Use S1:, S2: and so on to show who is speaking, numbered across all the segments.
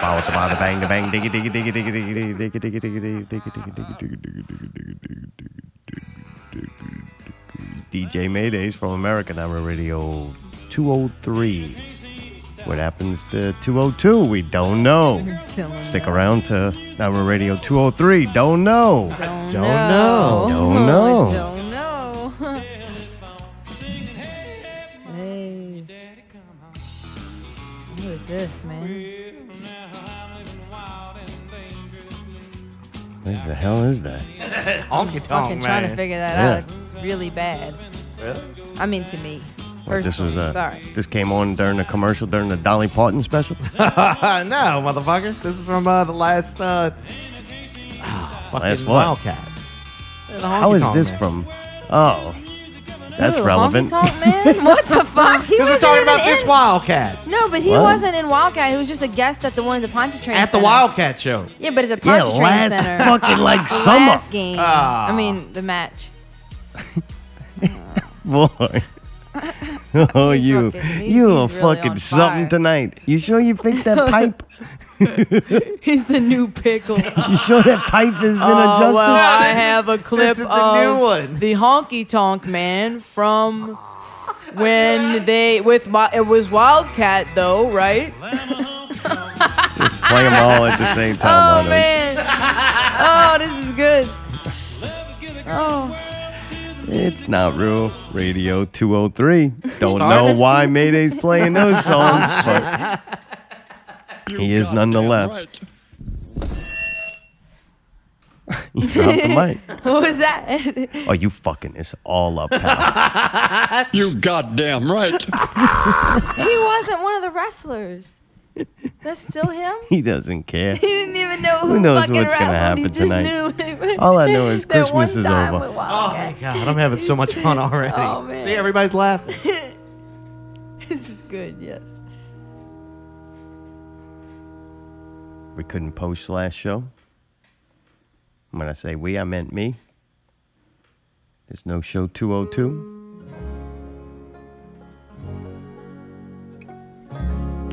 S1: Bow at the bottom, bang, the bang, diggy, diggy, diggy, diggy, diggy, diggy, diggy, diggy, diggy, diggy, diggy, diggy, diggy, diggy, diggy, diggy, diggy, diggy, diggy, diggy. DJ Maydays from American Armor Radio 203. What happens to 202? We don't know.
S2: Don't
S1: Stick around to Armor Radio 203. Don't know.
S2: Don't
S3: Don't know.
S1: Don't know.
S2: Don't know. hey. What is this, man?
S1: What the hell is that?
S3: Honky
S2: Fucking
S3: tonk
S2: trying to
S3: man.
S2: figure that
S1: Oh, Yeah.
S2: out. It's, it's really bad. I mean, to me.
S1: What, this was
S2: personally.
S1: uh,
S2: Sorry.
S1: This came on during the commercial during the Dolly Parton special.
S3: no, motherfucker. This is from uh, the last. Uh, ah, fucking
S1: Last what?
S3: Wildcat. Yeah, the
S1: How
S3: honky
S1: is
S3: tonk
S1: this
S3: man.
S1: from? Oh, that's
S2: Who,
S1: relevant.
S2: Honky Tonk Man? What the fuck? He
S3: 'Cause we're
S2: wasn't
S3: talking
S2: even
S3: about this
S2: in-
S3: Wildcat
S2: No, but he
S1: What?
S2: wasn't in Wildcat. He was just a guest at the one at the Pontchartrain.
S3: at the
S2: Center.
S3: Wildcat show.
S2: Yeah, but at the
S1: yeah,
S2: Pontchartrain
S1: last
S2: Center.
S1: fucking like
S2: the
S1: summer.
S2: last game.
S3: Ah.
S2: I mean, the match.
S1: Boy. oh, you,
S2: He's fucking- he's-
S1: you are
S2: he's really on
S1: fucking something
S2: fire.
S1: tonight. You sure you fixed that pipe?
S2: He's the new pickle.
S1: You sure that pipe has been
S2: Oh,
S1: adjusted?
S2: well, I have a clip
S3: is the
S2: of
S3: new one.
S2: the honky tonk man from when they with Wi- it was Wildcat though, right?
S1: Play them all at the same time.
S2: Oh
S1: why don't
S2: man! Oh, this is good. Oh,
S1: you? It's not real. Radio 203. Don't know
S3: Started?
S1: why Mayday's playing those songs, but he is none the left. You dropped the mic.
S2: what was that?
S1: Oh, you fucking this all up, pal.
S4: You goddamn right.
S2: he wasn't one of the wrestlers. That's still him.
S1: he doesn't care.
S2: He didn't even know who,
S1: Who knows
S2: fucking
S1: what's gonna
S2: wrestled.
S1: happen
S2: he just
S1: tonight?
S2: Knew
S1: All I know is
S2: that one
S1: Christmas is
S2: time
S1: over.
S2: with
S3: Oh
S2: Wildcat.
S3: my god, I'm having so much fun already.
S2: Oh, man.
S3: See, everybody's laughing.
S2: This is good. Yes.
S1: We couldn't post last show. When I say we, I meant me. There's no show 202.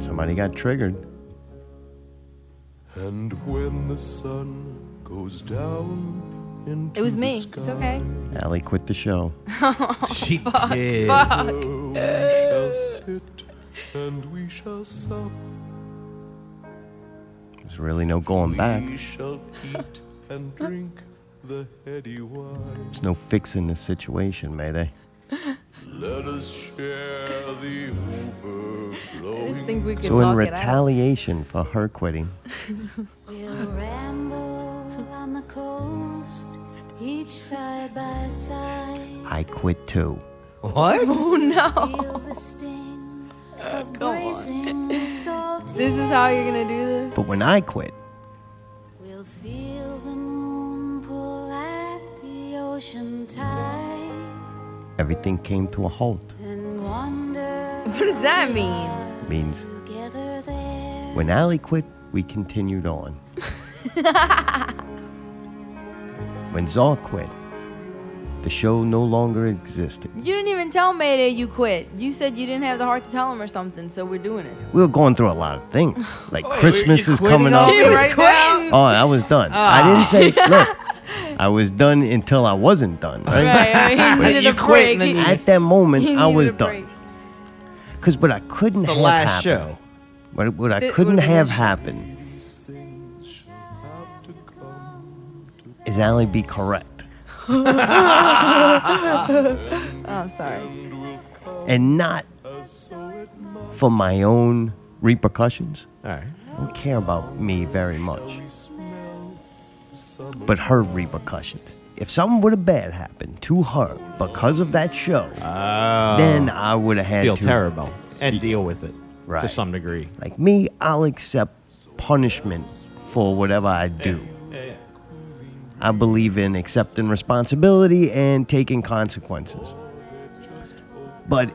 S1: Somebody got triggered.
S5: And when the sun goes down into
S2: It was me.
S5: The
S2: It's
S5: sky,
S2: okay.
S1: Allie quit the show.
S3: She did. Fuck.
S5: We shall sit and we shall sup.
S1: There's really no going back.
S5: We shall eat and drink the heady wine.
S1: There's no fixing the situation, Mayday.
S5: Let us share the
S2: I just
S5: overflowing.
S2: think we could
S1: So, in
S2: talk it out.
S1: retaliation for her quitting,
S6: We'll ramble on the coast, each side by side.
S1: I quit too.
S3: What?
S2: Oh no!
S6: Feel the sting of
S2: Go Uh, on.
S6: bracing salty.
S2: This is how you're gonna do this.
S1: But when I quit,
S6: We'll feel the moon pull at the ocean tide
S1: everything came to a halt.
S6: and wander
S2: What does that mean?
S1: Means
S6: together there.
S1: when Allie quit, we continued on. when Zaw quit, the show no longer existed.
S2: You didn't even tell Mayday you quit. You said you didn't have the heart to tell him or something, so we're doing it.
S1: We were going through a lot of things. Like
S3: Wait,
S1: Christmas
S3: you're
S1: is coming
S3: quitting
S1: up.
S3: on me
S2: He was
S3: right
S2: quitting.
S1: Oh, I was done. I didn't say, look, I was done until I wasn't done, right?
S2: Right, I mean,
S3: But
S2: he needed
S3: you
S2: a
S3: quit
S2: break.
S3: and then
S2: He-
S3: you-
S1: At that moment,
S2: he
S1: I
S2: needed
S1: was
S2: a break.
S1: done. Because what I couldn't
S3: The
S1: have
S3: last
S1: happened,
S3: show.
S1: What, what I
S2: Th-
S1: couldn't
S2: would've been
S1: have
S2: this-
S1: happened
S5: Things shall have to come.
S1: is Allie be correct
S2: Oh, sorry.
S1: and not
S5: So it must
S1: for my own repercussions.
S3: All right.
S1: I don't care about me very much. But her repercussions. If something would have bad happened to her because of that show, then I would have had
S3: Oh. Feel
S1: to
S3: terrible and deal with it to
S1: Right.
S3: some degree.
S1: Like me, I'll accept punishment for whatever I do. I believe in accepting responsibility and taking consequences. But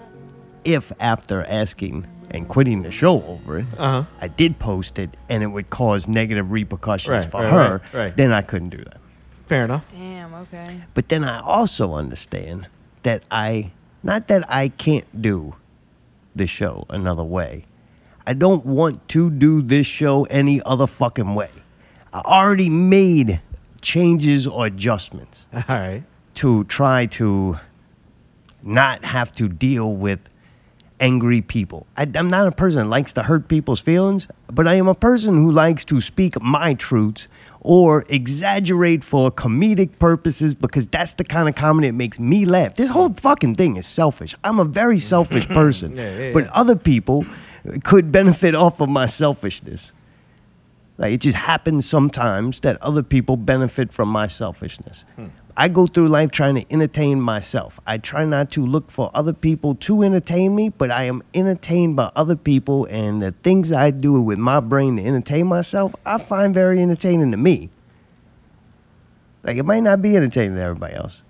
S1: if after asking and quitting the show over it,
S3: Uh-huh.
S1: I did post it and it would cause negative repercussions
S3: Right,
S1: for
S3: right,
S1: her,
S3: right, right.
S1: then I couldn't do that.
S3: Fair enough.
S2: Damn. Okay.
S1: But then I also understand that I, not that I can't do the show another way, I don't want to do this show any other fucking way. I already made changes or adjustments
S3: All right.
S1: to try to not have to deal with angry people. I, am not a person that likes to hurt people's feelings, but I am a person who likes to speak my truths or exaggerate for comedic purposes because that's the kind of comedy that makes me laugh. This whole fucking thing is selfish. I'm a very selfish person,
S3: yeah,
S1: but other people could benefit off of my selfishness. Like it just happens sometimes that other people benefit from my selfishness.
S3: Hmm.
S1: I go through life trying to entertain myself. I try not to look for other people to entertain me, but I am entertained by other people and the things I do with my brain to entertain myself, I find very entertaining to me. Like it might not be entertaining to everybody else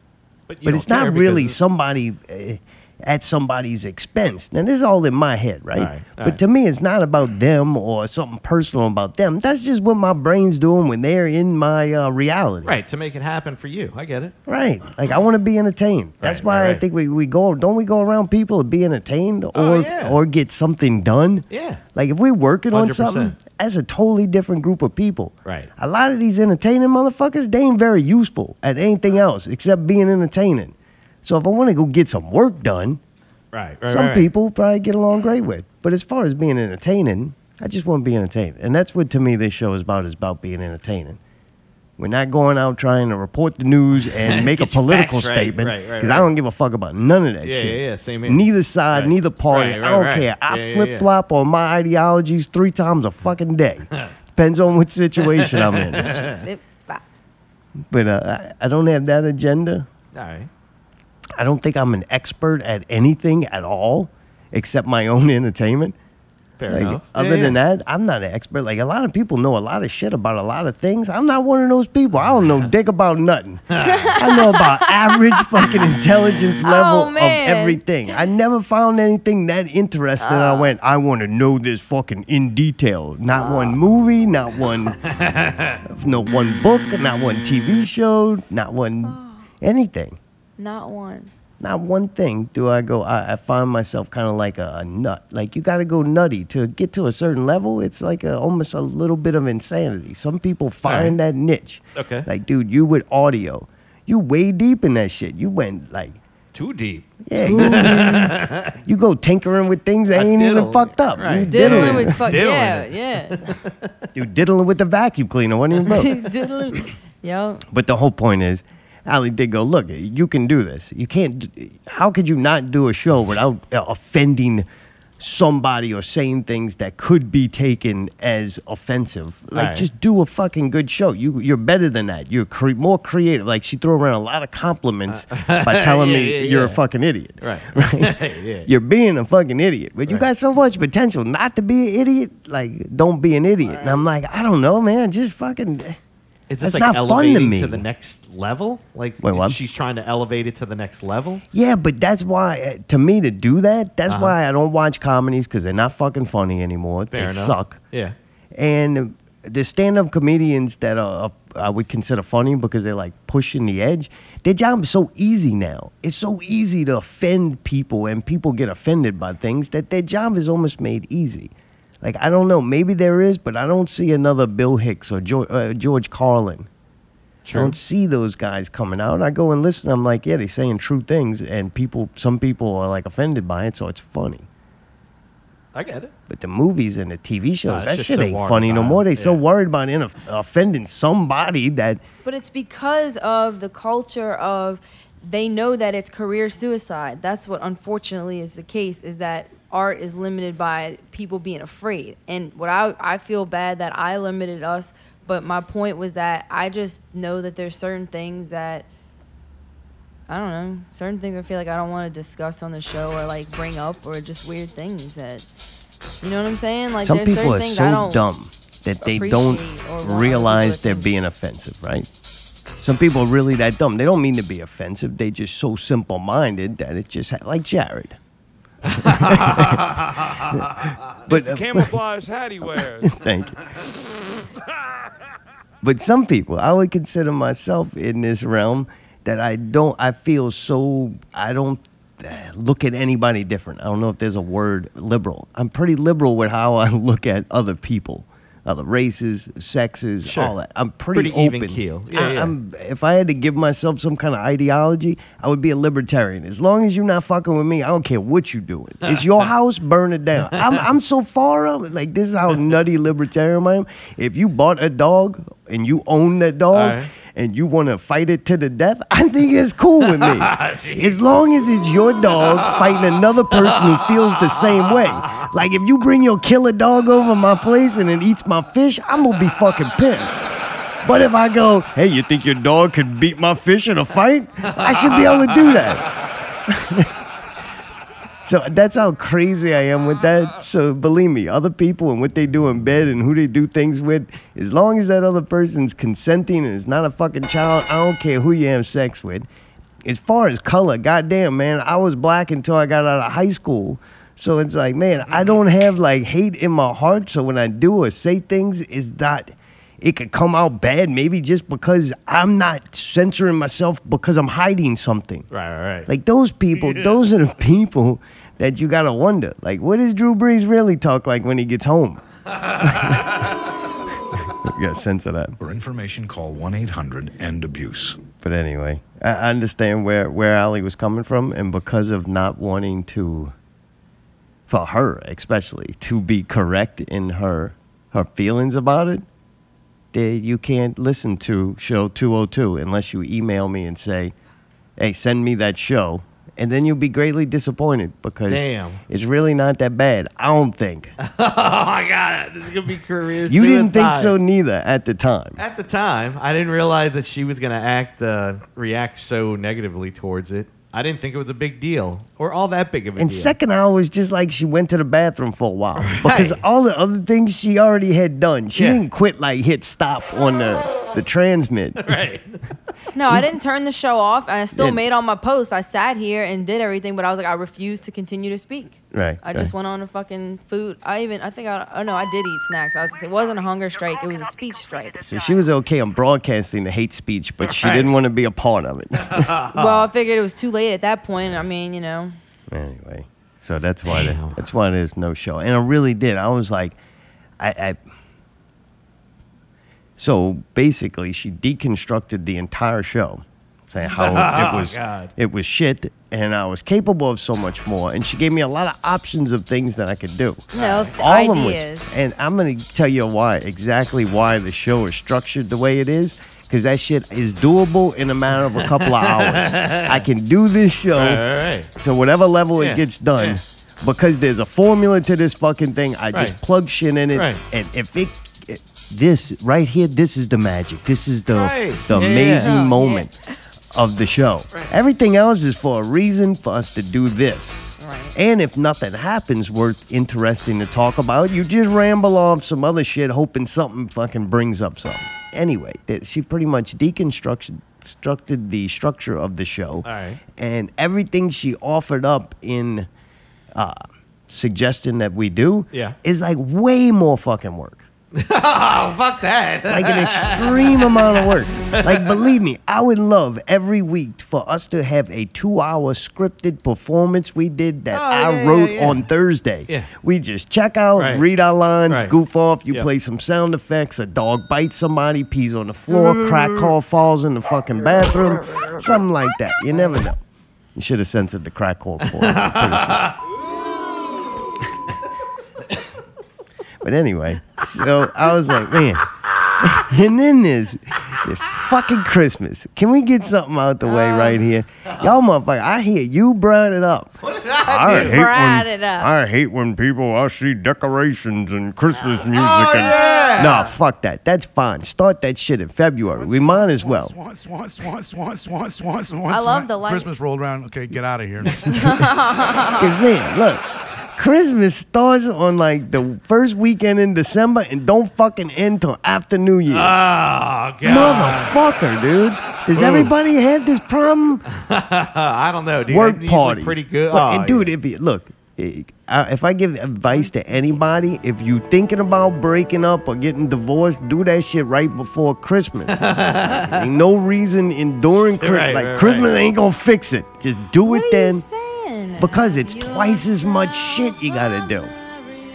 S3: But, you
S1: but
S3: don't
S1: it's not
S3: care
S1: really
S3: because-
S1: somebody uh, at somebody's expense. Now this is all in my head, right?
S3: All right, all
S1: but
S3: right.
S1: to me, it's not about them or something personal about them. That's just what my brain's doing when they're in my uh, reality,
S3: Right. To make it happen for you. I get it.
S1: Right. Like I want to be entertained. That's
S3: Right,
S1: why
S3: right,
S1: I
S3: right.
S1: think we, we go. Don't we go around people to be entertained or
S3: Oh, yeah.
S1: or get something done?
S3: Yeah.
S1: Like if we're working on something,
S3: 100%.
S1: that's a totally different group of people.
S3: Right.
S1: A lot of these entertaining motherfuckers, they ain't very useful at anything else except being entertaining. So if I want to go get some work done,
S3: Right. Right.
S1: some
S3: right, right.
S1: people probably get along great with. But as far as being entertaining, I just want to be entertained. And that's what to me this show is about, is about being entertaining. We're not going out trying to report the news and make a
S3: Get your
S1: political
S3: facts right,
S1: statement.
S3: right, right,
S1: I
S3: right.
S1: don't give a fuck about none of that
S3: Yeah,
S1: shit.
S3: yeah, yeah, same here.
S1: Neither side,
S3: Right.
S1: neither party.
S3: Right,
S1: I
S3: right,
S1: don't
S3: right.
S1: care. I
S3: Yeah, yeah, yeah.
S1: flip flop on my ideologies three times a fucking day. Depends on what situation I'm in.
S2: Flip flops.
S1: But uh, I, I don't have that agenda.
S3: All right.
S1: I don't think I'm an expert at anything at all except my own entertainment.
S3: Fair
S1: Like,
S3: enough.
S1: Other
S3: Yeah, yeah.
S1: than that, I'm not an expert. Like a lot of people know a lot of shit about a lot of things. I'm not one of those people. I don't know dick about nothing. I know about average fucking intelligence
S3: Oh,
S1: level of
S2: man.
S1: everything. I never found anything that interesting. I
S3: Uh.
S1: went, I want to know this fucking in detail. Not one movie, not one, no one book, not one TV show, not
S3: Oh.
S1: one anything.
S2: Not one.
S1: Not one thing do I go. I, I find myself kind of like a, a nut. Like you got to go nutty to get to a certain level. It's like a, almost a little bit of insanity. Some people find that niche.
S3: Okay.
S1: Like, dude, you with audio, you way deep in that shit. You went like,
S3: Too deep.
S1: yeah, you- you go tinkering with things that
S3: I
S1: ain't even
S3: diddle.
S1: fucked up.
S3: Right.
S1: You
S2: Diddling
S1: diddling.
S2: with fuck.
S3: Diddling
S2: Yeah,
S3: it.
S2: yeah.
S1: You diddling with the vacuum cleaner. What do you know?
S2: Diddling. Yo,
S1: But the whole point is, Ali did go, look, you can do this. You can't, d- how could you not do a show without uh, offending somebody or saying things that could be taken as offensive? Like,
S3: Right.
S1: just do a fucking good show. You, you're better than that. You're cre- more creative. Like, she threw around a lot of compliments by telling me
S3: Uh, yeah,
S1: you're a
S3: yeah.
S1: fucking idiot.
S3: Right. yeah.
S1: You're being a fucking idiot. But you got so much potential not to be an idiot. Like, don't be an idiot. And I'm like, I don't know, man. Just fucking.
S3: Is
S1: That's
S3: this
S1: not
S3: like
S1: fun to
S3: elevating
S1: me.
S3: the next level? Like
S1: Wait, what?
S3: she's trying to elevate it to the next level?
S1: Yeah, but that's why, uh, to me, to do that, that's
S3: Uh-huh.
S1: why I don't watch comedies because they're not fucking funny anymore.
S3: Fair
S1: they
S3: enough.
S1: suck.
S3: Yeah.
S1: And the stand up comedians that are, uh, I would consider funny because they're like pushing the edge, their job is so easy now. It's so easy to offend people, and people get offended by things that their job is almost made easy. Like, I don't know, maybe there is, but I don't see another Bill Hicks or George, uh, George Carlin. I don't see those guys coming out. I go and listen. I'm like, yeah, they're saying true things, and people, some people are like offended by it, so it's funny.
S3: I get it.
S1: But the movies and the TV shows,
S3: it's
S1: that
S3: just
S1: shit
S3: so
S1: ain't
S3: worried
S1: funny no
S3: about
S1: more.
S3: it.
S1: They so
S3: Yeah.
S1: worried about in offending somebody that
S2: but it's because of the culture of they know that it's career suicide. That's what unfortunately is the case is that art is limited by people being afraid. And what I I feel bad that I limited us, but my point was that I just know that there's certain things that I don't know, certain things I feel like I don't want to discuss on the show or like bring up or just weird things that you know what I'm saying? Like
S1: some
S2: there's
S1: people
S2: certain
S1: are
S2: things I
S1: so
S2: don't
S1: dumb that they don't
S2: appreciate or want other
S1: realize
S2: people to
S1: they're
S2: think.
S1: being offensive, right? Some people are really that dumb. They don't mean to be offensive. They just so simple minded that it just ha- like Jared. but uh,
S7: Camouflage hat he wears.
S1: Thank you. but some people, I would consider myself in this realm that I don't, I feel so, I don't eh, look at anybody different. I don't know if there's a word liberal. I'm pretty liberal with how I look at other people, other races, sexes,
S3: Sure.
S1: all that. I'm pretty,
S3: Pretty even
S1: open.
S3: keel. Yeah,
S1: I,
S3: yeah.
S1: I'm, if I had to give myself some kind of ideology, I would be a libertarian. As long as you're not fucking with me, I don't care what you're doing. It's your house, burn it down. I'm, I'm so far up. Like this is how nutty libertarian I am. If you bought a dog and you own that dog
S3: All right.
S1: and you want to fight it to the death, I think it's cool with me. as long as it's your dog fighting another person who feels the same way. Like if you bring your killer dog over my place and it eats my fish, I'm gonna be fucking pissed. But if I go, hey, you think your dog could beat my fish in a fight? I should be able to do that. so that's how crazy I am with that. So believe me, other people and what they do in bed and who they do things with, as long as that other person's consenting and is not a fucking child, I don't care who you have sex with. As far as color, goddamn, man, I was black until I got out of high school. So it's like, man, I don't have like hate in my heart. So when I do or say things, it's not it could come out bad maybe just because I'm not censoring myself because I'm hiding something.
S3: Right, right, right.
S1: Like those people, those are the people that you gotta wonder. Like, what does Drew Brees really talk like when he gets home? you gotta censor that.
S7: For information, call 1 800 End Abuse.
S1: But anyway, I I understand where where Ali was coming from, and because of not wanting to, for her especially, to be correct in her her feelings about it, that you can't listen to show 202 unless you email me and say, "Hey, send me that show," and then you'll be greatly disappointed because
S3: Damn.
S1: it's really not that bad. I don't think
S3: Oh my god, this is gonna be career.
S1: you didn't think
S3: suicide.
S1: so neither at the time.
S3: At the time, I didn't realize that she was gonna act, uh, react so negatively towards it. I didn't think it was a big deal or all that big of a
S1: And
S3: deal.
S1: second hour was just like she went to the bathroom for a while because
S3: Right.
S1: all the other things she already had done. She
S3: Yeah.
S1: didn't quit like hit stop on the the transmit.
S3: right?
S2: No, I didn't turn the show off. I still
S1: Yeah.
S2: made all my posts. I sat here and did everything, but I was like, I refuse to continue to speak.
S1: Right,
S2: I just
S1: right.
S2: went on a fucking food. I even, I think I, oh no, I did eat snacks. I was gonna say, it wasn't a hunger strike. It was a speech strike.
S1: So she was okay on broadcasting the hate speech, but she didn't want to be a part of it.
S2: Well, I figured it was too late at that point. I mean, you know.
S1: anyway, so that's why the- that's why there's no show. And I really did. I was like, I. I so basically, she deconstructed the entire show, saying how it was
S3: Oh, God.
S1: it was shit, and I was capable of so much more. And she gave me a lot of options of things that I could do.
S2: No, th-
S1: All
S2: ideas.
S1: of them. Was, and I'm going to tell you why, exactly why the show is structured the way it is. Because that shit is doable in a matter of a couple of hours. I can do this show
S3: All right.
S1: to whatever level
S3: Yeah,
S1: it gets done
S3: yeah.
S1: because there's a formula to this fucking thing. I
S3: Right.
S1: just plug shit in it.
S3: Right.
S1: And if it, it- this right here, this is the magic. This is the,
S3: Right.
S1: the
S3: Yeah, yeah,
S1: amazing
S2: Oh, yeah.
S1: moment of the show. Everything else is for a reason for us to do this.
S2: Right.
S1: And if nothing happens worth interesting to talk about, you just ramble off some other shit hoping something fucking brings up something. Anyway, that she pretty much deconstructed constructed the structure of the show.
S3: All right.
S1: And everything she offered up in uh, suggestion that we do
S3: Yeah.
S1: is like way more fucking work
S3: Oh fuck that!
S1: like an extreme amount of work. Like, believe me, I would love every week for us to have a two-hour scripted performance we did that
S3: Oh,
S1: I
S3: yeah, yeah,
S1: wrote
S3: yeah.
S1: on Thursday.
S3: Yeah.
S1: We just check out,
S3: Right.
S1: read our lines,
S3: Right.
S1: goof off. You
S3: Yep.
S1: play some sound effects. A dog bites somebody, pees on the floor, crack
S3: Mm-hmm.
S1: call falls in the fucking bathroom, something like that. You never know. You should have censored the crack call for it. I'm pretty sure. But anyway, so I was like, man. And then there's, there's fucking Christmas. Can we get something out the way right here? Y'all motherfucker, I hear you brought it up. I
S2: do? Brought it up.
S1: I hate when people I see decorations and Christmas music and
S3: yeah.
S1: Nah, fuck that. That's fine. Start that shit in February. We might as well.
S8: Once, once, once, once, once, once, once.
S2: I love the light.
S8: Christmas rolled around. Okay, get out of here.
S1: Cause man, look, Christmas starts on like the first weekend in December and don't fucking end till after New Year's.
S3: Oh god!
S1: Motherfucker, dude. Does everybody have this problem?
S3: I don't know, dude. I'm
S1: Work
S3: usually
S1: parties.
S3: pretty good.
S1: Look,
S3: Oh,
S1: and dude,
S3: yeah.
S1: if you look, eh, I- if I give advice to anybody, if you thinking about breaking up or getting divorced, do that shit right before Christmas. ain't no reason enduring Christmas.
S3: Right,
S1: like
S3: right,
S1: Christmas
S3: right.
S1: ain't gonna fix it. Just do
S2: What
S1: it
S2: are
S1: then.
S2: you saying?
S1: because it's twice as much shit you gotta do.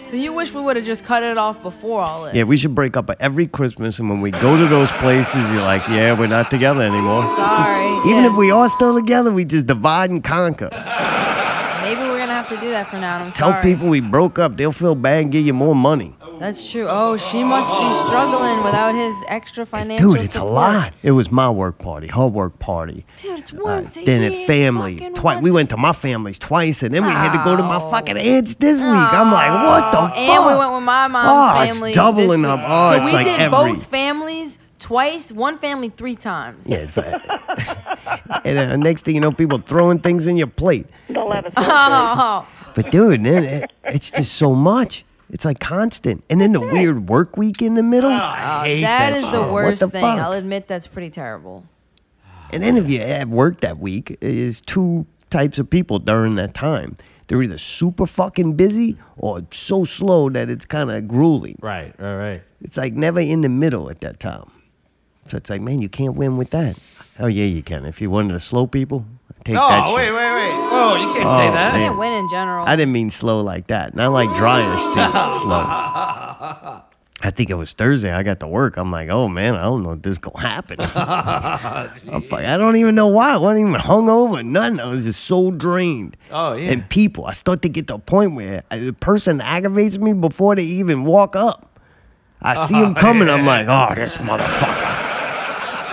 S2: So you wish we would have just cut it off before all this.
S1: Yeah, we should break up every Christmas, and when we go to those places, you're like, yeah, we're not together anymore.
S2: Sorry.
S1: Even
S2: yeah.
S1: if we are still together, we just divide and conquer.
S2: Maybe we're gonna have to do that for now. and I'm
S1: Tell
S2: sorry.
S1: people we broke up, they'll feel bad and give you more money.
S2: That's true. Oh, she must be struggling without his extra financial
S1: Dude, it's a
S2: support.
S1: lot. It was my work party, her work party.
S2: Dude, it's
S1: Uh,
S2: once a
S1: then
S2: year.
S1: at
S2: It's
S1: family,
S2: fucking
S1: twice. We
S2: one-
S1: went to my family's twice, and then we had to go to my
S2: Oh.
S1: fucking aunt's this week. I'm like, what the fuck?
S2: And we went with my mom's
S1: Oh, it's
S2: family.
S1: doubling
S2: this
S1: up.
S2: week.
S1: Oh,
S2: so
S1: it's
S2: we
S1: like
S2: did
S1: every-
S2: both families twice, one family three times.
S1: Yeah. fa- and uh, next thing you know, people throwing things in your plate.
S9: The Levis.
S2: Oh,
S1: But dude, then it, it's just so much. It's like constant. And then the weird work week in the middle.
S2: Oh, that is the
S1: What
S2: worst
S1: the
S2: thing.
S1: fuck?
S2: I'll admit that's pretty terrible.
S1: And then if you have work that week, is two types of people during that time. They're either super fucking busy or so slow that it's kind of grueling.
S3: Right, right, right.
S1: It's like never in the middle at that time. So it's like, man, you can't win with that. Oh yeah, you can. If you're one of the slow people, take that.
S3: No,
S1: shit.
S3: Oh, wait, wait, wait. Whoa, you can't
S1: Oh,
S3: say that.
S1: man.
S2: Can't win in general.
S1: I didn't mean slow like that. Not like dry as shit. slow. I think it was Thursday. I got to work. I'm like, oh man, I don't know if this gonna happen. I'm fuck- I don't even know why. I wasn't even hungover. Nothing. I was just so drained.
S3: Oh, yeah.
S1: And people, I start to get to a point where I- the person aggravates me before they even walk up. I see him coming. I'm like, oh, this motherfucker.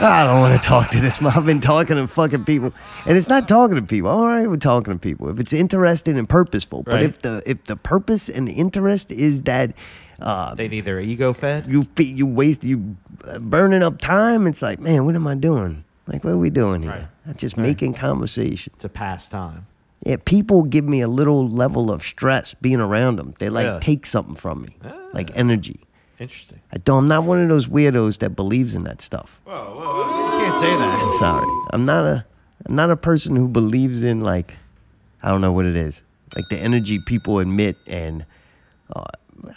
S1: I don't want to talk to this. mo- I've been talking to fucking people, and it's not talking to people. I'm All right, we're talking to people if it's interesting and purposeful. But
S3: Right.
S1: if the if the purpose and the interest is that uh,
S3: They need their ego fed.
S1: you fe- you waste you uh, burning up time, it's like, man, what am I doing? Like, what are we doing here?
S3: Right.
S1: I'm just making conversation.
S3: It's a pastime.
S1: Yeah, people give me a little level of stress being around them. They like
S3: Yeah. Ah.
S1: take something from me, like energy.
S3: Interesting.
S1: I don't, I'm not one of those weirdos that believes in that stuff.
S3: You can't say that.
S1: I'm sorry. I'm not a I'm not a person who believes in like I don't know what it is. Like the energy people admit and uh,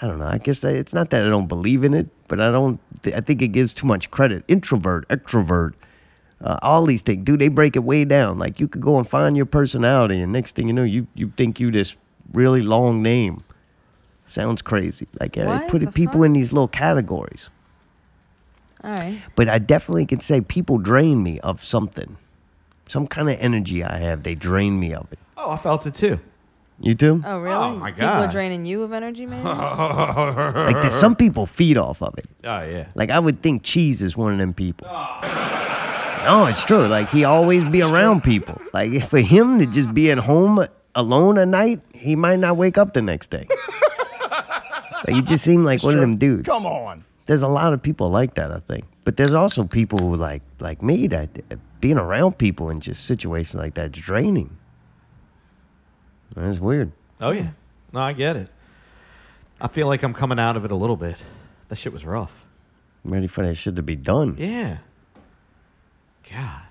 S1: I don't know. I guess that, it's not that I don't believe in it, but I don't I think it gives too much credit. Introvert, extrovert, uh, all these things. Dude, they break it way down. Like you could go and find your personality and next thing you know, you you think you this really long name. Sounds crazy. Like uh, they
S2: What
S1: put
S2: the
S1: people
S2: fuck?
S1: in these little categories
S2: All right.
S1: but I definitely could say people drain me of something, some kind of energy I have. They drain me of it.
S3: Oh, I felt it too.
S1: You too?
S2: Oh really?
S3: Oh, my
S2: People
S3: God.
S2: are draining you of energy, man.
S1: Like there's some people feed off of it.
S3: Oh yeah.
S1: Like I would think cheese is one of them people. No, it's true. Like he always be around people. Like for him to just be at home alone at night, he might not wake up the next day. like, you just seem like one of them dudes.
S8: Come on.
S1: there's a lot of people like that, I think. But there's also people who like like me that uh, being around people in just situations like that is draining. That's weird.
S3: Oh yeah. No, I get it. I feel like I'm coming out of it a little bit. That shit was rough.
S1: I'm ready for that shit to be done.
S3: Yeah. God.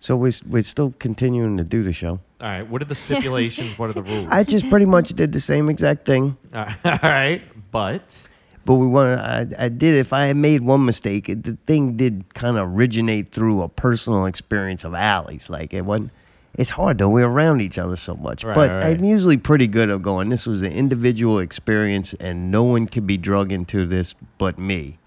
S1: So we're, we're still continuing to do the show.
S3: All right. What are the stipulations? what are the rules?
S1: I just pretty much did the same exact thing,
S3: All right. But
S1: but we wanted I, I did. If I had made one mistake, it, the thing did kind of originate through a personal experience of Allie's. Like it wasn't. It's hard though. We're around each other so much,
S3: Right,
S1: but
S3: right.
S1: I'm usually pretty good at going. This was an individual experience, and no one could be drug into this but me.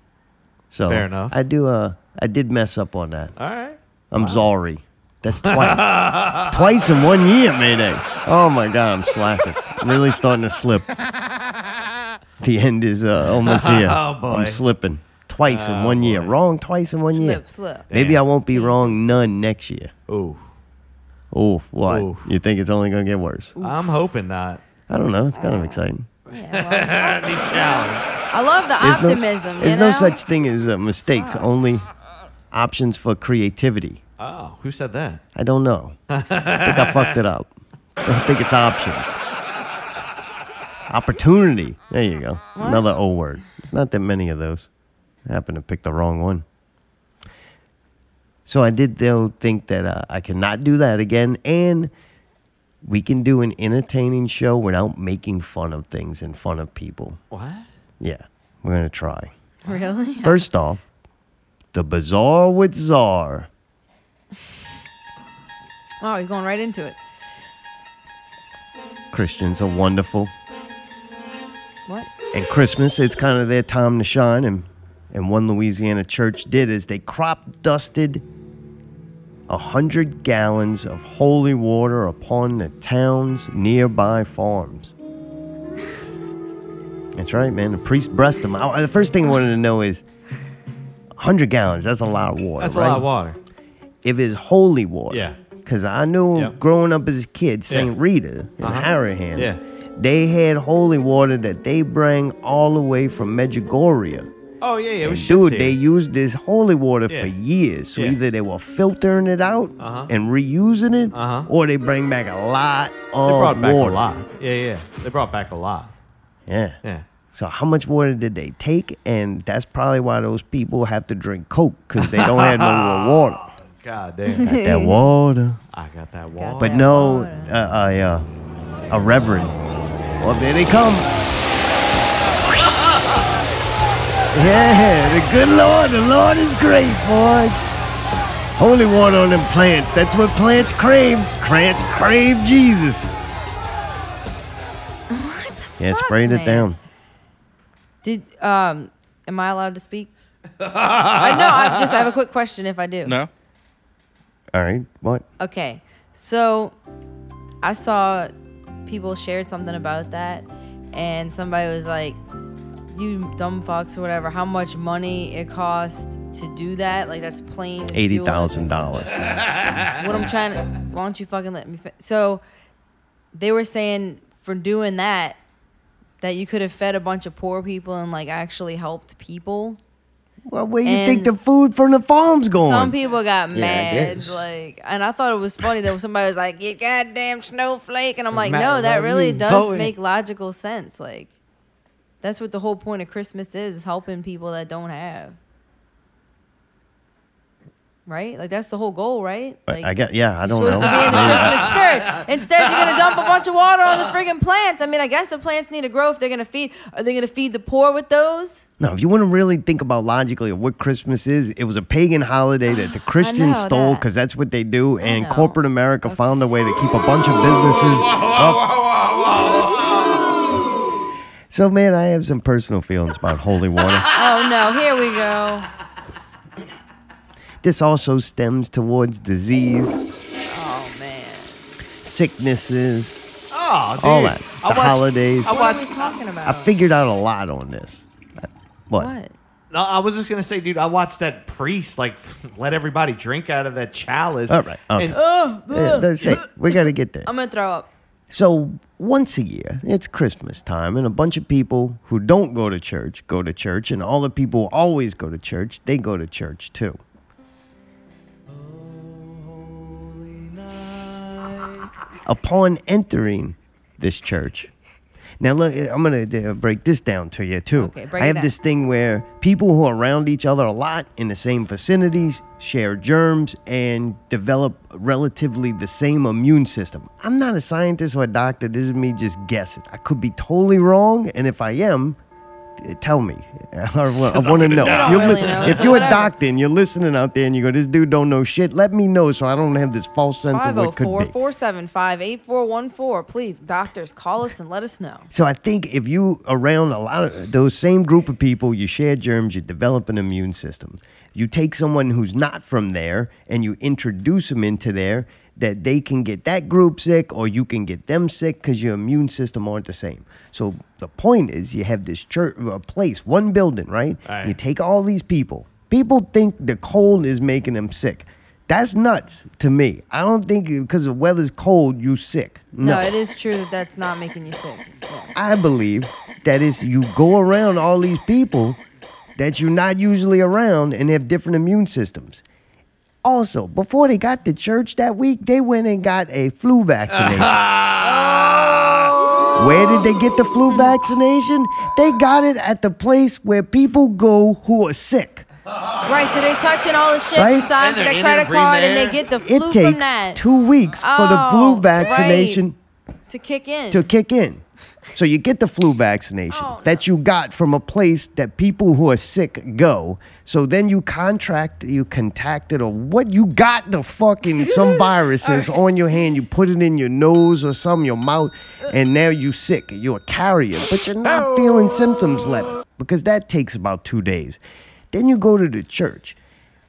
S1: So
S3: Fair enough.
S1: I do. Uh, I did mess up on that.
S3: all right.
S1: I'm sorry. That's twice. twice in one year, Mayday. Oh my God, I'm slacking. I'm really starting to slip. The end is uh, almost here.
S3: Oh, boy. Oh,
S1: I'm slipping. Twice in one year. Wrong twice in one year.
S2: slip, slip.
S1: Maybe I won't be wrong none next year.
S3: Oh,
S1: Oof, what?
S3: Oof.
S1: You think it's only going to get worse?
S3: I'm hoping not.
S1: I don't know. It's kind of exciting.
S2: I love the
S1: There's no-
S2: optimism. you
S1: there's no
S2: know?
S1: such thing as uh, mistakes, only options for creativity.
S3: Oh, who said that?
S1: I don't know. I think I fucked it up. I think it's options. Opportunity. There you go. Another O word. There's not that many of those. I happened to pick the wrong one. So I did, though, think that uh, I cannot do that again. And we can do an entertaining show without making fun of things and fun of people.
S3: What?
S1: Yeah, we're going to try.
S2: Really?
S1: First off, the Bazaar with Czar.
S2: Wow, he's going right into it.
S1: Christians are wonderful.
S2: What?
S1: And Christmas, it's kind of their time to shine. And, and one Louisiana church did is they crop dusted a hundred gallons of holy water upon the town's nearby farms. That's right, man. The priest blessed them. I, the first thing I wanted to know is, hundred gallons—that's a lot of water.
S3: That's
S1: right?
S3: a lot of water.
S1: if it's holy water.
S3: Yeah.
S1: Because I knew
S3: Yep.
S1: growing up as a kid, St. Rita and
S3: Uh-huh.
S1: Harahan,
S3: Yeah.
S1: they had holy water that they bring all the way from Medjugorje.
S3: Oh yeah, yeah. It was
S1: And dude, they used this holy water
S3: Yeah.
S1: for years. So
S3: Yeah.
S1: either they were filtering it out
S3: Uh-huh.
S1: and reusing it,
S3: Uh-huh.
S1: or they bring back a lot of
S3: They brought back
S1: water.
S3: a lot. Yeah, yeah. They brought back a lot.
S1: Yeah.
S3: Yeah.
S1: So how much water did they take? And that's probably why those people have to drink Coke because they don't have no more water.
S3: God damn.
S1: That water.
S3: I got that wall.
S1: But
S2: Yeah,
S1: no,
S2: water.
S1: uh, I, uh, a reverend. Well, there they come. yeah, the good Lord, the Lord is great, boy. Holy water on them plants. That's what plants crave. Plants crave Jesus. Yeah,
S2: fuck,
S1: sprayed it
S2: man?
S1: down.
S2: Did um, am I allowed to speak? I know. I just I have a quick question. If I do,
S4: No.
S1: All right, what?
S2: Okay, so I saw people shared something about that, and somebody was like, "You dumb fucks or whatever. How much money it costs to do that? Like that's plain and fuel."
S1: Eighty thousand dollars.
S2: What I'm trying to. Why don't you fucking let me? Fi- so they were saying for doing that, that you could have fed a bunch of poor people and like actually helped people.
S1: Well, where you think
S2: And-
S1: the food from the farm's going?
S2: Some people got mad,
S9: guess.
S2: like, and I thought it was funny that somebody was like, "You goddamn snowflake," and I'm like,
S9: Matter
S2: "No, that
S9: about
S2: really
S9: you,
S2: does
S9: poet."
S2: make logical sense." Like, that's what the whole point of Christmas is: is helping people that don't have. Right? Like that's the whole goal, right?
S1: I-
S2: Like,
S1: I got. Yeah, I don't
S2: supposed
S1: know.
S2: to be in the
S1: Maybe-
S2: Christmas spirit. Instead, you're gonna dump a bunch of water on the friggin' plants. I mean, I guess the plants need to grow if they're gonna feed. Are they gonna feed the poor with those?
S1: Now, if you want to really think about logically of what Christmas is, it was a pagan holiday that the Christians
S2: know
S1: stole
S2: that.
S1: because that's what they do, and
S2: know.
S1: corporate America found a way to keep a bunch of businesses up. So, man, I have some personal feelings about holy water.
S2: Oh no! Here we go.
S1: this also stems towards disease,
S2: Oh man.
S1: sicknesses.
S3: Oh, dude.
S1: All that.
S3: I
S1: The
S3: watched-
S1: holidays.
S3: I,
S2: What are we
S3: watched,
S2: talking
S1: I
S2: about?
S1: figured out a lot on this. What?
S2: What?
S3: no, I was just gonna say, dude. I watched that priest like let everybody drink out of that chalice.
S1: All right, okay.
S3: And
S8: Oh.
S1: Yeah, that's it. We got to get there.
S2: I'm gonna throw up.
S1: So once a year, it's Christmas time, and a bunch of people who don't go to church go to church, and all the people who always go to church, they go to church too. Upon entering this church, now look, I'm gonna uh, break this down to you too.
S2: Okay, break
S1: I
S2: it
S1: have
S2: down.
S1: this thing where people who are around each other a lot in the same vicinities share germs and develop relatively the same immune system. I'm not a scientist or a doctor. This is me just guessing. I could be totally wrong, and if I am, uh, tell me. I want to know. If you're,
S2: really
S1: li-
S2: know,
S1: if
S2: so
S1: you're a
S2: whatever.
S1: doctor and you're listening out there and you go, this dude don't know shit, let me know so I don't have this false sense of what could be.
S2: 504 475 8414. Please, doctors, call us and let us know.
S1: So I think if you around a lot of those same group of people, you share germs, you develop an immune system. You take someone who's not from there and you introduce them into there that they can get that group sick or you can get them sick because your immune system aren't the same. So the point is you have this church a place, one building, right?
S3: Right.
S1: You take all these people. People think the cold is making them sick. That's nuts to me. I don't think because the weather's cold, you sick.
S2: No, it is true that that's not making you sick. Yeah.
S1: I believe that it's you go around all these people that you're not usually around and have different immune systems. Also, before they got to church that week, they went and got a flu vaccination. Where did they get the flu vaccination? They got it at the place where people go who are sick.
S2: Right, so they touching all the shit,
S1: Right?
S2: right? sign for
S3: And they're
S2: their
S3: in and
S2: credit card,
S3: breathing
S2: and
S3: air.
S2: they get the
S1: It
S2: flu from
S1: takes
S2: that
S1: two weeks for the
S2: Oh,
S1: flu
S2: right.
S1: vaccination
S2: to kick in.
S1: to kick in. So you get the flu vaccination
S2: Oh,
S1: that you got from a place that people who are sick go. So then you contract, you contacted or what? You got the fucking some viruses on your hand. You put it in your nose or some your mouth, and now you sick. You're a carrier, but you're not feeling symptoms left because that takes about two days. Then you go to the church.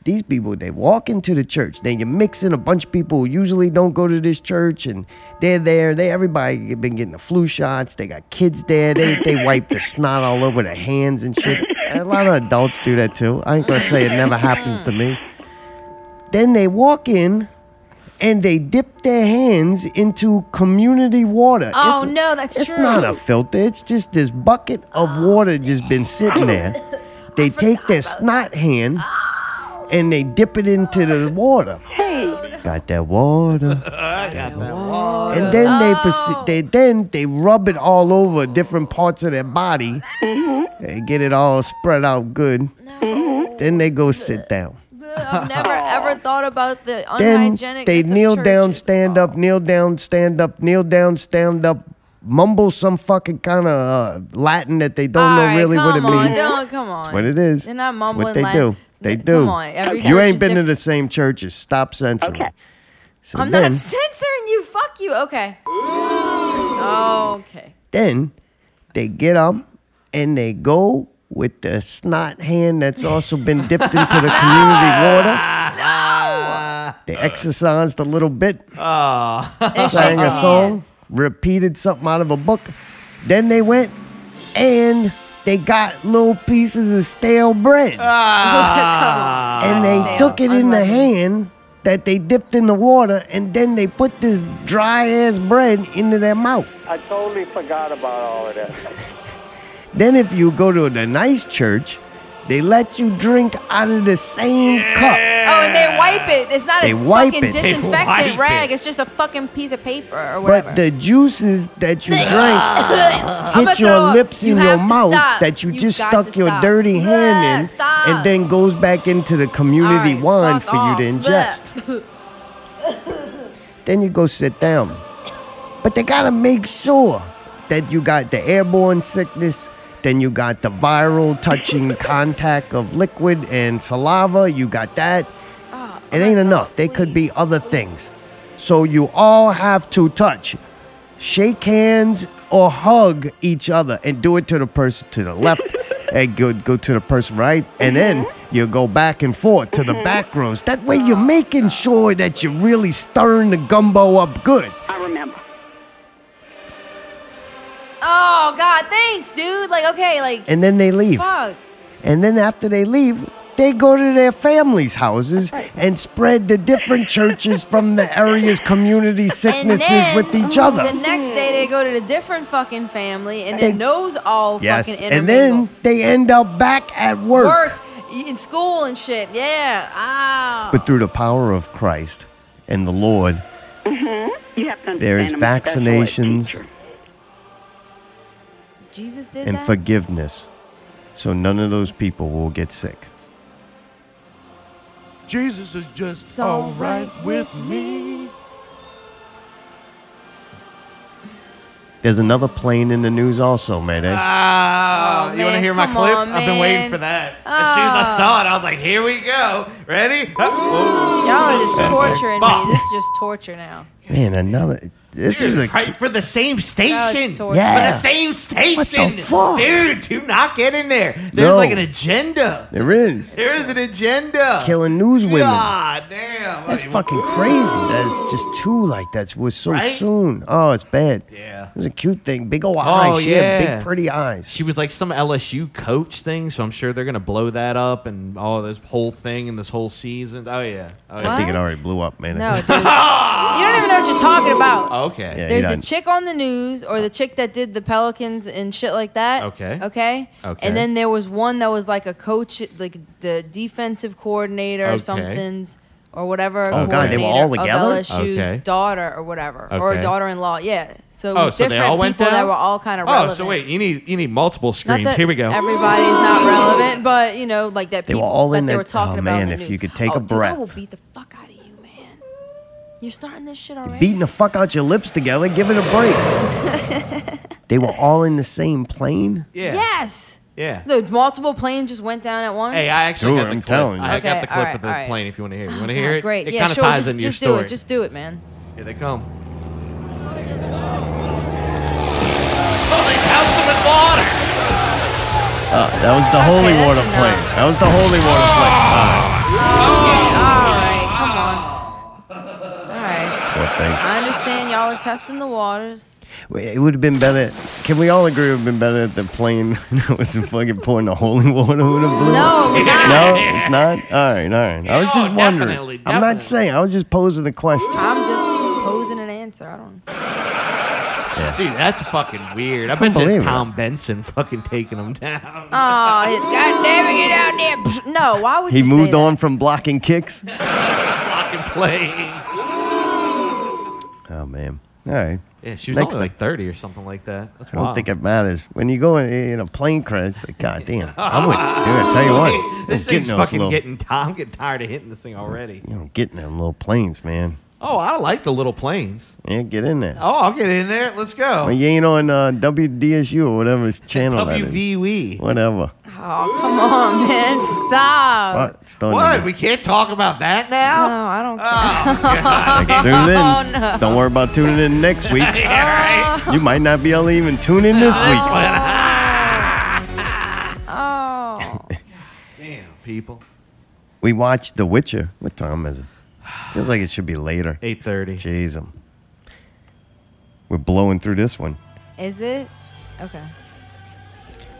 S1: These people, they walk into the church. Then you mix in a bunch of people who usually don't go to this church, and they're there. They everybody been getting the flu shots. They got kids there. They they wipe the snot all over their hands and shit. A lot of adults do that too. I ain't gonna say it never happens to me. Then they walk in, and they dip their hands into community water.
S2: Oh, no, that's
S1: it's
S2: true. Oh,
S1: It's not a filter. It's just this bucket of water just been sitting there. They take their snot hand and they dip it into the water. Got that water. And then
S2: Oh.
S1: they, proce- they then they rub it all over different parts of their body
S2: Mm-hmm.
S1: and get it all spread out good. Then they go sit down.
S2: I've never ever thought about the
S1: Then
S2: unhygienic.
S1: they kneel down, stand up, kneel down, stand up, kneel down, stand up, mumble some fucking kind of uh, Latin that they don't know really
S2: come
S1: what it
S2: on,
S1: means.
S2: Don't, come on.
S1: That's what it is.
S2: They're not
S1: That's
S2: mumbling.
S1: what they
S2: Latin.
S1: do. They
S2: N-
S1: do.
S2: Come on. Every
S1: you
S2: church
S1: ain't
S2: is
S1: been to
S2: different.
S1: the same churches. Stop censoring.
S9: Okay.
S1: So
S2: I'm
S1: then,
S2: not censoring you. Fuck you. Okay. Okay.
S1: then they get up and they go with the snot hand that's also been dipped into the community water. They exercised a little bit,
S2: And
S1: sang
S2: shake
S1: a
S2: hands.
S1: song, repeated something out of a book. Then they went and they got little pieces of stale bread. and they
S2: Ah. Stale.
S1: took it in the
S2: Unleavened.
S1: hand that they dipped in the water, and then they put this dry ass bread into their mouth.
S9: I totally forgot about all of that.
S1: Then, if you go to the nice church, they let you drink out of the same cup.
S2: Oh, and they wipe it. It's not
S1: They
S2: a
S1: wipe
S2: fucking
S1: it. They
S2: disinfectant
S3: wipe
S2: rag.
S3: it.
S2: It's just a fucking piece of paper or whatever.
S1: But the juices that you drank
S2: I'ma
S1: hit your
S2: throw up.
S1: lips
S2: You
S1: in your
S2: have to
S1: mouth
S2: stop.
S1: that you
S2: You've
S1: just
S2: got
S1: stuck
S2: to
S1: your
S2: stop.
S1: dirty hand
S2: Bleh,
S1: in,
S2: stop.
S1: and then goes back into the
S2: All
S1: community
S2: right,
S1: wine
S2: fuck
S1: for you to
S2: off.
S1: ingest.
S2: Bleh.
S1: then you go sit down. But they gotta make sure that you got the airborne sickness, then you got the viral touching contact of liquid and saliva, you got that.
S2: Oh,
S1: it ain't enough. There could be other things. So you all have to touch, shake hands, or hug each other and do it to the person to the left. And go, go to the person right, and
S2: Mm-hmm.
S1: then you go back and forth to the back rows. That way,
S2: Ah.
S1: you're making sure that you're really stirring the gumbo up good.
S9: I remember.
S2: Oh God, thanks, dude. Like okay, like
S1: And then they leave.
S2: fuck.
S1: And then after they leave, they go to their families' houses and spread the different churches from the area's community
S2: And
S1: sicknesses
S2: then mm,
S1: with each other.
S2: The next day they go to the different fucking family and
S1: They-
S2: then those all
S1: Yes,
S2: fucking
S1: and
S2: intermingle.
S1: then they end up back at work.
S2: work in school and shit. Yeah. Ah, Ow.
S1: But through the power of Christ and the Lord,
S9: You have to understand.
S1: There's
S9: I'm a special ed
S1: vaccinations.
S9: teacher.
S2: Jesus did
S1: and
S2: that.
S1: forgiveness, so none of those people will get sick.
S8: Jesus is just
S2: It's all
S8: all right
S2: right
S8: with me.
S1: There's another plane in the news also, Mayday.
S3: Ah,
S2: Oh,
S3: you want to
S2: man,
S3: hear my
S2: come
S3: clip?
S2: on,
S3: I've been waiting
S2: man.
S3: for that. As soon as I saw it, I was like, here we go. Ready? Oh,
S2: Y'all are just
S1: Sounds like
S2: torturing
S3: fuck.
S2: me. This is just torture now.
S1: Man, another. This
S3: Ah. dude,
S1: is a.
S3: right for the same station.
S2: torture.
S3: For
S1: Yeah.
S3: the same station.
S1: fuck?
S3: Dude, do not get in there. There's
S1: No.
S3: like an agenda.
S1: There is.
S3: There is an agenda.
S1: Killing news women.
S3: God damn.
S1: That's
S3: Like,
S1: fucking crazy. That's just too like that. Was so
S3: Right?
S1: soon. Oh, it's bad.
S3: Yeah. Oh,
S1: It was a cute thing. Big old eyes. she had
S3: yeah.
S1: big pretty eyes.
S3: She was like some LSU coach thing, so I'm sure they're gonna blow that up and all this whole thing and this whole season. Oh yeah. Oh,
S1: I
S3: yeah.
S1: think it
S2: What?
S1: already blew up, man.
S2: No, dude. you don't even know what you're talking about.
S3: Oh, Okay.
S1: Yeah.
S2: There's
S1: you
S2: a
S1: don't-
S2: chick on the news or the chick that did the Pelicans and shit like that.
S3: Okay.
S2: Okay.
S3: Okay.
S2: And then there was one that was like a coach, like the defensive coordinator or
S3: Okay.
S2: something's or whatever.
S1: Oh, God, they were all
S2: coordinator Of
S1: together?
S2: LSU's
S3: Okay.
S2: daughter or whatever, or
S3: Okay.
S2: daughter-in-law. Yeah. So it
S3: Oh,
S2: was
S3: so they
S2: different
S3: all went
S2: people that
S3: down?
S2: were all kind of
S3: Oh,
S2: relevant.
S3: so wait, you need you need multiple
S2: Not
S3: screens.
S2: that
S3: Here we go.
S2: Everybody's not relevant, but you know, like that.
S1: They were
S2: people
S1: all
S2: that
S1: in
S2: they
S1: there-
S2: were talking
S1: oh,
S2: about.
S1: man,
S2: in the
S1: if
S2: news.
S1: you could take
S2: Oh,
S1: a
S2: dude, I
S1: breath.
S2: will beat the fuck out of you, man. You're starting this shit already.
S1: Beating the fuck out your lips together. Give it a break. They were all in the same plane.
S3: Yeah.
S2: Yes.
S3: Yeah.
S2: The multiple planes just went down at once.
S3: Hey, I actually
S1: Dude,
S3: got the
S1: I'm
S3: clip.
S1: telling you.
S3: I
S2: Okay,
S3: got the clip
S2: alright,
S3: of the
S2: alright.
S3: plane if you want to hear it. You want to
S2: Oh,
S3: hear it?
S2: Great.
S3: It
S2: yeah,
S3: kind of
S2: sure.
S3: ties
S2: just,
S3: into your
S2: just
S3: story.
S2: do it. Just do it, man.
S3: Here they come.
S1: Uh, that was the holy
S2: that's
S1: water
S2: enough.
S1: plane. That was the holy water plane.
S2: All right. Come on. All right.
S1: Well, thanks.
S2: I understand y'all are testing the waters.
S1: It would have been better. Can we all agree it would have been better if the plane that was fucking pouring the holy water would have blew? up?
S2: No, not.
S1: No, it's not. All right, all right. I was just
S3: No,
S1: wondering.
S3: definitely,
S1: I'm
S3: definitely.
S1: not saying. I was just posing the question.
S2: I'm just posing an answer. I don't.
S3: Dude, that's fucking weird. I bet
S1: believe
S3: you
S1: it.
S3: Tom Benson fucking taking them down.
S2: Oh, it- God damn it! Get out there. Psh, No. Why would
S1: He
S2: you say
S1: moved
S2: that?
S1: on from blocking kicks.
S3: Fucking planes.
S1: Oh man. All right.
S3: Yeah, she was
S1: Next
S3: only
S1: thing.
S3: like 30 or something like that. That's
S1: I don't
S3: wild.
S1: think it matters. When you go in, in a plane crash, it's like, God damn. I would. Dude, I tell you what.
S3: this
S1: I'm getting
S3: thing's
S1: those
S3: fucking
S1: little,
S3: getting. T- I'm getting tired of hitting this thing already.
S1: You know, getting them little planes, man.
S3: Oh, I like the little planes.
S1: Yeah, get in there.
S3: Oh, I'll get in there. Let's
S1: Well,
S3: go.
S1: you ain't on uh, WDSU or whatever his channel that is.
S3: WVE.
S1: Whatever.
S2: Oh, come on, man. Stop.
S1: Fuck, stone
S3: What?
S1: them.
S3: We can't talk about that
S2: No,
S3: now?
S2: I don't.
S1: Like, tune in.
S2: Oh, no.
S1: Don't worry about tuning in next week. You might not be able to even tune in this week.
S2: Oh.
S3: Damn, people.
S1: We watched The Witcher. What time is it? Feels like it should be later.
S3: 8.30.
S1: Jeez, um, we're blowing through this one.
S2: Is it? Okay.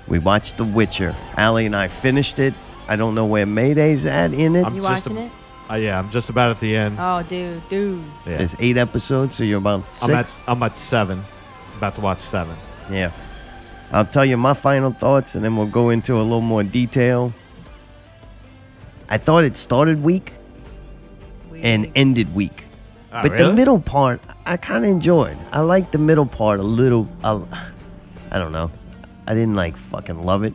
S1: We watched The Witcher. Allie and I finished it. I don't know where Mayday's at in it.
S3: I'm
S2: You
S3: just
S2: watching
S3: a-
S2: it?
S3: Uh, yeah, I'm just about at the
S1: Uh,
S3: end.
S2: Oh, dude, dude.
S3: Yeah.
S1: There's eight episodes, so you're about 6
S3: I'm at, I'm at 7. About to watch 7.
S1: Yeah. I'll tell you my final thoughts and then we'll go into a little more detail. I thought it started weak
S2: We-
S1: and ended weak.
S3: Ah,
S1: but the
S3: really?
S1: middle part, I kind of enjoyed. I liked the middle part a little. I, I don't know. I didn't like fucking love it.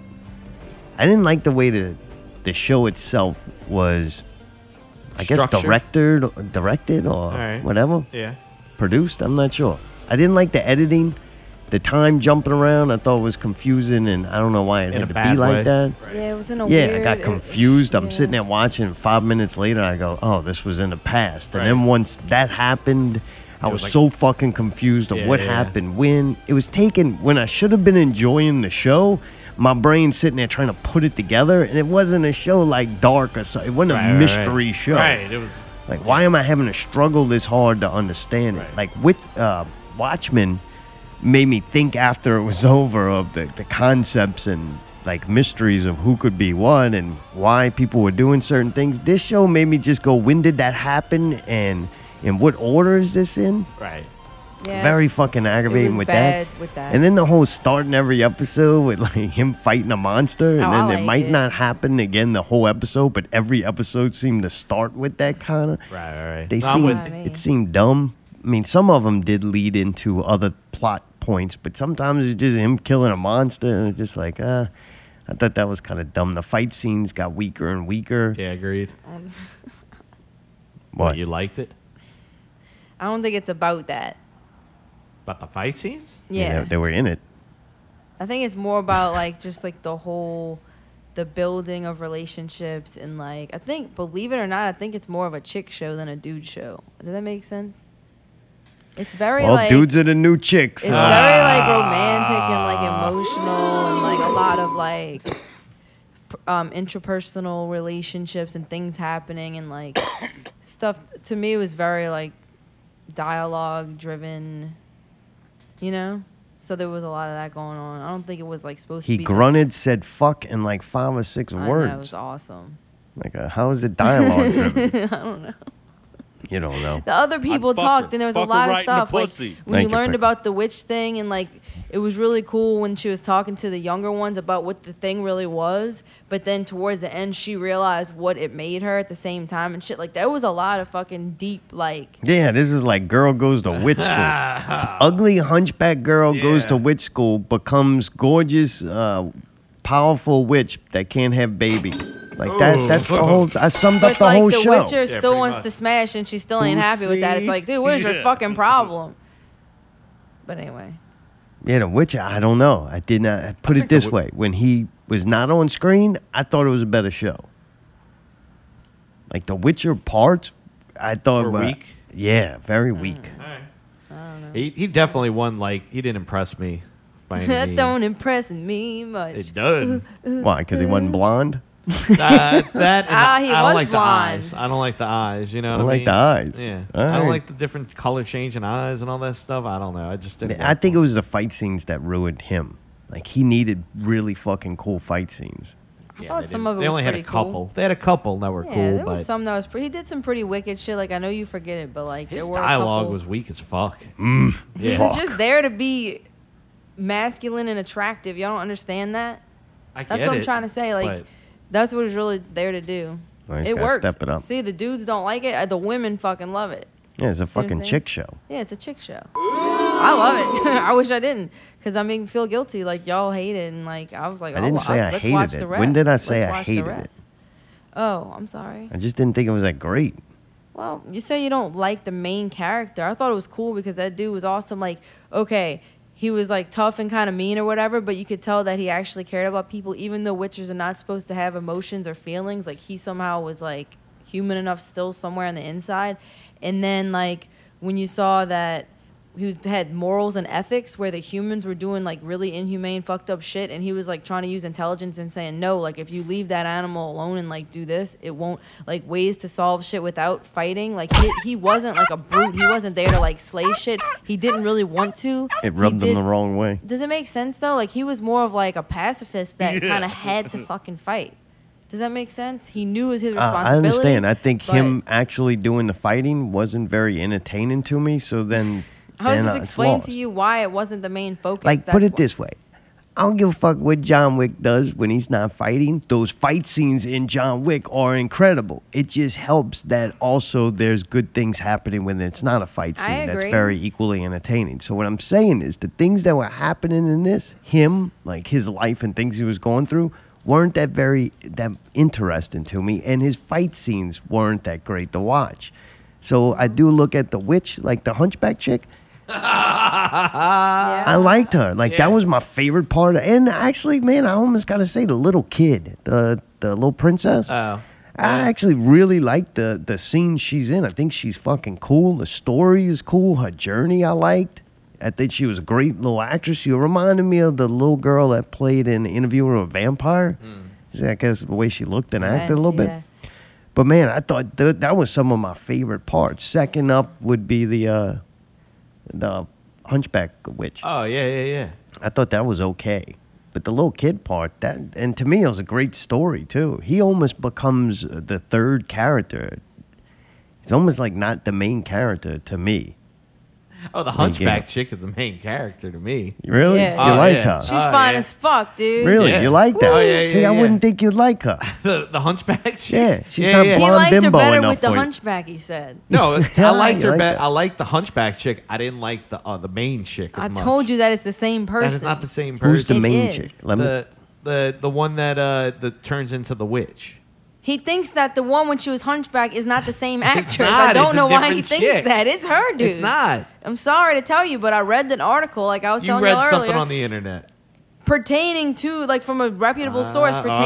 S1: I didn't like the way the the show itself was. I guess
S3: Structured?
S1: directed, directed or
S3: right.
S1: whatever
S3: Yeah.
S1: produced. I'm not sure. I didn't like the editing, the time jumping around. I thought was confusing, and I don't know why it
S3: In a
S1: had to be
S3: bad way.
S1: like that.
S2: Yeah, it was in a
S1: Yeah,
S2: weird.
S1: I got
S2: it-
S1: confused. I'm
S2: yeah.
S1: sitting there watching. and Five minutes later, I go, "Oh, this was in the past." And
S3: Right.
S1: then once that happened, I was,
S3: was like-
S1: so fucking confused of
S3: Yeah,
S1: what
S3: yeah, yeah.
S1: happened when. It was taken when I should have been enjoying the show. My brain sitting there trying to put it together, and it wasn't a show like Dark or something. It wasn't
S3: Right,
S1: a
S3: right,
S1: mystery
S3: right.
S1: show.
S3: Right. It was.
S1: Like, why am I having to struggle this hard to understand it?
S3: Right.
S1: Like, with uh, Watchmen, made me think after it was over of the, the concepts and like mysteries of who could be what and why people were doing certain things. This show made me just go, when did that happen and in what order is this in?
S3: Right.
S2: Yeah.
S1: Very fucking aggravating
S2: was
S1: with
S2: bad
S1: that.
S2: with that.
S1: And then the whole starting every episode with like him fighting a monster, and
S2: Oh,
S1: then
S2: I
S1: it
S2: like
S1: might
S2: it.
S1: not happen again the whole episode, but every episode seemed to start with that kind of.
S3: Right, right, right.
S1: They
S3: No, I'm
S1: seemed
S3: with-
S2: Not me.
S1: it seemed dumb. I mean, some of them did lead into other plot points, but sometimes it's just him killing a monster, and it's just like, uh, I thought that was kind of dumb. The fight scenes got weaker and weaker.
S3: yeah, agreed.
S1: What?
S3: You liked it?
S2: I don't think it's about that.
S3: About the fight scenes?
S1: I mean,
S2: Yeah.
S1: they, they were in it.
S2: I think it's more about like just like the whole the building of relationships and like I think believe it or not, I think it's more of a chick show than a dude show. Does that make sense? It's very
S1: Well,
S2: like
S1: dudes are the new chicks.
S2: it's very like romantic and like emotional and like a lot of like p- um intrapersonal relationships and things happening and like stuff to me was very like dialogue driven you know so there was a lot of that going on i don't think it was like supposed
S1: he
S2: to be
S1: grunted, said "fuck" in like five or six
S2: like, I know, it
S1: words.
S2: was awesome
S1: Like, uh, how is it dialogue driven? I don't know. You don't know.
S2: the other people
S5: fuck her.
S2: talked and there was a
S5: Fuck her
S2: lot of
S5: right in the
S2: stuff like
S5: pussy.
S2: when
S1: Thank
S2: you
S1: you,
S2: learned
S1: Pecca.
S2: about the witch thing and like it was really cool when she was talking to the younger ones about what the thing really was but then towards the end she realized what it made her at the same time and shit like that was a lot of fucking deep like
S1: Yeah, this is like girl goes to witch school. Ugly hunchback girl goes to witch school, becomes gorgeous, uh, powerful witch that can't have baby. Like that. That's the whole. I summed up
S2: but
S1: the
S2: like
S1: whole
S2: the
S1: show.
S2: witcher still
S3: pretty
S2: wants
S3: much.
S2: to smash and she still ain't happy with that it's
S3: Pussy.
S2: like dude what is your fucking problem but anyway
S1: Yeah, The Witcher. I don't know. I did not I put it this way. When he was not on screen, I thought it was a better show. Like The Witcher parts, I thought
S3: Were
S1: were-
S3: weak?
S1: Yeah, very weak.
S3: He, he definitely won. Like he didn't impress me. By any means.
S2: don't impress me much.
S3: It does.
S1: Why? Because he wasn't blonde.
S3: Uh, that and
S2: Ah, he
S3: I don't
S2: was
S3: like
S2: blonde.
S3: the eyes. I don't like the eyes. You know
S1: I
S3: what
S1: don't
S3: I
S1: like
S3: mean?
S1: the eyes.
S3: Yeah.
S1: All
S3: I don't
S1: right.
S3: like the different color change in eyes and all that stuff. I don't know. I just didn't.
S1: I
S3: like
S1: think
S3: them.
S1: it was the fight scenes that ruined him. Like he needed really fucking cool fight scenes.
S2: I
S3: Yeah,
S2: thought
S3: they
S2: some
S3: didn't-
S2: of it
S3: They
S2: was
S3: only had a
S2: pretty cool.
S3: couple. They had a couple that were
S2: Yeah,
S3: cool,
S2: there
S3: but
S2: was some that was pretty. He did some pretty wicked shit. Like I know you forget it, but like
S3: his
S2: there were a
S3: dialogue
S2: couple-
S3: was weak as fuck.
S2: He
S3: Yeah.
S2: was just there to be masculine and attractive. Y'all don't understand that.
S3: I
S2: That's
S3: get
S2: what I'm
S3: it,
S2: trying to say. Like
S3: but
S2: that's what it's really there to do.
S1: Well, he's
S2: it
S1: gotta
S2: worked.
S1: step it up.
S2: See, the dudes don't like it. uh, The women fucking love it.
S1: Yeah, it's a
S2: what I'm
S1: fucking
S2: saying?
S1: chick show.
S2: Yeah, it's a chick show. I love it. I wish I didn't, cause I mean, feel guilty. Like y'all hate it, and like I was like,
S1: I
S2: oh,
S1: didn't say
S2: well,
S1: I
S2: let's
S1: hated
S2: watch
S1: it.
S2: the rest.
S1: When did I say
S2: Let's
S1: I
S2: watch the
S1: hated it?
S2: rest. Oh, I'm sorry.
S1: I just didn't think it was that great.
S2: Well, you say you don't like the main character. I thought it was cool because that dude was awesome. Like, okay, he was like tough and kind of mean or whatever, but you could tell that he actually cared about people, even though witchers are not supposed to have emotions or feelings. Like, he somehow was like human enough still somewhere on the inside. And then, like, when you saw that he had morals and ethics where the humans were doing like really inhumane fucked up shit and he was like trying to use intelligence and saying no like if you leave that animal alone and like do this it won't like ways to solve shit without fighting like he, he wasn't like a brute he wasn't there to like slay shit he didn't really want to He
S1: It rubbed them
S2: did-
S1: the wrong way.
S2: does it make sense though like he was more of like a pacifist that kind of had to fucking fight does that make sense he knew it was his
S1: Uh,
S2: responsibility
S1: I understand. I think
S2: but-
S1: him actually doing the fighting wasn't very entertaining to me. So then,
S2: I was
S1: then uh,
S2: just
S1: it's
S2: explaining to
S1: lost.
S2: you why it wasn't the main focus.
S1: Like, put
S2: that's
S1: it
S2: why.
S1: this way. I don't give a fuck what John Wick does when he's not fighting. Those fight scenes in John Wick are incredible. It just helps that also there's good things happening when it's not a fight
S2: I
S1: scene. That's
S2: agree.
S1: very equally entertaining. So what I'm saying is the things that were happening in this, him, like his life and things he was going through, weren't that very that interesting to me and his fight scenes weren't that great to watch. So I do look at the witch, like the hunchback chick, I liked her. Like that was my favorite part. And actually, man, I almost gotta say the little kid, the the little princess.
S3: Oh.
S1: I actually really like the the scene she's in. I think she's fucking cool. The story is cool. Her journey I liked. I think she was a great little actress. She reminded me of the little girl that played in Interview with a Vampire. I guess the way she looked and
S2: I
S1: acted a
S2: didn't
S1: little
S2: see
S1: bit.
S2: that.
S1: But man, I thought th- that was some of my favorite parts. Second up would be the uh, the Hunchback Witch.
S3: oh yeah, yeah, yeah.
S1: I thought that was okay. But the little kid part, that and to me it was a great story too. He almost becomes the third character. It's almost like not the main character to me.
S3: Oh, the hunchback chick is the main character to me.
S1: Really?
S2: Yeah.
S1: You
S3: Oh,
S1: like
S3: yeah.
S1: her?
S2: She's
S3: Oh,
S2: fine
S3: yeah.
S2: as fuck, dude.
S1: really?
S3: Yeah.
S1: You like that?
S3: Oh, yeah,
S1: See,
S3: yeah,
S1: I
S3: yeah.
S1: wouldn't think you'd like her.
S3: The the hunchback chick.
S1: Yeah, she's not
S2: He
S1: blonde.
S2: liked her
S1: bimbo
S2: better
S1: enough
S2: with the
S1: for you.
S2: hunchback, he said.
S3: No, I liked
S1: You
S3: her.
S1: like
S3: be-
S1: that.
S3: I liked the hunchback chick. I didn't like the uh, the main chick. As
S2: I
S3: much.
S2: told you that it's the same person.
S3: that is not the same person.
S1: Who's the
S2: It
S1: main
S2: is.
S1: chick? Let me.
S3: the the the one that uh that turns into the witch.
S2: He thinks that the one when she was hunchback is not the same actress. I
S3: not.
S2: don't
S3: It's a
S2: know why he
S3: different chick.
S2: thinks that. It's her, dude.
S3: It's not.
S2: I'm sorry to tell you, but I read an article, like I was
S3: You
S2: telling
S3: read
S2: you earlier,
S3: something on the internet.
S2: pertaining to, like from a reputable source,
S3: Uh,
S2: pertaining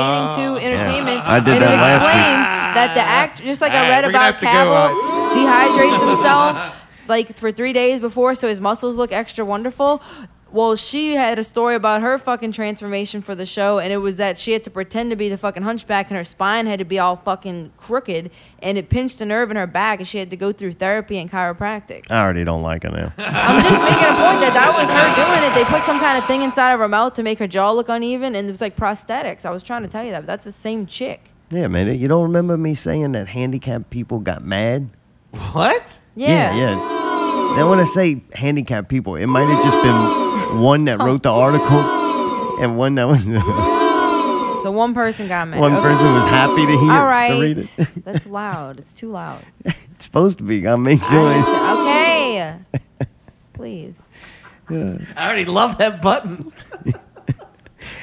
S3: oh.
S2: to entertainment.
S1: I did
S2: and
S1: that
S2: it
S1: last week.
S2: explained that the act, just like I
S3: Alright,
S2: read
S3: we're gonna
S2: about
S3: have to go, uh,
S2: Cavill, dehydrates himself like for three days before, so his muscles look extra wonderful. Well, she had a story about her fucking transformation for the show, and it was that she had to pretend to be the fucking hunchback, and her spine had to be all fucking crooked, and it pinched a nerve in her back, and she had to go through therapy and chiropractic.
S1: I already don't like her now.
S2: I'm just making a point that that was her doing it. They put some kind of thing inside of her mouth to make her jaw look uneven, and it was like prosthetics. I was trying to tell you that, but that's the same chick.
S1: yeah, man. You don't remember me saying that handicapped people got mad?
S3: What?
S2: Yeah.
S1: yeah. Now, when I say handicapped people, it might have just been one that wrote the article and one that was one
S2: So one person got mad. Okay.
S1: person was happy to hear
S2: All
S1: to
S2: right.
S1: read it.
S2: That's loud. It's too loud.
S1: It's supposed to be. Gotta make
S2: Ah.
S1: sure.
S2: Okay. Please.
S3: I already love that button.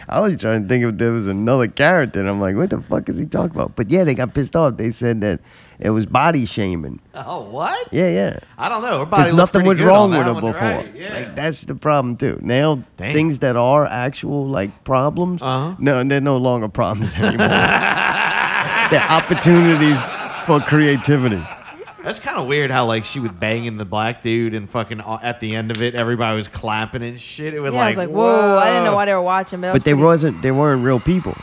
S1: I was trying to think if there was another character, and I'm like, what the fuck is he talking about? But yeah, they got pissed off. They said that it was body shaming.
S3: Oh, what?
S1: Yeah, yeah.
S3: I don't know. Her body
S1: Because
S3: looked
S1: nothing
S3: pretty
S1: was
S3: good
S1: wrong
S3: on
S1: with
S3: that
S1: her
S3: one,
S1: before.
S3: right, yeah.
S1: Like that's the problem too. Now
S3: Damn.
S1: things that are actual like problems,
S3: Uh-huh.
S1: no, they're no longer problems anymore. they're opportunities for creativity.
S3: That's kind of weird how like she was banging the black dude and fucking a- at the end of it everybody was clapping and shit. It was
S2: Yeah,
S3: like
S2: I was like, whoa, I didn't know why they were watching. But, that was
S1: But they
S2: pretty-
S1: wasn't. They weren't real people.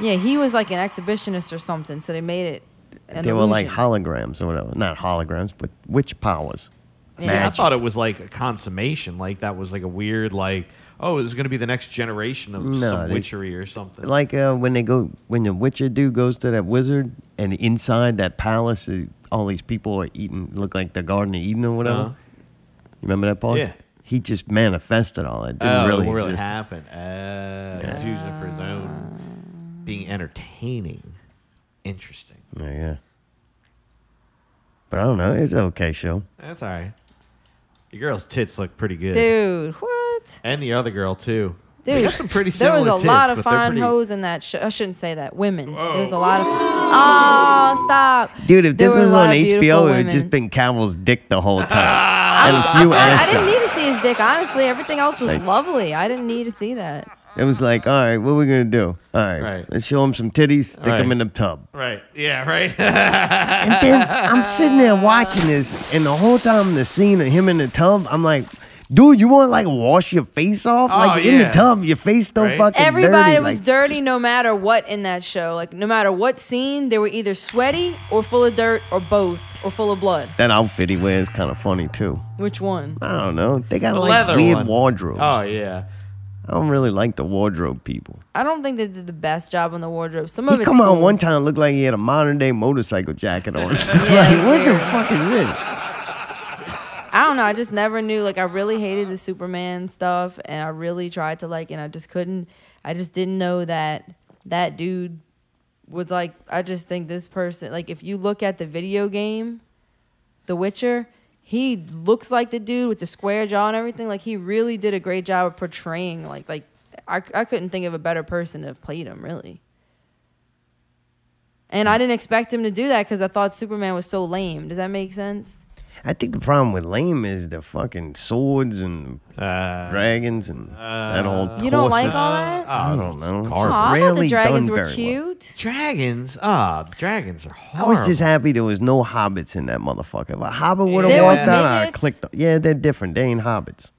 S2: Yeah, he was like an exhibitionist or something, so they made it. An
S1: they were like
S2: illusion.
S1: holograms or whatever. Not holograms, but witch powers.
S3: See, I thought it was like a consummation. Like that was like a weird like oh, it's gonna be the next generation of
S1: No,
S3: some
S1: they-
S3: witchery or something.
S1: Like uh, when they go, when the Witcher dude goes to that wizard, and inside that palace, is, all these people are eating, look like the Garden of Eden or whatever.
S3: Uh-huh.
S1: You remember that part?
S3: Yeah.
S1: He just manifested all that. It Didn't
S3: oh,
S1: really,
S3: it really
S1: exist.
S3: happened. Uh, He was using it for his own being entertaining, interesting.
S1: Yeah, yeah. But I don't know. It's an okay show.
S3: That's all right. Your girl's tits look pretty good,
S2: Dude, what?
S3: and the other girl too.
S2: Dude,
S3: they got some pretty
S2: there
S3: similar
S2: was a
S3: tits,
S2: lot
S3: but
S2: of
S3: they're
S2: fine
S3: pretty-
S2: hoes in that show. I shouldn't say that. Women. There was a lot of. Oh, stop.
S1: Dude, if
S2: There
S1: this
S2: were a
S1: was
S2: lot
S1: on
S2: of beautiful
S1: HBO, it would
S2: women.
S1: just been Cavill's dick the whole time. and a few ass
S2: I didn't
S1: shots.
S2: need to see his dick. Honestly, everything else was
S1: Like-
S2: lovely. I didn't need to see that.
S1: It was like, all right, what are we gonna do? All right,
S3: Right.
S1: let's show him some titties, stick
S3: Right.
S1: him in the tub.
S3: Right. Yeah. Right.
S1: And then I'm sitting there watching this, and the whole time the scene of him in the tub, I'm like, dude, you want to like wash your face off?
S3: Oh,
S1: like in the
S3: yeah.
S1: tub, your face still
S3: Right.
S1: fucking
S2: Everybody
S1: dirty.
S2: was
S1: like,
S2: dirty no matter what in that show. Like, no matter what scene, they were either sweaty or full of dirt or both or full of blood.
S1: That outfit he wears kind of funny too.
S2: Which one?
S1: I don't know. They got
S3: The
S1: like
S3: leather
S1: weird
S3: one.
S1: wardrobes.
S3: Oh yeah.
S1: I don't really like the wardrobe people.
S2: I don't think they did the best job on the wardrobe. Some of
S1: He
S2: it's
S1: come out
S2: cool.
S1: one time looked like he had a modern day motorcycle jacket on. It's
S2: Yeah,
S1: like, what the
S2: weird.
S1: fuck is this?
S2: I don't know. I just never knew. Like, I really hated the Superman stuff, and I really tried to like, and I just couldn't. I just didn't know that that dude was like. I just think this person, like, if you look at the video game, The Witcher, he looks like the dude with the square jaw and everything. Like, he really did a great job of portraying. Like, like I, I couldn't think of a better person to have played him, really. And I didn't expect him to do that because I thought Superman was so lame. Does that make sense?
S1: I think the problem with lame is the fucking swords and dragons and that whole.
S2: You don't like
S1: corsets.
S2: all that?
S1: I
S3: Um,
S1: don't know. It's
S2: Aw, I thought the
S1: rarely
S2: dragons
S1: done
S2: were
S1: very well.
S2: cute.
S3: Dragons. Ah, the dragons are
S1: I
S3: horrible.
S1: was just happy there was no hobbits in that motherfucker. If a hobbit would have
S2: There
S1: walked
S2: was
S1: out, I
S2: midgets?
S1: clicked. On. Yeah, they're different. They ain't hobbits.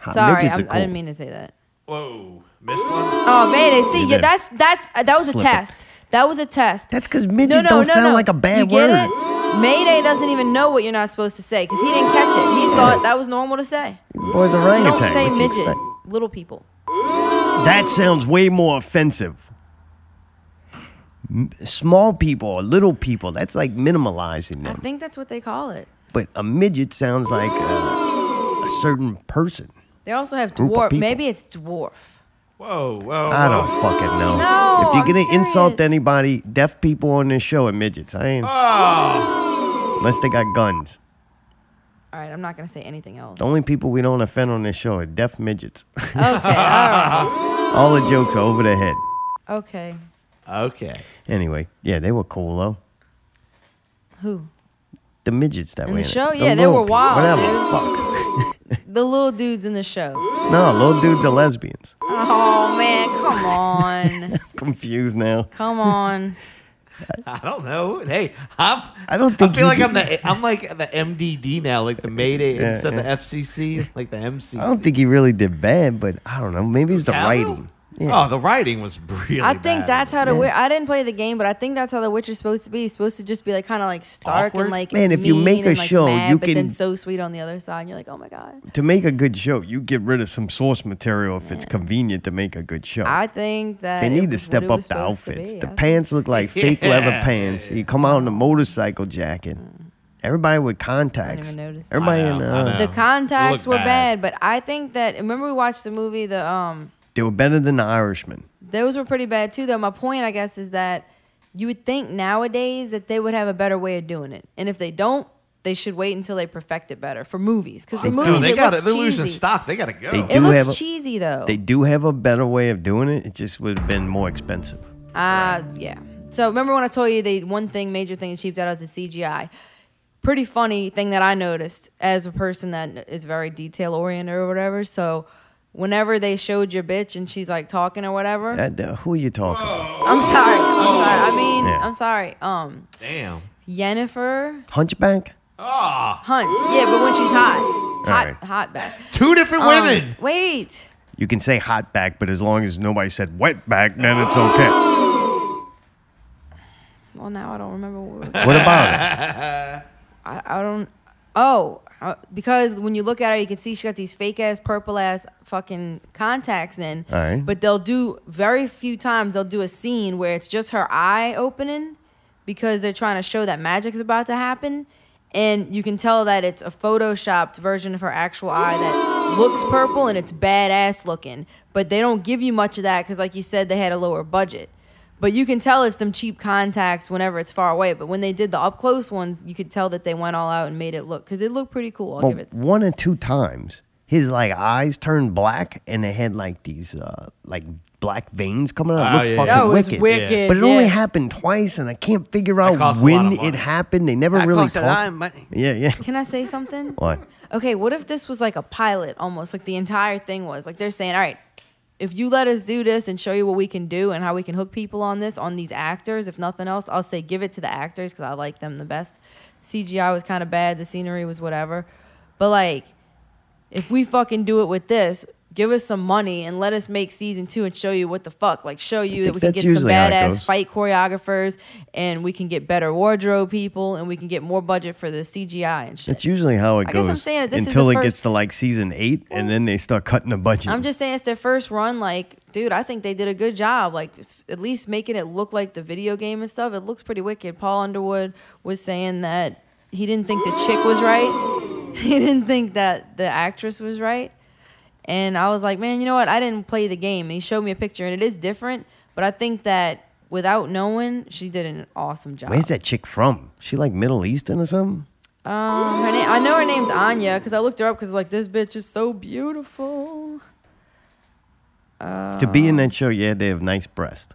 S1: Ho-
S2: Sorry,
S1: Uh, midgets
S2: I'm,
S1: are
S2: I didn't
S1: cool.
S2: mean to say that.
S3: Whoa, missed one.
S2: Oh man, see, yeah,
S1: did.
S2: that's that's uh, that was a
S1: Slip it.
S2: test. That was a test.
S1: That's because midget don't sound like a bad
S2: you get
S1: word.
S2: It? Mayday doesn't even know what you're not supposed to say because he didn't catch it. He thought that was normal to say.
S1: Boys orangutan.
S2: Don't say
S1: what you
S2: midget,
S1: expect?
S2: little people.
S1: That sounds way more offensive. M- Small people or little people, that's like minimalizing
S2: I
S1: them.
S2: think that's what they call it.
S1: But a midget sounds like a, a certain person.
S2: They also have
S1: Group of
S2: dwarf.
S1: people.
S2: Maybe it's dwarf.
S3: Whoa, whoa.
S1: I don't fucking know.
S2: No,
S1: if you're
S2: I'm
S1: gonna insult
S2: serious.
S1: anybody, deaf people on this show are midgets. I ain't.
S2: Oh.
S1: Unless they got guns.
S2: All right, I'm not gonna say anything else.
S1: The only people we don't offend on this show are deaf midgets.
S2: Okay, all right.
S1: All the jokes are over the head.
S2: Okay,
S3: Okay.
S1: Anyway, yeah, they were cool though.
S2: who?
S1: The midgets that
S2: In
S1: were
S2: the show?
S1: it.
S2: Yeah, they
S1: little
S2: were
S1: people,
S2: wild,
S1: Whatever.
S2: dude.
S1: Fuck.
S2: The little dudes in the show.
S1: No, little dudes are lesbians.
S2: Oh man, come on,
S1: Confused now.
S2: come on.
S3: I don't know. Hey, I'm.
S1: I don't think
S3: I feel
S1: you
S3: like
S1: do-
S3: I'm the. I'm like the MDD now, like the Mayday
S1: Yeah,
S3: instead
S1: yeah.
S3: of FCC, like the MC.
S1: I don't think he really did bad, but I don't know. Maybe it's the writing.
S3: Oh, the writing was really.
S2: I think
S3: bad.
S2: that's how the witch. I didn't play the game, but I think that's how the witch is supposed to be. It's supposed to just be like kind of like stark
S3: Awkward?
S2: and like
S1: Man, if you
S2: mean
S1: make a
S2: and, like,
S1: show,
S2: mad,
S1: you
S2: but then
S1: can-
S2: so sweet on the other side. And you're like, oh my god.
S1: To make a good show, you get rid of some source material if it's convenient to make a good show.
S2: I think that
S1: They
S2: it
S1: need to
S2: was what
S1: step
S2: it
S1: up
S2: was
S1: the
S2: supposed to
S1: outfits.
S2: be.
S1: The
S2: I-
S1: pants look like fake leather
S3: Yeah.
S1: pants. You come out in a motorcycle jacket.
S2: Mm.
S1: Everybody with contacts.
S2: even notice that.
S1: Everybody
S3: I
S1: in
S3: know, I
S1: uh,
S3: know.
S2: The
S3: Look
S2: contacts were bad.
S3: bad.
S2: but I think that remember we watched the movie. The um,
S1: they were better than the Irishman.
S2: those were pretty bad too. Though my point, I guess, is that you would think nowadays that they would have a better way of doing it, and if they don't, They should wait until they perfect it better for movies. Because for
S3: No,
S2: movies,
S3: they
S2: it
S3: gotta-
S2: looks
S3: they're
S2: cheesy.
S3: losing stock. They gotta go.
S1: They
S2: It
S1: do
S2: looks
S1: have a-
S2: cheesy though.
S1: They do have a better way of doing it. It just would have been more expensive.
S2: Uh, yeah. So remember when I told you they one thing, major thing, that cheaped out was the CGI. Pretty funny thing that I noticed as a person that is very detail oriented or whatever. So whenever they showed your bitch and she's like talking or whatever,
S1: That- that- who are you talking? about?
S2: I'm sorry. I'm sorry. I mean,
S1: Yeah.
S2: I'm sorry. Um,
S3: Damn.
S2: Yennefer
S1: Hunchback?
S2: Hunt. Yeah, but when she's hot, hot,
S1: right.
S2: hot back.
S3: Two different
S2: Um,
S3: women.
S2: Wait.
S1: You can say hot back, but as long as nobody said wet back, then it's okay.
S2: Well, now I don't remember what we were
S1: What about it?
S2: I, I don't. Oh, uh, because when you look at her, you can see she got these fake ass purple ass fucking contacts in.
S1: All right.
S2: But they'll do very few times. They'll do a scene where it's just her eye opening because they're trying to show that magic is about to happen, and you can tell that it's a photoshopped version of her actual eye that looks purple and it's badass looking. But they don't give you much of that because, like you said, they had a lower budget. But you can tell it's them cheap contacts whenever it's far away. But when they did the up close ones, you could tell that they went all out and made it look because it looked pretty cool. I'll
S1: Well,
S2: give it.
S1: one and two times, his like eyes turned black, and they had like these uh like black veins coming out. It
S3: Oh,
S1: looked
S3: yeah,
S1: fucking
S3: yeah.
S2: That was
S1: wicked.
S2: wicked.
S1: But it only
S2: yeah.
S1: happened twice, and I can't figure
S3: costs
S1: out
S3: a lot
S1: when
S3: of
S1: it
S3: money.
S1: happened. They never really
S10: cost a lot
S1: talked.
S10: of money.
S1: Yeah, yeah.
S2: Can I say something?
S1: Why?
S2: Okay, what if this was like a pilot almost? Like the entire thing was like they're saying, all right, if you let us do this and show you what we can do and how we can hook people on this, on these actors, if nothing else, I'll say give it to the actors because I like them the best. CGI was kind of bad, the scenery was whatever. But like, if we fucking do it with this, give us some money and let us make season two and show you what the fuck. Like, show you that
S1: think
S2: we can
S1: that's
S2: get some
S1: usually how it goes.
S2: badass fight choreographers and we can get better wardrobe people and we can get more budget for the CGI and shit.
S1: That's usually how it
S2: I guess
S1: goes.
S2: I'm saying that this is
S1: until
S2: the
S1: it gets
S2: first-
S1: to like season eight, and then they start cutting the budget.
S2: I'm just saying it's their first run. Like, dude, I think they did a good job. Like, just at least making it look like the video game and stuff. It looks pretty wicked. Paul Underwood was saying that he didn't think the chick was right. He didn't think that the actress was right. And I was like, man, you know what? I didn't play the game. And he showed me a picture, and it is different. But I think that without knowing, she did an awesome job.
S1: Where's that chick from? She like Middle Eastern or something?
S2: Um, her name, I know her name's Anya because I looked her up because like this bitch is so beautiful.
S1: to be in
S2: Uh.
S1: that show, yeah, they have nice breasts.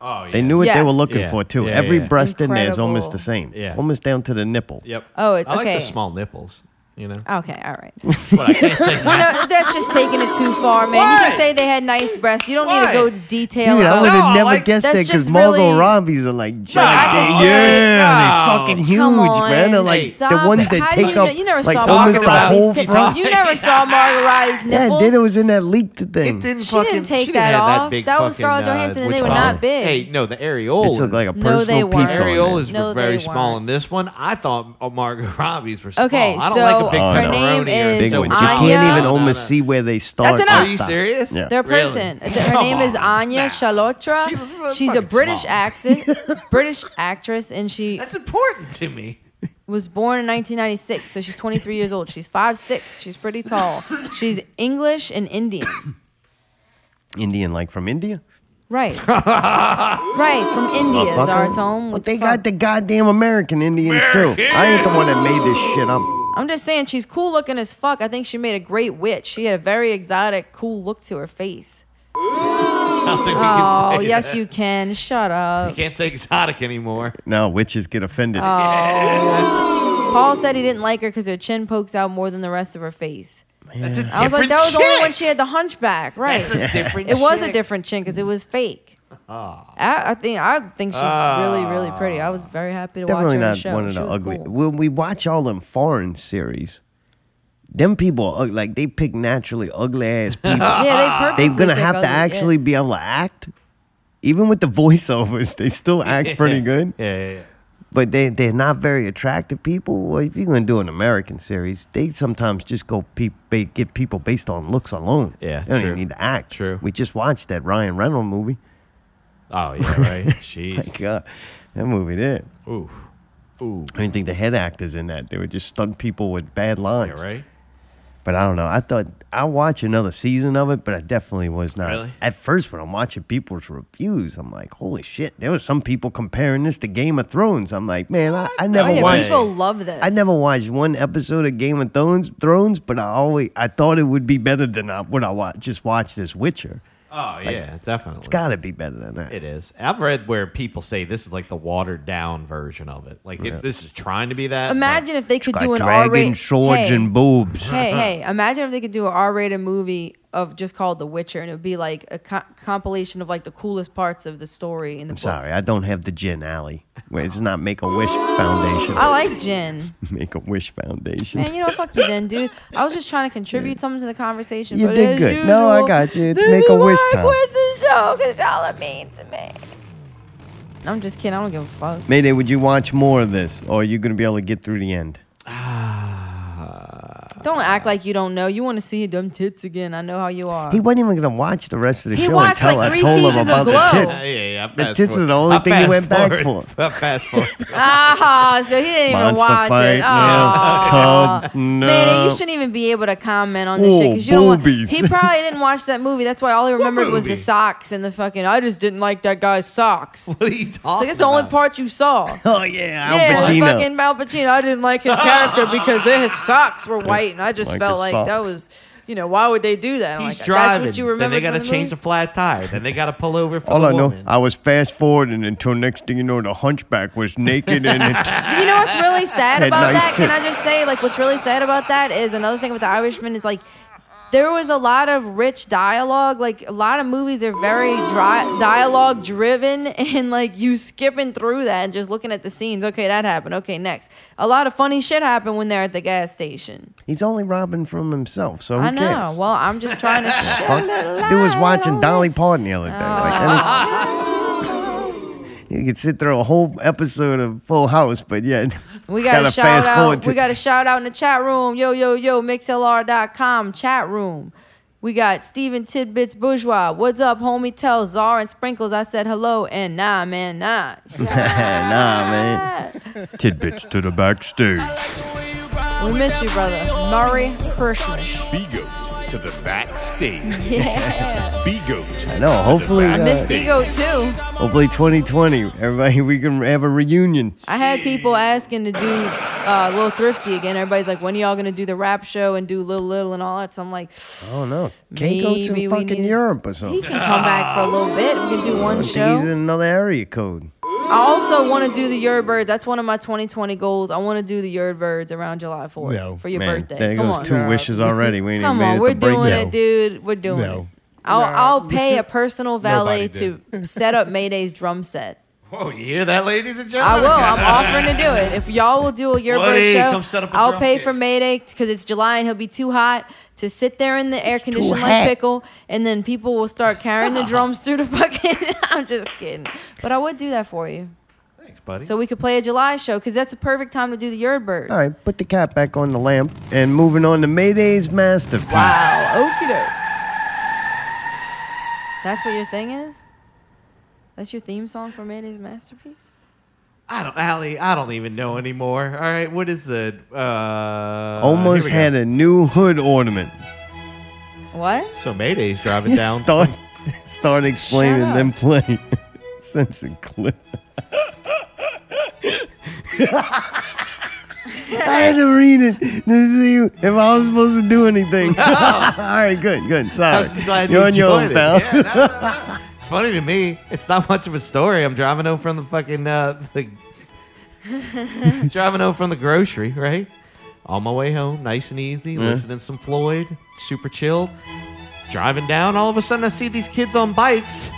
S3: Oh yeah.
S1: They knew what they
S2: Yes.
S1: were looking
S3: Yeah.
S1: for too.
S3: Yeah,
S1: Every
S3: yeah.
S1: breast in there is almost the same.
S3: Incredible. Yeah.
S1: Almost down to the nipple.
S3: Yep.
S2: Oh, it's-
S3: I like
S2: okay.
S3: the small nipples. You know.
S2: Okay, all right.
S3: But I can't say
S2: You know, that's just taking it too far, man. You
S3: Why?
S2: can say they had nice breasts. You don't need
S3: Why?
S2: to go to detail.
S1: Dude, I
S2: about-
S1: would have
S3: No,
S1: never
S3: like,
S1: guessed that
S2: that's
S1: because
S2: just
S1: Margot
S2: really-
S1: Robbie's are like
S2: I
S1: gigantic.
S2: can see
S1: Yeah,
S3: it.
S1: they fucking huge,
S2: Come on,
S1: man. They're like the
S2: stop
S1: ones
S2: it. How
S1: that
S2: do
S1: take
S2: you
S1: up
S2: know- you never
S1: like
S2: saw
S1: almost the
S3: Margot
S1: whole
S2: Margaretti's
S3: Robbie's
S1: front.
S3: top.
S2: tits. You never saw Margaretti's
S1: Yeah,
S2: nipples.
S1: then it was in that leaked
S3: It
S1: thing.
S3: didn't
S2: She didn't
S3: fucking,
S2: take
S3: she
S2: that
S3: didn't have
S2: off.
S3: That, big
S2: That was
S3: fucking,
S2: Scarlett
S3: uh,
S2: Johansson, and
S3: which
S2: they were
S3: one?
S2: not big.
S3: Hey, no, the
S1: It
S3: areolas.
S1: looked like a
S2: No,
S1: personal
S2: they weren't.
S1: pizza. on
S2: Ariel
S1: it.
S3: areolas
S2: No,
S3: were very
S2: they
S3: small
S2: weren't.
S3: in this one. I thought oh, Margot Robbie's were small.
S2: Okay,
S3: I don't like
S2: so
S3: a big
S1: Oh, no.
S2: her name
S3: pepperoni or
S2: is
S1: Big
S3: so
S1: ones. You
S2: Anya-
S1: can't even
S3: No, no,
S1: almost
S3: no.
S1: see where they start.
S2: enough.
S1: and
S2: Are
S3: you
S1: stop.
S3: serious?
S1: Yeah.
S2: Their
S3: Really?
S2: person. Th- Her
S3: Come
S2: name is
S3: on.
S2: Anya
S3: Nah.
S2: Shalotra.
S3: She was
S2: She's a
S3: fucking
S2: British
S3: small.
S2: accent, British actress, and she
S3: That's important to me.
S2: was born in 1996, so she's 23 years old. She's 5'6". She's pretty tall. She's English and Indian.
S1: Indian, like from India?
S2: Right. right, from India,
S1: Motherfucker.
S2: Zartome.
S1: Well,
S2: What
S1: they
S2: the fuck?
S1: got the goddamn American Indians too. I ain't the one that made this shit up.
S2: I'm just saying, she's cool looking as fuck. I think she made a great witch. She had a very exotic, cool look to her face.
S3: I don't think
S2: Oh,
S3: we can say
S2: yes,
S3: that.
S2: you can. Shut up.
S3: Can't say exotic anymore.
S1: Now witches get offended.
S2: Oh, Paul said he didn't like her because her chin pokes out more than the rest of her face.
S3: That's a different
S2: I was like, that was only when
S3: chick.
S2: she had the hunchback, right?
S3: That's a different Ah.
S2: It was a
S3: chick.
S2: different chin because it was fake. I, I think I think she's really really pretty. I
S3: Ah.
S2: was very happy to
S1: Definitely
S2: watch her in
S1: not
S2: the show.
S1: one of
S2: She
S1: the
S2: was
S1: ugly.
S2: cool.
S1: When we watch all them foreign series, them people are ug- like they pick naturally ugly ass people.
S2: Yeah, they
S1: They're
S2: purposely
S1: gonna
S2: pick
S1: have to
S2: ugly, yeah.
S1: actually be able to act. Even with the voiceovers, they still act pretty good.
S3: Yeah, yeah, yeah.
S1: But they they're not very attractive people. Well, if you're gonna do an American series, they sometimes just go peop ba- get people based on looks alone.
S3: Yeah,
S1: they don't even
S3: true.
S1: need to act.
S3: True.
S1: We just watched that Ryan Reynolds movie.
S3: Oh yeah, right. Jeez.
S1: Like, God, that movie did.
S3: Ooh. Ooh.
S1: I didn't think the head actors in that. They were just stunt people with bad
S3: Yeah,
S1: lines.
S3: right.
S1: But I don't know. I thought I'll watch another season of it, but I definitely was not.
S10: Really?
S1: At first, when I'm watching people's reviews, I'm like, holy shit, there was some people comparing this to Game of Thrones. I'm like, man, I, I never
S2: oh, yeah,
S1: watched.
S2: people love this.
S1: I never watched one episode of Game of Thrones, Thrones, but I always I thought it would be better than I, what I watch. Just watch this Witcher.
S3: Oh yeah, definitely. It's
S1: got to be better than that.
S3: It is. I've read where people say this is like the watered down version of it. Like
S1: Yeah.
S3: it, this is trying to be that.
S2: Imagine if they could do an
S1: dragon
S2: R-rated
S1: swords
S2: hey,
S1: and boobs.
S2: Hey, hey! Imagine if they could do an R-rated movie of just called The Witcher, and it would be like a co- compilation of like the coolest parts of the story in the
S1: I'm
S2: books.
S1: sorry, I don't have the gin alley. Wait, It's not Make a Wish Foundation.
S2: I like Jen.
S1: Make a Wish Foundation.
S2: Man, you know, fuck you then, dude. I was just trying to contribute something to the conversation.
S1: You
S2: but
S1: did
S2: as
S1: good.
S2: Usual,
S1: No, I got you. It's
S2: this
S1: Make
S2: is
S1: a
S2: why
S1: Wish
S2: I
S1: time.
S2: quit the show because y'all are mean to me. I'm just kidding. I don't give a fuck.
S1: Mayday, would you watch more of this, or are you gonna be able to get through the end?
S2: Don't act like you don't know. You want to see them tits again. I know how you are.
S1: He wasn't even gonna watch the rest of the
S2: He
S1: show
S2: watched,
S1: until I
S2: like, three
S1: told him
S2: seasons
S1: about
S2: of
S1: the
S2: Glow.
S1: tits.
S3: Yeah, yeah, yeah. I
S1: The
S3: fast
S1: tits is the
S3: forward-
S1: only
S3: I
S1: thing he
S3: fast
S1: went back for.
S3: forward. I fast forward.
S2: Ah, so he didn't even
S1: Monster
S2: watch
S1: fight,
S2: it.
S1: yeah.
S2: Ah,
S1: Tub,
S2: man,
S1: no.
S2: you shouldn't even be able to comment on this shit
S1: Ooh,
S2: because you don't. Want,
S1: boobies.
S2: he probably didn't watch that movie. That's why all he remembered was the
S3: movie?
S2: socks and the fucking. I just didn't like that guy's socks. It's
S3: What are you talking
S2: like that's the only
S3: about?
S2: part you saw.
S1: Oh yeah, Al
S2: Yeah,
S1: Pacino.
S2: fucking Al Pacino. I didn't like his character because then his socks were white, and I just
S1: Like
S2: felt
S1: his
S2: like
S1: socks.
S2: that was, you know, why would they do that? I'm
S3: He's
S2: like,
S3: driving.
S2: That's what you
S3: then
S2: remember.
S3: they gotta
S2: from the
S3: change
S2: movie?
S3: the flat tire. Then they got to pull over for
S1: All
S3: the
S1: I know,
S3: woman.
S1: I was fast forwarding until next thing you know, the hunchback was naked and it.
S2: You know what's really sad
S1: Had
S2: about
S1: nice
S2: that? Can I
S1: tits.
S2: just say, like, what's really sad about that is another thing with the Irishman is like there was a lot of rich dialogue. Like a lot of movies are very dry, dialogue driven, and like you skipping through that and just looking at the scenes. Okay, that happened. Okay, next. A lot of funny shit happened when they're at the gas station.
S1: He's only robbing from himself, so who
S2: I know.
S1: cares?
S2: Well, I'm just trying to. shine
S1: Fuck.
S2: a
S1: Dude was
S2: light
S1: watching
S2: on
S1: Dolly Parton the other day.
S2: Oh.
S1: Like, any- you could sit through a whole episode of Full House, but yeah,
S2: We got to
S1: gotta
S2: shout
S1: fast forward
S2: out.
S1: to-
S2: We got to shout out in the chat room. Yo, yo, yo, mixlr.com chat room. We got Steven Tidbits Bourgeois. What's up, homie? Tell Czar and Sprinkles I said hello and nah, man, nah.
S1: nah, man. Tidbits to the backstage.
S2: We miss you, brother. Merry Christmas.
S8: Be goat to the backstage.
S2: Yeah.
S8: Be goat. I
S1: know, hopefully, uh,
S2: Miss Bigo, too.
S1: Hopefully, 2020, everybody, we can have a reunion.
S2: I had people asking to do uh, Little Thrifty again. Everybody's like, when are y'all going to do the rap show and do Little Little and all that? So I'm like,
S1: Oh no, can't go to
S2: Maybe we
S1: fucking
S2: need-
S1: Europe or
S2: he
S1: something.
S2: can come back for a little bit. We can do one
S1: I think
S2: show.
S1: he's in another area code.
S2: I also want to do the Yardbirds. That's one of my 2020 goals. I want to do the Yardbirds around July 4th
S10: No.
S2: for your
S1: Man,
S2: birthday.
S1: there
S2: Come
S1: goes
S2: on.
S1: two wishes already. We ain't
S2: Come
S1: even made
S2: on,
S1: it
S2: we're
S1: to break
S2: doing
S10: break.
S2: it, dude. We're doing
S10: No.
S2: it. I'll, I'll pay a personal valet to
S10: Nobody
S2: set up Mayday's drum set.
S3: Oh, you hear that, ladies and
S2: I
S3: gentlemen?
S2: will. I'm offering to do it. If y'all will do a
S3: Buddy,
S2: Yardbird
S3: come
S2: show,
S3: set up a
S2: I'll
S3: drum
S2: pay
S3: kit.
S2: for Mayday because it's July and he'll be too hot to sit there in the air conditioned like
S1: hot.
S2: pickle. And then people will start carrying the drums through the fucking. I'm just kidding. But I would do that for you.
S3: Thanks, buddy.
S2: So we could play a July show because that's the perfect time to do the Yardbirds.
S1: All right, put the cat back on the lamp and moving on to Mayday's masterpiece.
S2: Wow. Okie doke. That's what your thing is? That's your theme song for Mayday's masterpiece?
S3: I don't, Allie, I don't even know anymore. All right, what is the? Uh,
S1: Almost had a new hood ornament.
S2: What?
S3: So Mayday's driving down.
S1: Start, start explaining,
S2: Shut up.
S1: then play. Sense and clip. I had to read it to see if I was supposed to do anything. All right, good, good.
S3: I
S1: Sorry.
S3: was glad you
S1: You're on your
S3: enjoyed
S1: own, pal.
S3: it. Yeah, no, no, no. It's funny to me. It's not much of a story. I'm driving home from the fucking uh, the, driving home from the grocery, right? On my way home, nice and easy, listening to some Floyd, super chilled. Driving down, all of a sudden I see these kids on bikes.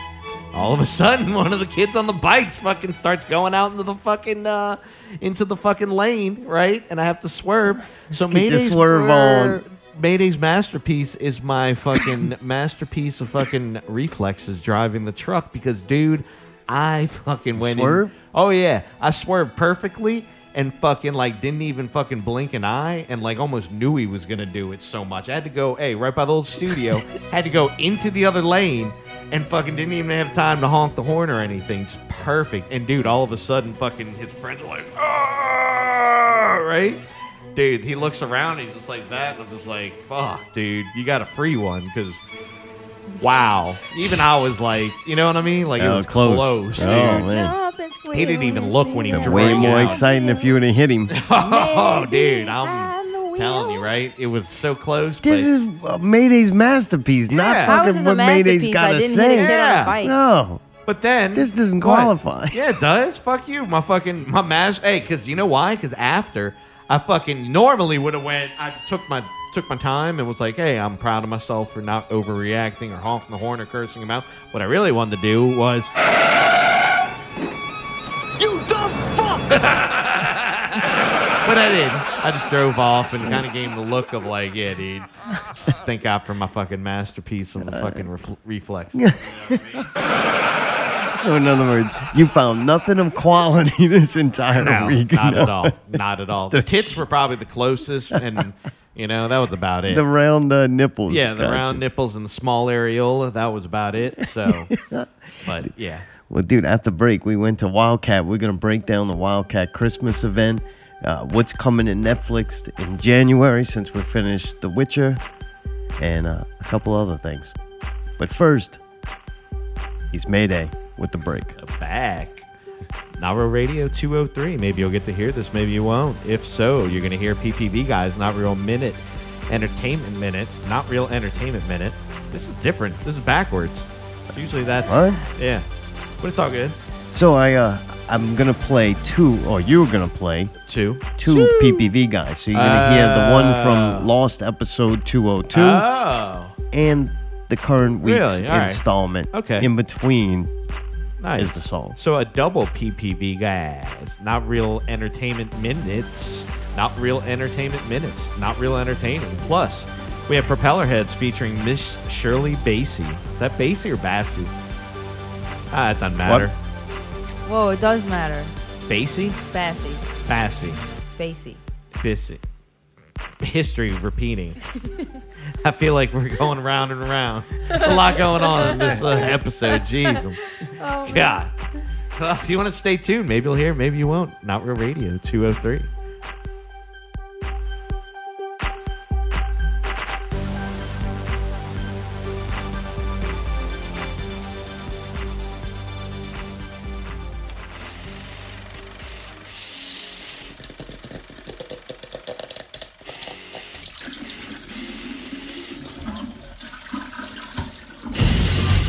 S3: All of a sudden, one of the kids on the bike fucking starts going out into the fucking uh, into the fucking lane, right? And I have to swerve. So
S1: Could you
S3: Mayday's
S1: swerve on.
S2: Swerve.
S3: Mayday's masterpiece is my fucking masterpiece of fucking reflexes driving the truck because, dude, I fucking went in-
S1: Swerve?
S3: Oh yeah, I swerved perfectly and fucking like didn't even fucking blink an eye and like almost knew he was gonna do it so much. I had to go, hey, right by the old studio, had to go into the other lane and fucking didn't even have time to honk the horn or anything. Just perfect. And dude, all of a sudden, fucking his friends are like, "Ah," right? dude, he looks around, he's just like that, and I'm just like, fuck, dude, you got a free one because. Wow. Even I was like, you know what I mean? Like, it
S1: Oh,
S3: was
S1: close.
S3: close,
S1: Oh,
S3: dude.
S1: man.
S2: Jump and squeal
S3: He didn't even look when he
S2: and
S3: drew
S1: Way
S3: Right
S1: more
S3: now.
S1: exciting if you would have hit him.
S3: Oh, dude,
S2: I'm the
S3: I'm
S2: wheel.
S3: telling you, right? It was so close. But
S1: This is uh, Mayday's masterpiece, not
S3: Yeah.
S2: How is
S1: fucking
S2: this a
S1: what Mayday's
S2: masterpiece? I
S1: got to
S2: didn't hit a
S1: say.
S2: kid on
S3: Yeah.
S2: a bike.
S1: No,
S3: But then
S1: This doesn't
S3: What?
S1: qualify.
S3: Yeah, it does. Fuck you, my fucking my mask. Hey, because you know why? Because after I fucking normally would have went. I took my took my time and was like, hey, I'm proud of myself for not overreacting or honking the horn or cursing him out. What I really wanted to do was. You dumb fuck! but I did. I just drove off and kind of gave him the look of like, yeah, dude. Thank God for my fucking masterpiece of a fucking refl reflex.
S1: So in other words, you found nothing of quality this entire
S3: No,
S1: week.
S3: not
S1: No.
S3: at all. Not at all. The tits were probably the closest, and you know that was about it.
S1: The round uh, nipples.
S3: yeah, the
S1: Gotcha.
S3: round nipples and the small areola. That was about it. So, but yeah,
S1: Well, dude, after break, we went to Wildcat. We're going to break down the Wildcat Christmas event, uh, what's coming to Netflix in January since we finished The Witcher, and uh, a couple other things. But first, it's Mayday with the break.
S3: back. Navro Radio 203. Maybe you'll get to hear this. Maybe you won't. If so, you're going to hear PPV guys. Not real minute. Entertainment minute. Not real entertainment minute. This is different. This is backwards. Usually that's
S1: What?
S3: yeah, but it's all good.
S1: So I, uh, I'm going to play two, or you're going to play
S3: Two.
S1: two PPV guys. So you're going to hear the one
S3: Uh.
S1: from Lost Episode 202.
S3: Oh,
S1: and the current week's
S3: Really? All right.
S1: installment.
S3: Okay.
S1: In between
S3: nice.
S1: is the song.
S3: So a double PPV, guys. Not real entertainment minutes. Not real entertainment minutes. Not real entertaining. Plus, we have Propeller Heads featuring Miss Shirley Bassey. Is that Bassey or Bassey? Ah, it doesn't matter.
S2: Whoa, it does matter.
S3: Bassey?
S2: Bassy.
S3: Bassey.
S2: Bassy.
S3: Bissey. History repeating. I feel like we're going round and round. There's a lot going on in this uh, episode. Jeez.
S2: Oh,
S3: God. Well, if you want to stay tuned, maybe you'll hear, maybe you won't. Not Real Radio 203.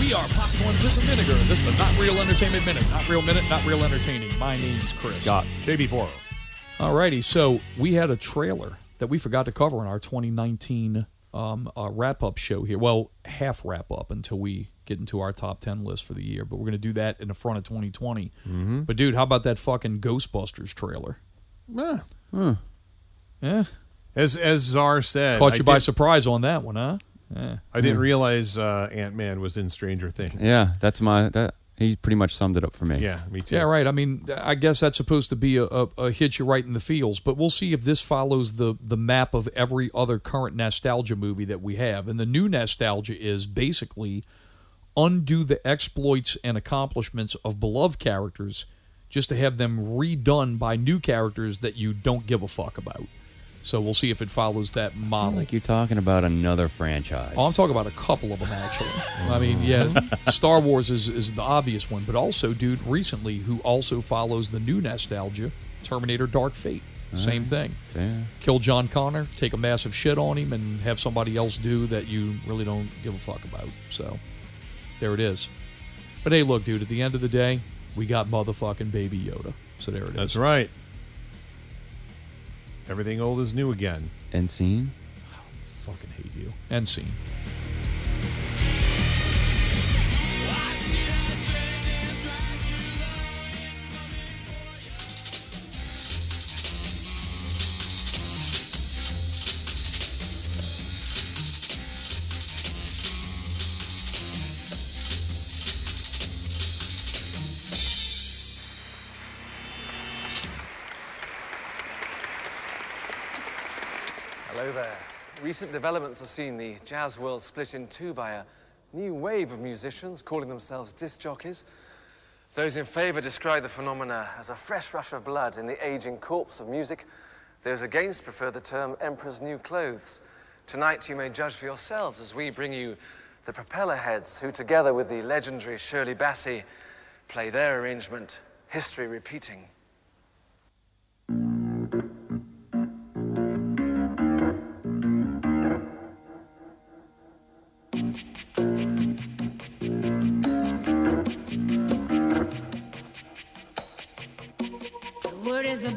S8: We are popcorn piss and vinegar. This is a not real entertainment minute. Not real minute. Not real entertaining. My name's Chris.
S3: Scott.
S8: JB4. Alrighty, so we had a trailer that we forgot to cover in our 2019 um, uh, wrap up show here. Well, half wrap up until we get into our top 10 list for the year, but we're going to do that in the front of 2020.
S10: Mm-hmm.
S8: But, dude, how about that fucking Ghostbusters trailer?
S10: Yeah.
S8: Yeah.
S10: As as Czar said,
S8: Caught
S10: I,
S8: you by
S10: did,
S8: surprise on that one, huh? Yeah.
S10: I didn't realize uh, Ant Man was in Stranger Things.
S4: Yeah, that's my. That he pretty much summed it up for me.
S10: Yeah, me too.
S8: Yeah, right. I mean, I guess that's supposed to be a, a, a hit you right in the feels, but we'll see if this follows the, the map of every other current nostalgia movie that we have. And the new nostalgia is basically undo the exploits and accomplishments of beloved characters just to have them redone by new characters that you don't give a fuck about. So we'll see if it follows that
S4: I
S8: model.
S4: like you're talking about another franchise.
S8: Oh, I'm talking about a couple of them actually. I mean, yeah, Star Wars is, is the obvious one, but also, dude, recently who also follows the new nostalgia, Terminator Dark Fate. Same thing.
S4: Yeah.
S8: Kill John Connor, take a massive shit on him, and have somebody else do that you really don't give a fuck about. So there it is. But hey, look, dude, at the end of the day, we got motherfucking Baby Yoda. So there it is.
S10: That's right. Everything old is new again.
S4: End scene.
S8: Fucking hate you. End scene.
S11: Hello there. Recent developments have seen the jazz world split in two by a new wave of musicians calling themselves disc jockeys. Those in favor describe the phenomena as a fresh rush of blood in the aging corpse of music. Those against prefer the term Emperor's New Clothes. Tonight you may judge for yourselves as we bring you the Propeller Heads, who together with the legendary Shirley Bassey play their arrangement, History Repeating.
S12: The word is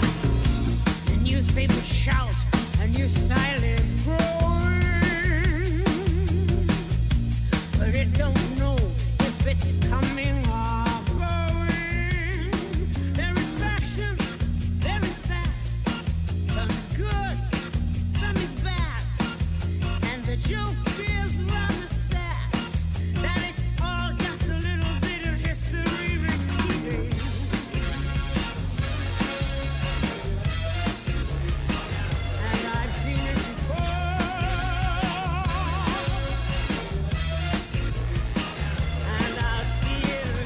S12: The newspapers shout, a new style is growing. But it don't know if it's coming or going. There is fashion, there is fact. Some is good, some is bad. And the joke is rather sad that it's all just a little bit of history repeating. And I've seen it before, and I'll see it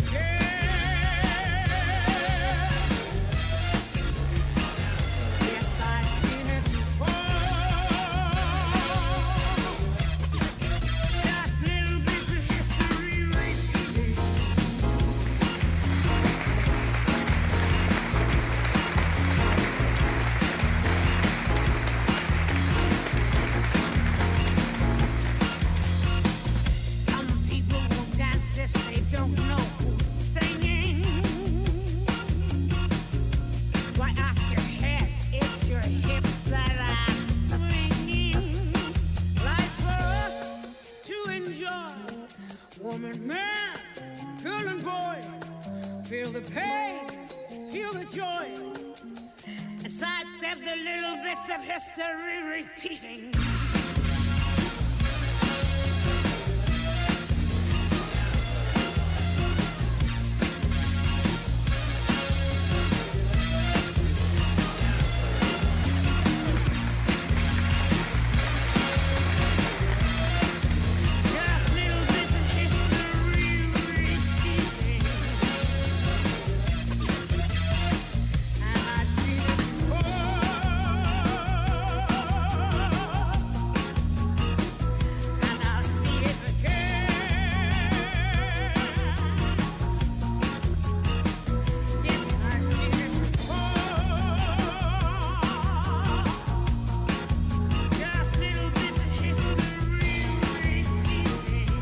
S12: again. Yes, I've seen it before. Just little bits of history repeating. Some people will dance if they don't know who's singing. Why ask your head? It's your hips that are swinging. Life's for us to enjoy. Woman, man, girl, and boy. Feel the pain, feel the joy. And sidestep the little bits of history repeating. Just little bits of history repeating. And I've seen it before. And I'll see it again. Yes, I've seen it before. Just little bits of history repeating.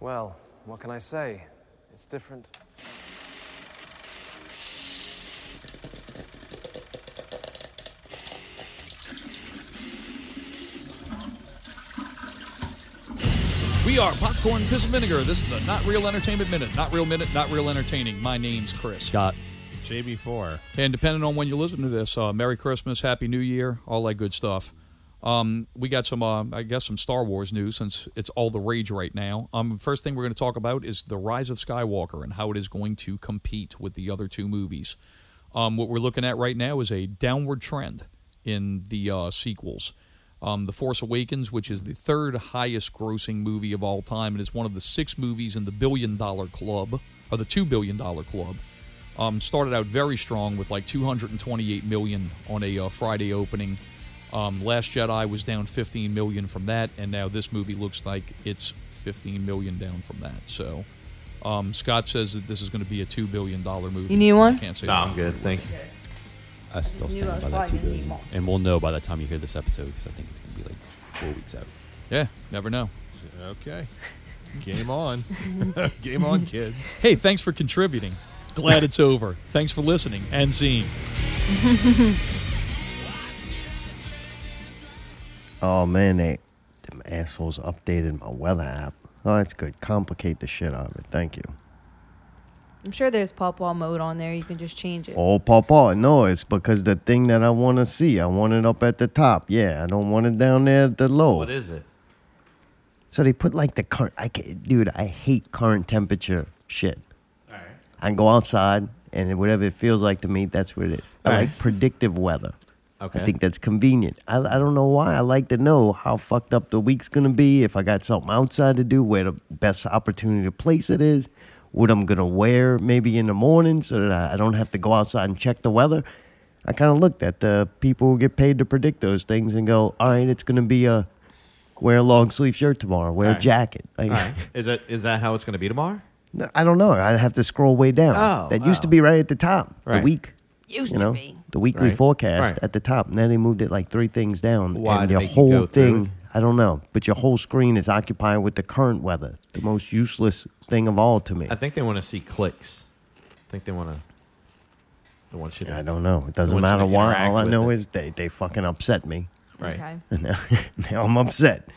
S11: Well, what can I say? It's different.
S8: We are Popcorn Piss and Vinegar. This is the Not Real Entertainment Minute. Not Real Minute, Not Real Entertaining. My name's Chris. Scott.
S10: JB4.
S8: And depending on when you listen to this, uh, Merry Christmas, Happy New Year, all that good stuff. Um, we got some, uh, I guess, some Star Wars news since it's all the rage right now. Um, first thing we're going to talk about is the Rise of Skywalker and how it is going to compete with the other two movies. Um, what we're looking at right now is a downward trend in the uh, sequels. Um, the Force Awakens, which is the third highest grossing movie of all time, and is one of the six movies in the billion dollar club, or the two billion dollar club. Um, started out very strong with like 228 million on a uh, Friday opening. Um, Last Jedi was down 15 million from that, and now this movie looks like it's 15 million down from that. So um, Scott says that this is going to be a two billion dollar movie.
S2: You need one?
S8: I can't say
S3: No,
S8: that.
S3: I'm good. Thank you.
S4: I still
S2: knew I
S4: stand by
S2: was
S4: that
S2: probably
S4: two
S2: gonna need
S4: billion,
S2: more.
S4: and we'll know by the time you hear this episode because I think it's gonna be like four weeks out.
S8: Yeah, never know.
S10: Okay. Game on. Game on, kids.
S8: Hey, thanks for contributing. Glad it's over. Thanks for listening and seeing.
S1: Oh man, they them assholes updated my weather app. Oh, that's good. Complicate the shit out of it. Thank you.
S2: I'm sure there's pawpaw mode on there. You can just change it.
S1: Oh, Papa, no, it's because the thing that I want to see, I want it up at the top. Yeah, I don't want it down there at the low.
S3: What is it?
S1: So they put like the current. I can, dude, I hate current temperature shit. I can go outside and whatever it feels like to me, that's what it is. I
S3: All
S1: like predictive weather.
S3: Okay.
S1: I think that's convenient. I, I don't know why. I like to know how fucked up the week's gonna be. If I got something outside to do, where the best opportunity to place it is, what I'm gonna wear maybe in the morning, so that I, I don't have to go outside and check the weather. I kind of looked at the people who get paid to predict those things and go, all right, it's gonna be a wear a long sleeve shirt tomorrow, wear
S3: All
S1: a
S3: right.
S1: jacket.
S3: All
S1: Like,
S3: right. Is that is that how it's going to be tomorrow?
S1: no, I don't know. I'd have to scroll way down.
S3: Oh,
S1: that used to be right at the top.
S3: Right.
S1: The week.
S2: Used
S1: you
S2: to
S1: know,
S2: be.
S1: The weekly
S3: Right.
S1: forecast
S3: Right.
S1: at the top. And then they moved it like three things down.
S3: Why,
S1: and
S3: to
S1: your
S3: make you
S1: whole
S3: go through
S1: thing, I don't know, but your whole screen is occupied with the current weather. The most useless thing of all to me.
S3: I think they want to see clicks. I think they want to. They want you to.
S1: I don't know. It doesn't
S3: want you to
S1: matter why.
S3: interact
S1: All I
S3: with
S1: know
S3: it.
S1: is they, they fucking upset me.
S3: Right.
S2: Okay.
S1: And now, now I'm upset.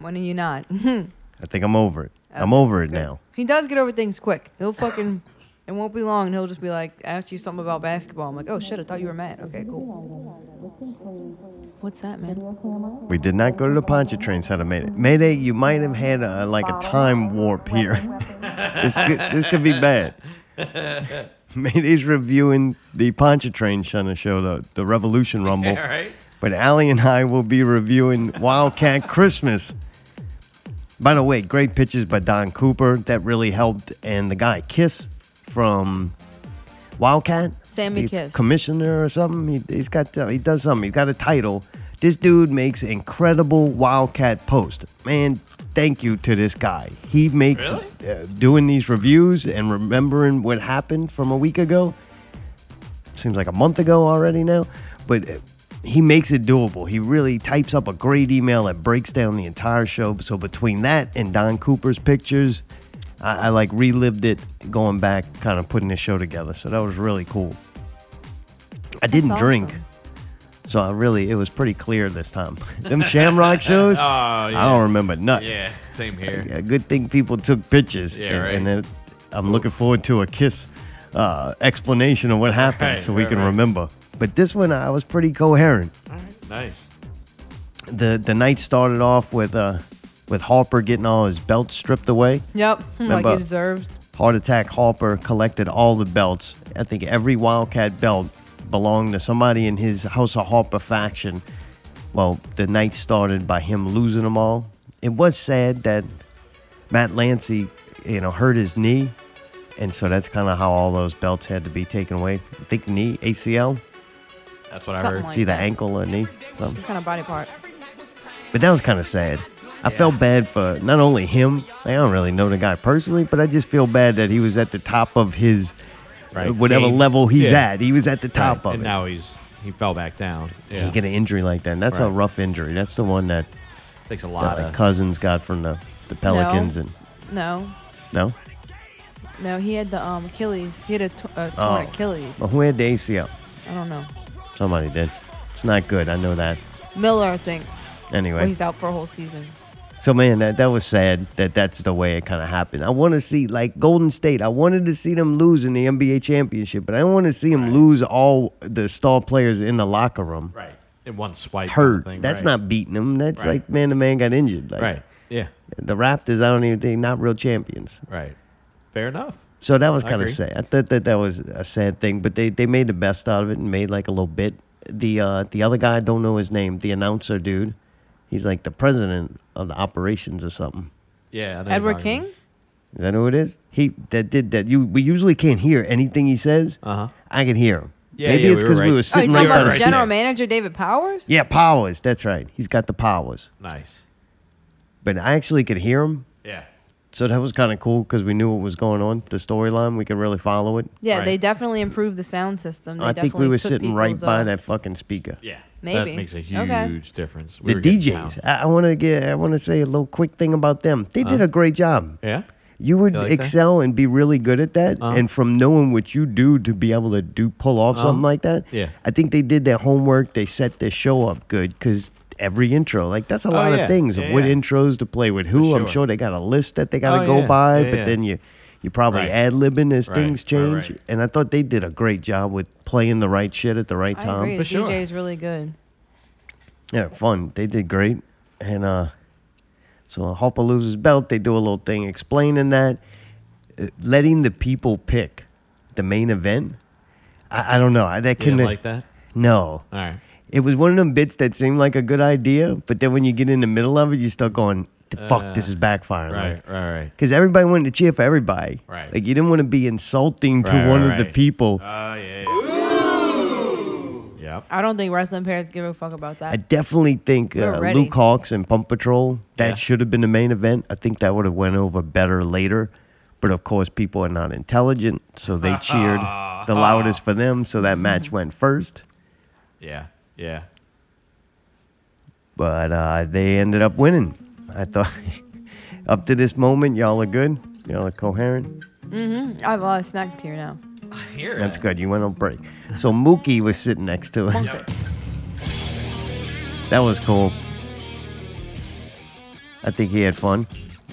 S2: When are you not?
S1: I think I'm over it. I'm over it now.
S2: he does get over things quick. He'll fucking. It won't be long, and he'll just be like, ask you something about basketball. I'm like, oh shit, I thought you were mad. Okay, cool. What's that, man?
S1: We did not go to the Pontchartrain side of Mayday. Mayday, you might have had a, Oh, like a time warp here. this, could, this could be bad. Mayday's reviewing the Pontchartrain Shunner show, the, the Revolution Rumble.
S3: Yeah, right.
S1: But Allie and I will be reviewing Wildcat Christmas. By the way, great pitches by Don Cooper. That really helped. And the guy Kiss from Wildcat.
S2: Sammy
S1: He's
S2: Kiss.
S1: Commissioner or something. He, he's got, uh, he does something. He's got a title. This dude makes incredible Wildcat post. Man, thank you to this guy. He makes uh, doing these reviews and remembering what happened from a week ago seems like a month ago already now, but uh, he makes it doable. He really types up a great email that breaks down the entire show. So between that and Don Cooper's pictures, I, I like relived it going back, kind of putting this show together. So that was really cool. I didn't drink. So I really, it was pretty clear this time. Them Shamrock shows,
S3: Oh,
S1: I
S3: yeah.
S1: don't remember nothing.
S3: Yeah. Same here.
S1: Yeah, good thing people took pictures.
S3: Yeah,
S1: and,
S3: right.
S1: and then I'm looking forward to a kiss uh, explanation of what happened
S3: Right,
S1: so we
S3: right,
S1: can
S3: right.
S1: remember. But this one, I was pretty coherent.
S3: Nice.
S1: The the night started off with uh, with Harper getting all his belts stripped away.
S2: Yep, like
S1: Remember-
S2: he deserves.
S1: Heart Attack Harper collected all the belts. I think every Wildcat belt belonged to somebody in his House of Harper faction. Well, the night started by him losing them all. It was sad that Matt Lancy, you know, hurt his knee. And so that's kind of how all those belts had to be taken away. I think knee, ACL.
S3: That's what
S2: Something
S3: I heard.
S2: like
S1: It's either
S2: that.
S1: ankle or knee. Something.
S2: Some kind of body part.
S1: But that was kind of sad. I felt bad for not only him, like, I don't really know the guy personally, but I just feel bad that he was at the top of his uh,
S3: Right.
S1: whatever
S3: Game.
S1: level he's
S3: Yeah.
S1: at. He was at the top
S3: Right.
S1: of
S3: and
S1: it.
S3: now he's he fell back down. Yeah.
S1: He get an injury like that. And that's a
S3: Right.
S1: rough injury. That's the one that,
S3: Takes a
S1: that
S3: lot
S1: the
S3: of.
S1: Cousins got from the, the Pelicans.
S2: No.
S1: and
S2: No,
S1: No?
S2: no, he had the um Achilles. He had a, t- a torn
S1: Oh.
S2: Achilles.
S1: Well, who had the ACL?
S2: I don't know.
S1: Somebody did. It's not good. I know that.
S2: Miller, I think.
S1: Anyway.
S2: Well, he's out for a whole season.
S1: So man, that that was sad that that's the way it kind of happened. I want to see like Golden State. I wanted to see them lose in the NBA championship, but I don't want to see them lose all the star players in the locker room
S3: Right. In one swipe.
S1: hurt.
S3: Thing,
S1: that's
S3: right.
S1: not beating them. That's
S3: Right.
S1: like man, the man got injured. Like,
S3: Right. Yeah.
S1: The Raptors, I don't even think not real champions.
S3: Right. Fair enough.
S1: So that was
S3: I
S1: kind of
S3: agree.
S1: sad. I thought that that was a sad thing, but they, they made the best out of it and made like a little bit. The uh, the other guy, I don't know his name, the announcer dude, he's like the president of the operations or something.
S3: Yeah. I know you're
S2: Edward
S3: talking
S2: King. Oh,
S3: about-
S1: Is that who it is? He that did that. You we usually can't hear anything he says. Uh huh. I can hear him.
S3: Uh-huh. Yeah,
S1: Maybe
S3: yeah,
S1: it's
S3: we were
S1: because we,
S3: right.
S1: were
S2: Oh, you
S1: sitting
S2: talking
S1: like
S2: about
S1: that.
S2: the general manager, David Powers?
S1: Yeah, powers. That's right. He's got the powers.
S3: Nice.
S1: But I actually could hear him.
S3: Yeah.
S1: So that was kind of cool because we knew what was going on. The storyline, we could really follow it.
S2: Yeah, they definitely improved the sound system. They
S1: I think we
S2: definitely
S1: were
S2: took
S1: sitting right
S2: people's,
S1: by
S2: uh,
S1: that fucking speaker. Yeah.
S2: Maybe.
S3: That makes a huge
S2: Okay.
S3: difference.
S1: The
S3: were getting
S1: DJs. I, I want to get. I want to say a little quick thing about them. They did
S3: Uh-huh.
S1: a great job.
S3: Yeah.
S1: You would
S3: You like that?
S1: excel and be really good at that,
S3: Uh-huh.
S1: and from knowing what you do to be able to do pull off
S3: Uh-huh.
S1: something like that.
S3: Yeah.
S1: I think they did their homework. They set their show up good because every intro, like that's a
S3: Oh,
S1: lot
S3: yeah.
S1: of things
S3: Yeah,
S1: of what
S3: yeah.
S1: intros to play with who. I'm
S3: sure.
S1: sure they got a list that they got to
S3: Oh,
S1: go
S3: yeah.
S1: by,
S3: Yeah,
S1: but
S3: yeah.
S1: then you you probably
S3: Right.
S1: ad libbing as
S3: Right,
S1: things
S3: right,
S1: change.
S3: right.
S1: And I thought they did a great job with playing the right shit at the right
S2: I
S1: time.
S2: agree. The DJ is really good.
S1: Yeah, fun. They did great. And uh so Hopper loses belt. They do a little thing explaining that. Uh, Letting the people pick the main event. I, I don't know. I that
S3: You didn't
S1: couldn't
S3: like that?
S1: No.
S3: All right.
S1: It was one of them bits that seemed like a good idea, but then when you get in the middle of it, you start going, "The fuck, this
S3: Uh,
S1: is backfiring.
S3: Right,
S1: Like,
S3: right, right.
S1: because everybody wanted to cheer for everybody. Right. Like you didn't want to be insulting to
S3: Right,
S1: one
S3: right,
S1: of the
S3: right.
S1: people.
S2: I don't think wrestling parents give a fuck about that.
S1: I definitely think
S2: We're
S1: uh,
S2: ready.
S1: Luke Hawks and Pump Patrol that
S2: Yeah.
S1: should have been the main event. I think that would have went over better later, but of course people are not intelligent, so they cheered the loudest for them. So that match went first,
S3: Yeah. Yeah.
S1: but uh, they ended up winning. I thought up to this moment y'all are good, y'all are coherent.
S2: Mm-hmm. I have a lot of snack here now.
S1: That's good. You went on break. So Mookie was sitting next to us. That was cool. I think he had fun.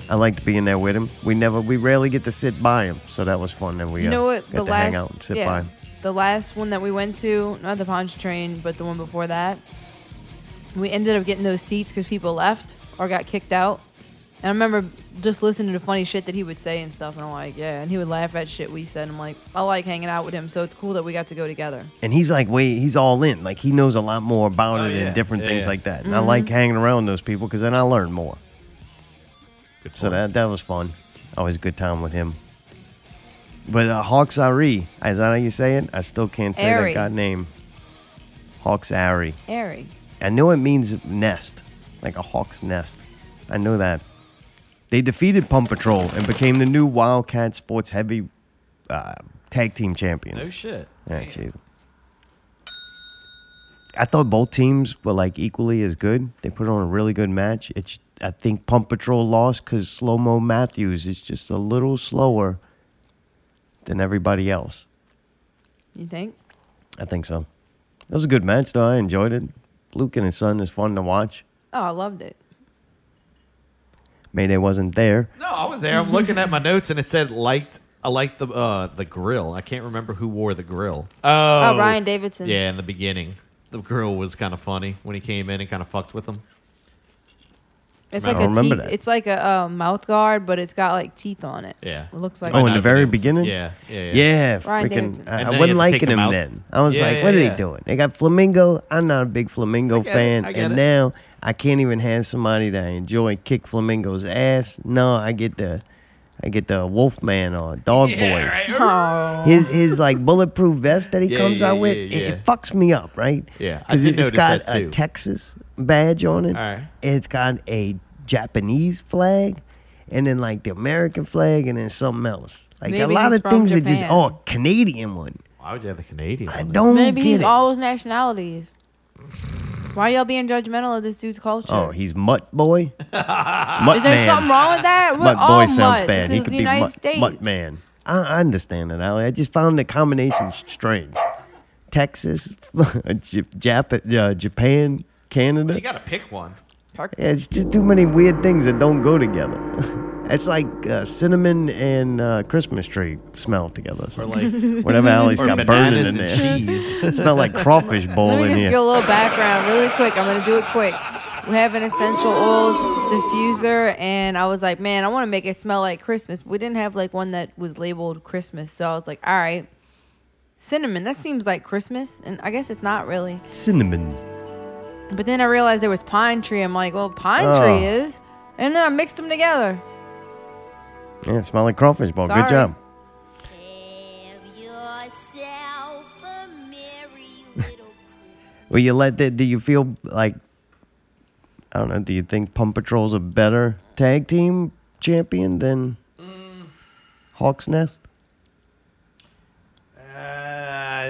S1: I liked being there with him. We never, we rarely get to sit by him, so that was fun. And we
S2: you
S1: uh,
S2: know what?
S1: got
S2: The
S1: to
S2: last
S1: hang out and sit by him.
S2: The last one that we went to, not the Ponch Train, but the one before that, we ended up getting those seats because people left or got kicked out. And I remember just listening to funny shit that he would say and stuff, and I'm like, yeah. And he would laugh at shit we said. I'm like, I like hanging out with him, so it's cool that we got to go together.
S1: And he's like, wait, he's all in. Like he knows a lot more about it
S3: Oh, yeah.
S1: and different
S3: Yeah,
S1: things
S3: yeah.
S1: like that. And I
S2: Mhm.
S1: like hanging around those people because then I learn more. so
S3: point.
S1: that that was fun. Always a good time with him. But uh, Hawks Ari, is that how you say it? I still can't say
S2: Ari.
S1: that god name. Hawks Ari.
S2: Airy.
S1: I know it means nest, like a hawk's nest. I know that. They defeated Pump Patrol and became the new Wildcat Sports Heavy uh, Tag Team Champions.
S3: No shit.
S1: Yeah, jeez. I thought both teams were like equally as good. They put on a really good match. It's I think Pump Patrol lost because Slow Mo Matthews is just a little slower than everybody else.
S2: You think?
S1: I think so. It was a good match though. I enjoyed it. Luke and his son is fun to watch.
S2: Oh, I loved it.
S1: Mayday wasn't there.
S3: No, I was there. I'm looking at my notes and it said liked I liked the uh the grill. I can't remember who wore the grill. Oh,
S2: Ryan Davidson.
S3: Yeah, in the beginning. The grill was kind of funny when he came in and kind of fucked with him.
S2: It's
S3: I
S2: like
S3: don't
S2: a
S3: remember
S2: teeth.
S3: that.
S2: It's like a uh, mouth guard, but it's got like teeth on it.
S3: Yeah.
S2: It looks like.
S1: oh, in the very
S3: Davidson.
S1: beginning?
S3: Yeah, yeah, yeah.
S1: Yeah,
S2: Ryan
S1: freaking.
S2: Davidson.
S1: I,
S3: And
S1: I
S3: then you had to
S1: wasn't
S3: take
S1: liking
S3: him
S1: him
S3: out.
S1: then. I was
S3: Yeah,
S1: like,
S3: yeah,
S1: what are
S3: yeah.
S1: they doing? They got Flamingo. I'm not a big Flamingo
S3: get it,
S1: fan.
S3: I get
S1: And
S3: it.
S1: now I can't even have somebody that I enjoy kick Flamingo's ass. No, I get the. I get the Wolfman or Dog Boy.
S2: Oh.
S1: His his like bulletproof vest that he
S3: Yeah,
S1: comes
S3: yeah,
S1: out with,
S3: yeah,
S1: it-
S3: yeah.
S1: it fucks me up, right?
S3: Yeah, I
S1: because
S3: did
S1: it's
S3: notice
S1: got
S3: that,
S1: a
S3: too.
S1: Texas badge on it.
S3: All right.
S1: It's got a Japanese flag, and then like the American flag, and then something else. Like a
S2: Maybe
S1: lot
S2: he's
S1: of
S2: from
S1: things that just
S2: Japan.
S1: oh Canadian one.
S3: Why would you have the Canadian?
S1: I don't
S2: Maybe
S1: get
S2: he's
S1: it.
S2: all those nationalities. Why y'all being judgmental of this dude's culture?
S1: oh, he's mutt boy. mutt
S2: Is there
S1: man.
S2: something wrong with that? We're
S1: mutt
S2: all
S1: boy sounds
S2: mutts.
S1: bad.
S2: This
S1: he
S2: is
S1: could be
S2: the United
S1: mutt,
S2: States.
S1: mutt man. I, I understand it, Ali. I just found the combination strange. Texas, J- Jap- uh, Japan, Canada.
S3: You got to pick one.
S1: Yeah, it's just too many weird things that don't go together. It's like uh, cinnamon and uh, Christmas tree smell together. Or
S3: like-
S1: whatever Allie's
S3: Or
S1: got burning in
S3: bananas
S1: there.
S3: and cheese.
S1: smell like crawfish bowl
S2: Let me
S1: in
S2: just
S1: here.
S2: give a little background really quick. I'm gonna do it quick. We have an essential oils diffuser, and I was like, man, I want to make it smell like Christmas. We didn't have like one that was labeled Christmas, so I was like, all right, cinnamon. That seems like Christmas, and I guess it's not really.
S1: cinnamon.
S2: But then I realized there was pine tree. I'm like, well, pine
S1: Oh.
S2: tree is, and then I mixed them together.
S1: Yeah, it smelled like crawfish ball. Good
S2: Sorry.
S1: job. Well, you let that. Do you feel like? I don't know. Do you think Pump Patrol's a better tag team champion than
S3: Mm.
S1: Hawk's Nest?
S3: Uh,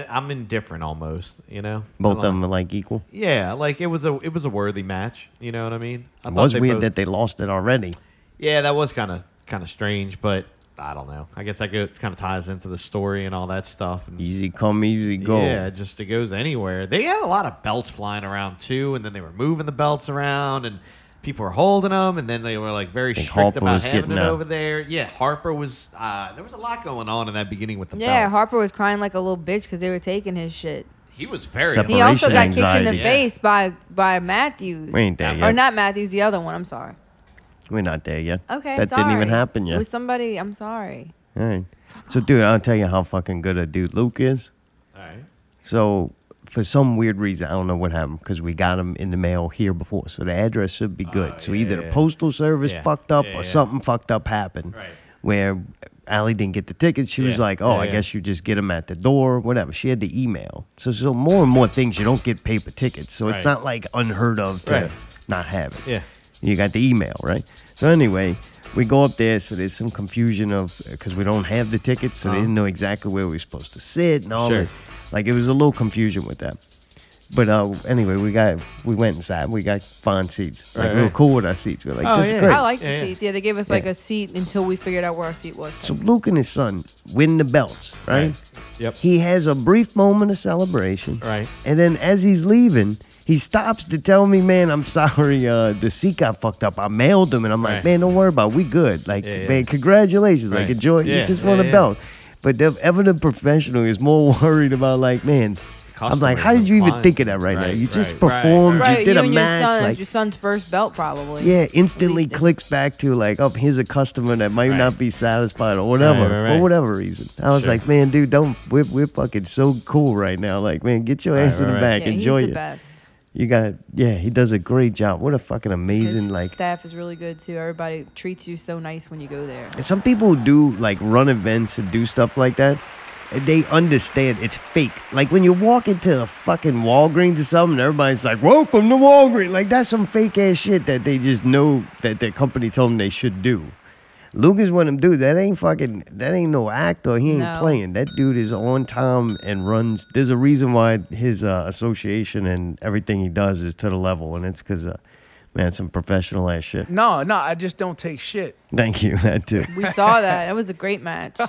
S3: I'm indifferent almost. You know,
S1: Both
S3: I
S1: of
S3: don't
S1: them are like equal.
S3: Yeah, like it was a it was a worthy match. You know what I mean? I
S1: it
S3: thought
S1: was
S3: they
S1: weird
S3: both-
S1: that they lost it already.
S3: Yeah, that was kind of kind of strange, but I don't know. I guess that go, kind of ties into the story and all that stuff. And
S1: Easy come, easy go.
S3: Yeah, just it goes anywhere. They had a lot of belts flying around too, and then they were moving the belts around, and people were holding them, and then they were like very strict
S1: Harper
S3: about
S1: was
S3: having
S1: getting
S3: it
S1: a-
S3: over there. Yeah, Harper was. Uh, there was a lot going on in that beginning with the
S2: Yeah,
S3: belts.
S2: Harper was crying like a little bitch because they were taking his shit.
S3: He was very.
S2: He also
S1: Separation
S2: got kicked in
S1: anxiety.
S2: the face by by Matthews.
S1: We ain't there yet.
S2: Or not Matthews, the other one. I'm sorry.
S1: We're not there yet.
S2: Okay,
S1: That didn't even
S2: sorry.
S1: happen yet.
S2: With somebody, I'm sorry.
S1: All right. So, dude, I'll tell you how fucking good a dude Luke is.
S3: All right.
S1: So, for some weird reason, I don't know what happened because we got him in the mail here before. So, the address should be good. so, either the
S13: Uh, yeah.
S1: postal service
S13: Yeah.
S1: fucked up
S13: Yeah,
S1: or
S13: yeah.
S1: something fucked up happened.
S13: Right.
S1: Where Allie didn't get the tickets. She was
S13: Yeah.
S1: like, oh,
S13: Yeah,
S1: I
S13: yeah.
S1: guess you just get them at the door, whatever. She had the email. So, so more and more things you don't get paper tickets. So,
S13: Right.
S1: it's not like unheard of to
S13: Right.
S1: not have it.
S13: Yeah.
S1: You got the email, right? So anyway, we go up there. So there's some confusion of because we don't have the tickets, so they didn't know exactly where we were supposed to sit and all
S13: Uh-huh. Sure.
S1: that. Like it was a little confusion with that. But uh, anyway, we got we went inside. We got fine seats. Like
S13: Right,
S1: we were
S13: right. Oh,
S1: cool with our seats. We were like, this is great.
S2: Oh, I like the
S1: Oh, Yeah, yeah.
S2: seats. Yeah, they gave us like a seat until we figured out where our seat was.
S1: So Luke and his son win the belts, right?
S3: Yep.
S1: He has a brief moment of celebration.
S3: Right.
S1: And then as he's leaving, he stops to tell me, man, I'm sorry, uh, the seat got fucked up. I mailed him and I'm like,
S13: Right.
S1: man, don't worry about it. We good. Like,
S13: Yeah, yeah.
S1: man, congratulations. Like,
S13: Right.
S1: enjoy. You
S13: Yeah,
S1: just won
S13: yeah,
S1: a
S13: yeah.
S1: belt. But the evident professional is more worried about, like, man, I'm like,
S13: Customers
S1: how did
S13: and
S1: you even
S13: clients.
S1: think of that right, now?
S13: Right,
S1: You just
S13: right, right,
S1: performed.
S2: right,
S1: You did a
S2: and
S1: match.
S2: your son,
S1: like,
S2: your son's first belt probably.
S1: yeah, instantly clicks back to like, oh, here's a customer that might not be satisfied or whatever
S13: Right, right,
S1: for
S13: right.
S1: whatever reason. I was
S13: Sure.
S1: like, man, dude, don't we're, we're fucking so cool right now. Like, man, get your
S13: Right,
S1: ass in
S13: right,
S1: the
S13: right.
S1: back,
S2: Yeah, he's
S1: enjoy
S2: the
S1: it.
S2: best.
S1: You got, yeah, he does a great job. What a fucking amazing
S2: His
S1: like.
S2: staff is really good too. Everybody treats you so nice when you go there.
S1: and some people do like run events and do stuff like that. and They understand it's fake. Like when you walk into a fucking Walgreens or something, everybody's like, "Welcome to Walgreens." Like that's some fake ass shit that they just know that their company told them they should do. Luke is one of them dudes. That ain't fucking. That ain't no actor. He ain't
S13: No.
S1: playing. That dude is on time and runs. There's a reason why his uh, association and everything he does is to the level, and it's because, uh, man, some professional ass shit.
S14: No, no, I just don't take shit.
S1: Thank you, that too.
S2: We saw that. It was a great match.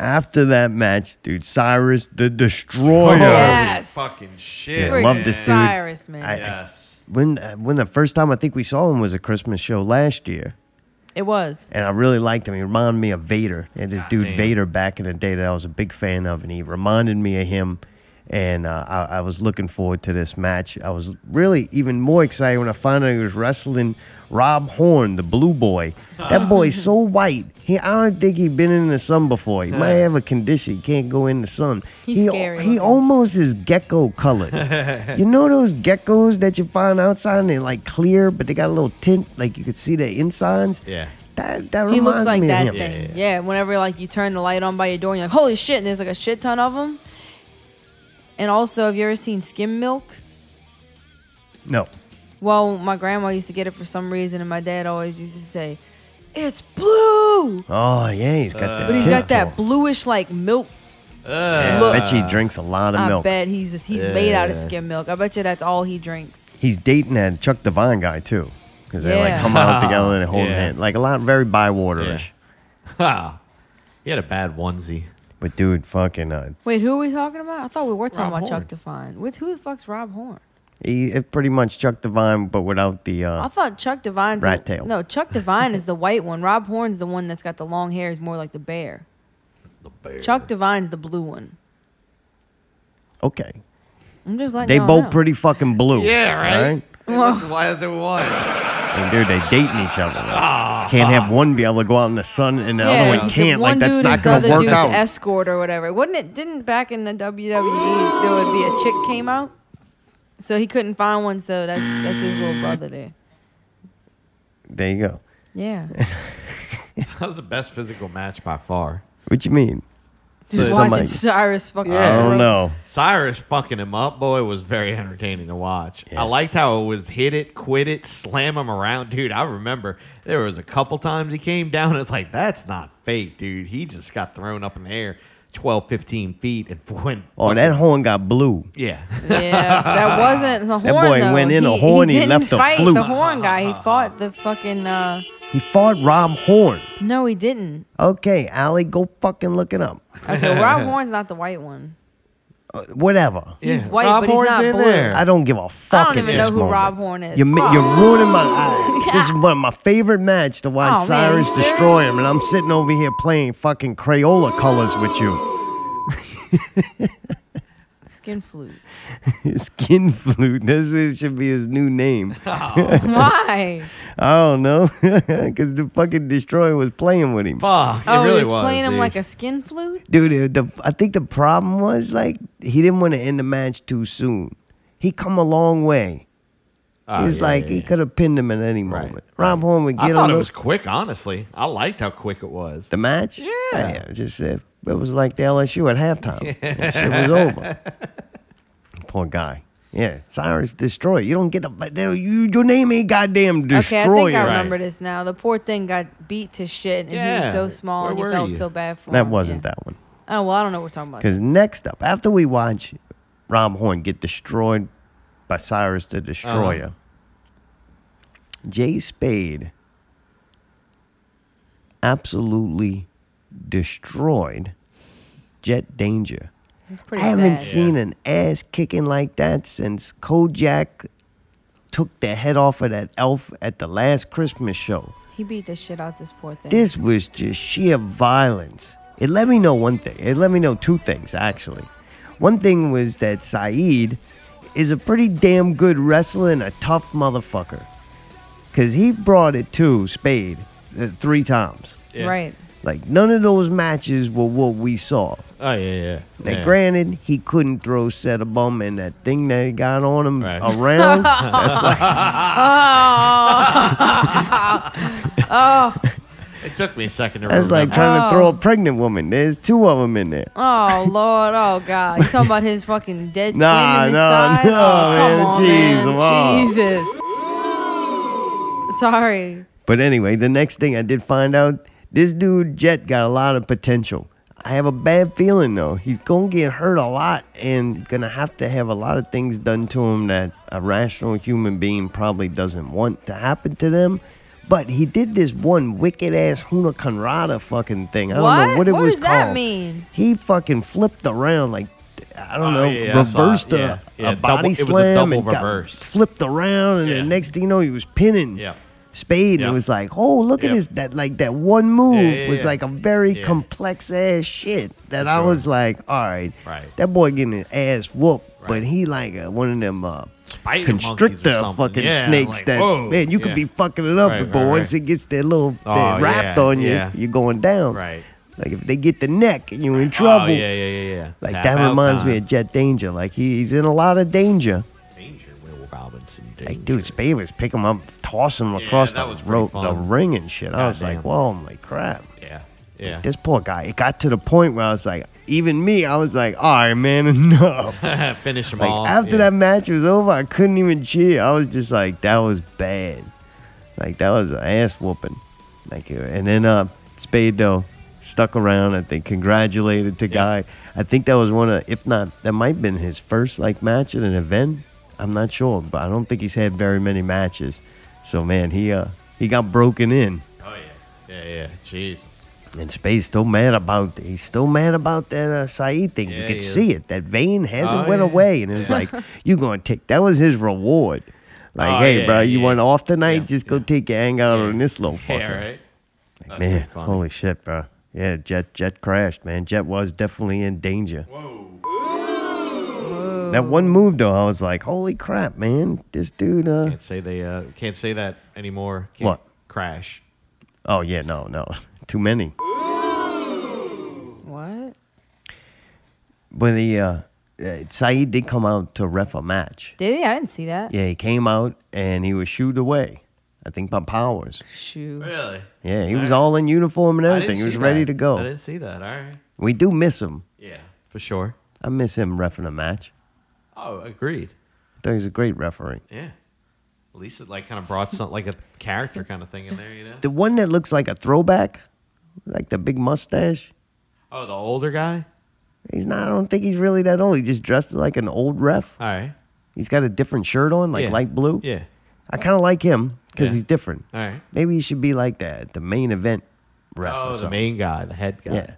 S1: After that match, dude, Cyrus the Destroyer.
S2: yes.
S3: Fucking shit.
S1: Yeah, love this dude.
S2: Cyrus, man.
S1: I- I- when when the first time I think we saw him was a Christmas show last year,
S2: It was.
S1: and I really liked him. He reminded me of Vader. And this dude
S13: damn.
S1: Vader back in the day that I was a big fan of, and he reminded me of him. And uh, I, I was looking forward to this match. I was really even more excited when I found out he was wrestling Rob Horn, the Blue Boy. That boy's so white. He I don't think he'd been in the sun before. He might have a condition. He can't go in the sun.
S13: He's
S1: he,
S13: scary
S1: He almost is gecko colored. you know those geckos that you find outside and they're like clear, but they got a little tint, like you could see their insides.
S3: Yeah.
S1: That that
S2: he looks
S1: reminds
S2: like
S1: me
S2: that
S1: of him.
S2: thing. Yeah, whenever like you turn the light on by your door, and you're like, "Holy shit!" And there's like a shit ton of them. And also, have you ever seen skim milk?
S1: No.
S2: Well, my grandma used to get it for some reason, and my dad always used to say, "It's blue,"
S1: Oh yeah, he's got that.
S2: but he's
S1: tint
S2: got
S1: to
S2: that
S1: him.
S2: bluish like milk.
S1: Yeah, I bet you he drinks a lot of
S2: I
S1: milk.
S2: bet he's just, he's made out of
S1: Yeah.
S2: skim milk. I bet you that's all he drinks.
S1: He's dating that Chuck Devine guy too, because they like
S2: Yeah.
S1: come out together and hold
S3: Yeah.
S1: hands, like a lot very bywatterish.
S3: Ha. He had a bad onesie.
S1: But dude, fucking, uh,
S2: Wait, who are we talking about? I thought we were talking
S3: Rob
S2: about
S3: Horn.
S2: Chuck Devine. Which who the fuck's Rob Horn?
S1: he it pretty much Chuck Devine, but without the. Uh,
S2: I thought Chuck Devine's
S1: Rat tail.
S2: No, Chuck Devine is the white one. Rob Horn's the one that's got the long hair. Is more like the bear. The bear. Chuck Devine's the blue one.
S1: okay,
S2: I'm just like
S1: they both pretty fucking blue. right?
S3: Why is there one?
S1: And dude, they dating each other. Can't have one be able to go out in the sun and the other one can't. Like
S2: One
S1: that's
S2: dude
S1: not
S2: is the
S1: gonna
S2: other
S1: work
S2: dude's
S1: out.
S2: escort or whatever. Wasn't it? Didn't back in the WWE there would be a chick came out, so he couldn't find one. So that's that's his little brother there.
S1: there you go.
S2: Yeah.
S3: That was the best physical match by far.
S1: What you mean? Uh,
S2: Just
S1: But- Somebody-
S2: watching Cyrus fucking.
S1: I don't
S2: throw-
S1: know.
S3: Cyrus fucking him up, boy, was very entertaining to watch. I liked how it was hit it, quit it, slam him around. Dude, I remember there was a couple times he came down and it's like, that's not fake, dude. He just got thrown up in the air 12, 15 feet and went.
S1: Oh, that horn got blue.
S3: Yeah.
S2: Yeah, that wasn't the
S1: That
S2: horn.
S1: boy
S2: though.
S1: went in a
S2: he,
S1: horn, he
S2: didn't
S1: left a
S2: fight
S1: fluke.
S2: The horn guy. He fought the fucking. Uh,
S1: He fought Rob Horn.
S2: no, he didn't.
S1: Okay, Allie, go fucking look it up.
S2: Okay, Rob Horn's not the white one.
S1: Uh, whatever.
S2: He's white, Rob but he's Horn's not in blue. there.
S1: I don't give a fuck.
S2: even
S1: at this
S2: know who
S1: moment.
S2: Rob Horn is. Oh.
S1: You're, mi- you're ruining my. I- This is one of my favorite match to watch
S2: Oh, man, are you
S1: Cyrus destroy him, and I'm sitting over here playing fucking Crayola colors with you.
S2: Skin flute.
S1: Skin flute. This is- should be his new name.
S2: Why?
S1: I don't know, because the fucking destroyer was playing with him.
S3: Fuck,
S2: Oh, he was, playing him like a skin flute.
S1: dude. The, I think the problem was like he didn't want to end the match too soon. He come a long way.
S3: Oh,
S1: He's
S3: yeah,
S1: like
S3: yeah,
S1: he could have pinned him at any moment. Rob Horn would get
S3: I
S1: a
S3: thought it
S1: little-
S3: was quick, honestly. I liked how quick it was.
S1: the match. Yeah, it was just it, it was like the LSU at halftime. That shit was over. Poor guy. Yeah, Cyrus destroy. You don't get a but there- you your name ain't goddamn
S2: Okay, I
S1: destroyer.
S2: think I remember this now. The poor thing got beat to shit, and he
S1: Yeah.
S2: was so small,
S1: Where
S2: and you
S1: were
S2: felt
S1: you?
S2: so bad for
S1: That
S2: him.
S1: wasn't that one.
S2: Oh well, I don't know what we're talking about.
S1: Because next up, after we watch Rob Horn get destroyed by Cyrus the Destroyer, Jay Spade absolutely destroyed Jet Danger.
S2: It's
S1: I
S2: pretty
S1: haven't
S2: sad.
S1: seen an ass kicking like that since Kojak took the head off of that elf at the last Christmas show.
S2: He beat the shit out this poor thing.
S1: This was just sheer violence. It let me know one thing. It let me know two things, actually. One thing was that Saeed is a pretty damn good wrestler and a tough motherfucker. Because he brought it to Spade uh, three times.
S2: Right.
S1: Like, none of those matches were what we saw.
S3: Oh, yeah, yeah.
S1: Now,
S3: yeah.
S1: granted, he couldn't throw set a bum and that thing that he got on him around. that's like,
S2: Oh. oh.
S3: It took me a second to
S1: that's
S3: remember.
S1: like trying to
S2: Oh.
S1: throw a pregnant woman. There's two of them in there.
S2: Oh Lord, oh God! You talking about his fucking dead
S1: Nah,
S2: skin in the
S1: nah,
S2: side?
S1: no, man,
S2: oh, come
S1: jeez, wow.
S2: on, man. Jesus. Sorry.
S1: But anyway, the next thing I did find out, this dude Jet got a lot of potential. I have a bad feeling though. He's gonna get hurt a lot and gonna have to have a lot of things done to him that a rational human being probably doesn't want to happen to them. But he did this one wicked ass Huna Conrada fucking thing. I don't know what it was
S2: does that
S1: called.
S2: mean?
S1: He fucking flipped around like I don't know,
S3: Oh, yeah, I saw it.
S1: reversed a,
S3: Yeah, yeah,
S1: a
S3: double-
S1: body
S3: it was a
S1: slam
S3: double
S1: and got
S3: reverse.
S1: flipped around, and the next thing you know, he was pinning Spade, and it was like, oh, look at
S3: Yep.
S1: this! That like that one move
S3: yeah,
S1: was
S3: yeah.
S1: like a very
S3: Yeah.
S1: complex ass shit that I was like, all right,
S3: Right.
S1: that boy getting his ass whooped, but he like uh, one of them uh,
S3: Spider monkeys or
S1: constrictor
S3: something.
S1: fucking
S3: Yeah,
S1: snakes
S3: like,
S1: that
S3: whoa.
S1: man, you could
S3: Yeah.
S1: be fucking it up,
S3: Right,
S1: but
S3: right,
S1: once
S3: right.
S1: it gets that little
S3: Oh,
S1: that wrapped
S3: yeah,
S1: on you,
S3: yeah.
S1: you're going down.
S3: Right.
S1: Like if they get the neck and you're in
S3: Oh,
S1: trouble.
S3: yeah, yeah, yeah, yeah.
S1: Like
S3: Tap
S1: that
S3: out
S1: reminds me
S3: time.
S1: of Jet Danger. Like he, he's in a lot of danger.
S3: Will Robinson, dude.
S1: Like dude, Spade was picking him up, tossing him across
S3: that was
S1: the
S3: pretty
S1: rope,
S3: fun.
S1: the ring and shit. I was like,
S3: Goddamn.
S1: whoa, my crap.
S3: Yeah. Yeah.
S1: This poor guy. It got to the point where I was like, even me, I was like, all right, man, enough.
S3: Finish them
S1: Like
S3: all.
S1: after
S3: yeah.
S1: that match was over, I couldn't even cheer. I was just like, that was bad. Like that was an ass whooping. Like and then uh Spade though stuck around. I think congratulated the guy. I think that was one of if not that might have been his first like match at an event. I'm not sure, but I don't think he's had very many matches. So man, he uh he got broken in.
S3: Oh yeah, yeah, yeah. Jeez.
S1: And Spade's still mad about he's still mad about that uh, Saeed thing.
S3: Yeah,
S1: you can
S3: he is.
S1: see it. That vein hasn't
S3: Oh,
S1: went
S3: yeah.
S1: away, and it's
S3: Yeah.
S1: like you gonna take. That was his reward. Like,
S3: Oh,
S1: hey,
S3: yeah,
S1: bro, you
S3: yeah.
S1: want off tonight? Just go take your hang out on this little fucker.
S3: Yeah, right. That's pretty
S1: Man,
S3: funny.
S1: holy shit, bro. Yeah, Jet Jet crashed, man. Jet was definitely in danger. That one move though, I was like, holy crap, man. This dude. Uh,
S3: Can't say they uh, can't say that anymore. Can't
S1: What?
S3: Crash.
S1: oh yeah, no, no, too many.
S2: What?
S1: But the uh, uh, Saeed did come out to ref a match.
S2: Did he? I didn't see that.
S1: Yeah, he came out and he was shooed away. I think by Powers.
S2: Shoot.
S3: Really?
S1: Yeah, he
S3: All
S1: was
S3: right.
S1: all in uniform and
S3: I didn't
S1: everything. He was
S3: see
S1: ready
S3: that.
S1: to go.
S3: I didn't see that. All right.
S1: We do miss him.
S3: Yeah, for sure.
S1: I miss him refing a match.
S3: Oh, agreed.
S1: I thought he was a great referee.
S3: Yeah. At least it like kind of brought something like a character kind of thing in there, you know?
S1: The one that looks like a throwback, like the big mustache.
S3: Oh, the older guy?
S1: He's not. I don't think he's really that old. He just dressed like an old ref.
S3: All right.
S1: He's got a different shirt on, like
S3: Yeah.
S1: light blue.
S3: Yeah.
S1: I kind of like him because
S3: Yeah.
S1: he's different.
S3: All right.
S1: Maybe he should be like that, the main event ref.
S3: Oh, the main guy, the head guy.
S1: Yeah.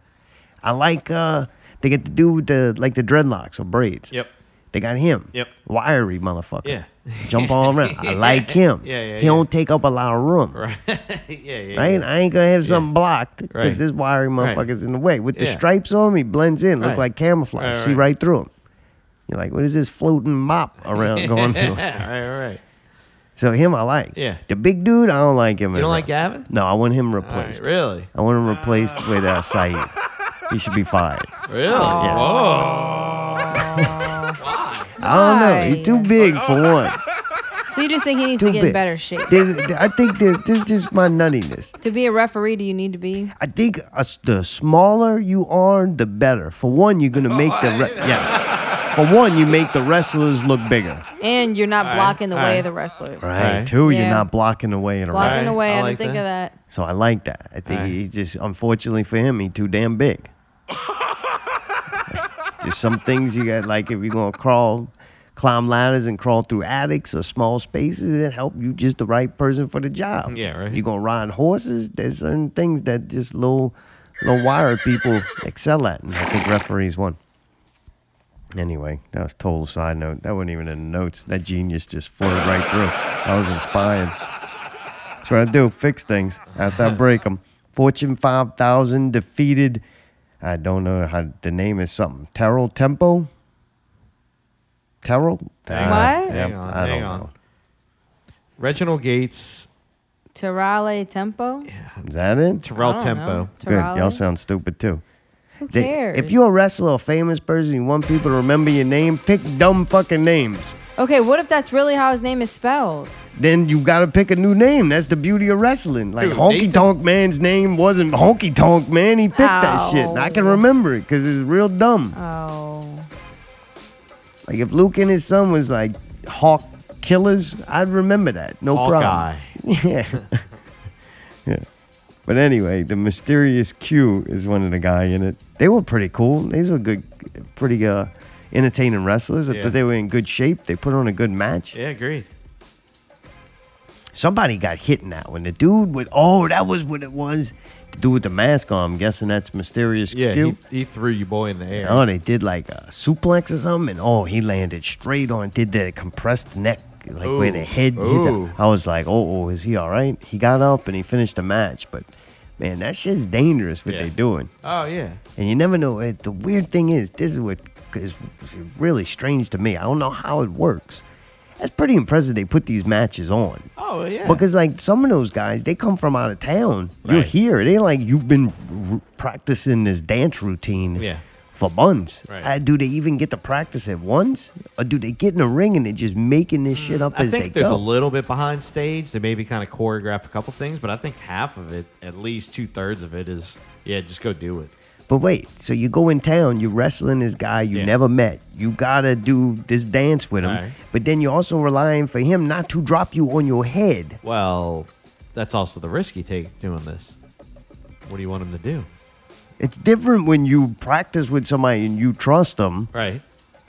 S1: I like. uh They get the dude with the like the dreadlocks or braids.
S3: Yep.
S1: They got him.
S3: Yep.
S1: Wiry motherfucker.
S3: Yeah.
S1: Jump all around. I like him.
S3: Yeah, yeah,
S1: He
S3: yeah.
S1: don't take up a lot of room.
S3: Right. yeah, yeah.
S1: Right? I ain't gonna have something blocked because
S3: Right.
S1: this wiry
S3: Right.
S1: motherfucker's in the way. With the
S3: Yeah.
S1: stripes on him, he blends in, look
S3: Right.
S1: like camouflage.
S3: Right,
S1: See
S3: right.
S1: right through him. You're like, what is this floating mop around going
S3: yeah.
S1: through?
S3: All right, all right.
S1: So him I like.
S3: Yeah.
S1: The big dude, I don't like him.
S3: You
S1: in
S3: don't
S1: a
S3: like
S1: row.
S3: Gavin?
S1: No, I want him
S3: All right,
S1: replaced.
S3: really?
S1: I want him replaced with uh, Saeed. He should be fired.
S3: Really?
S1: Yeah.
S3: Whoa.
S1: I don't know. He's too big for one.
S2: So you just think he needs
S1: Too
S2: to get
S1: big.
S2: in better shape.
S1: There's, I think this, this is just my nuttiness.
S2: to be a referee, do you need to be?
S1: I think uh, the smaller you are, the better. For one, you're gonna make the re- yes. For one, you make the wrestlers look bigger.
S2: And you're not
S3: All right,
S2: blocking the
S3: all
S2: way
S3: right.
S2: of the wrestlers.
S1: Right.
S3: Right.
S1: Two, you're
S2: Yeah.
S1: not blocking the way in a
S2: Blocking
S1: wrestler.
S2: the way.
S3: I
S2: I,
S3: like
S2: didn't think of that.
S1: So I like that. I think
S3: Right.
S1: he just, unfortunately for him, he too damn big. just some things you got like if you're gonna crawl, climb ladders and crawl through attics or small spaces, it help you just the right person for the job.
S3: Yeah, right.
S1: You're gonna ride horses. There's certain things that just little, little wired people excel at, and I think referees won. Anyway, that was total side note. That wasn't even in the notes. That genius just flowed right through. That was inspired. That's what I do. Fix things after I break them. Fortune 5000 defeated. I don't know how the name is something. Terrell Tempo. Terrell.
S3: Hang
S1: Ah,
S2: on,
S1: yep,
S3: hang on,
S1: I don't
S3: hang on.
S1: know.
S3: Reginald Gates,
S2: Terale Tempo?
S1: Uh, Is that it?
S3: Terrell
S2: I don't
S3: Tempo.
S2: know.
S1: Good. Y'all
S2: Terrale?
S1: sound stupid too.
S2: Who
S1: They-
S2: cares?
S1: if you're a wrestler or famous person, you want people to remember your name, pick dumb fucking names.
S2: Okay, what if that's really how his name is spelled?
S1: Then you gotta pick a new name. That's the beauty of wrestling. Like
S3: Dude,
S1: Honky
S3: Nathan-
S1: Tonk Man's name wasn't Honky Tonk Man. He picked that shit. And I can remember it because it's real dumb.
S2: Oh.
S1: Like if Luke and his son was like Hawk Killers, I'd remember that. No
S3: Hawkeye.
S1: problem. Yeah. yeah. But anyway, the mysterious Q is one of the guy in it. They were pretty cool. These were good, pretty uh, entertaining wrestlers. I
S3: Yeah.
S1: thought they were in good shape. They put on a good match.
S3: Yeah, agreed.
S1: Somebody got hit in that one. The dude with oh, that was what it was. The dude with the mask on. I'm guessing that's mysterious
S3: Yeah,
S1: Q.
S3: he, he threw you boy in the air.
S1: Oh, they did like a suplex or something, and oh, he landed straight on, did the compressed neck, like where the
S3: Ooh.
S1: head hit.
S3: Ooh.
S1: The, I was like, oh, oh, is he all right? He got up and he finished the match, but man, that shit's dangerous what
S3: Yeah.
S1: they're doing.
S3: Oh, yeah.
S1: And you never know. It, the weird thing is, this is what is really strange to me. I don't know how it works. That's pretty impressive they put these matches on.
S3: Oh, yeah.
S1: Because like some of those guys, they come from out of town. You're
S3: Right.
S1: here. They like you've been r- practicing this dance routine
S3: Yeah.
S1: for months.
S3: Right.
S1: Uh, do they even get to practice it once, or do they get in a ring and they're just making this shit up
S3: Mm, I
S1: as they
S3: think there's
S1: go?
S3: a little bit behind stage. They maybe kind of choreograph a couple things, but I think half of it, at least two thirds of it, is yeah, just go do it.
S1: But wait, so you go in town, you're wrestling this guy you
S3: Yeah.
S1: never met. You gotta do this dance with him.
S3: Right.
S1: But then you're also relying for him not to drop you on your head.
S3: Well, that's also the risk you take doing this. What do you want them to do?
S1: It's different when you practice with somebody and you trust them.
S3: Right.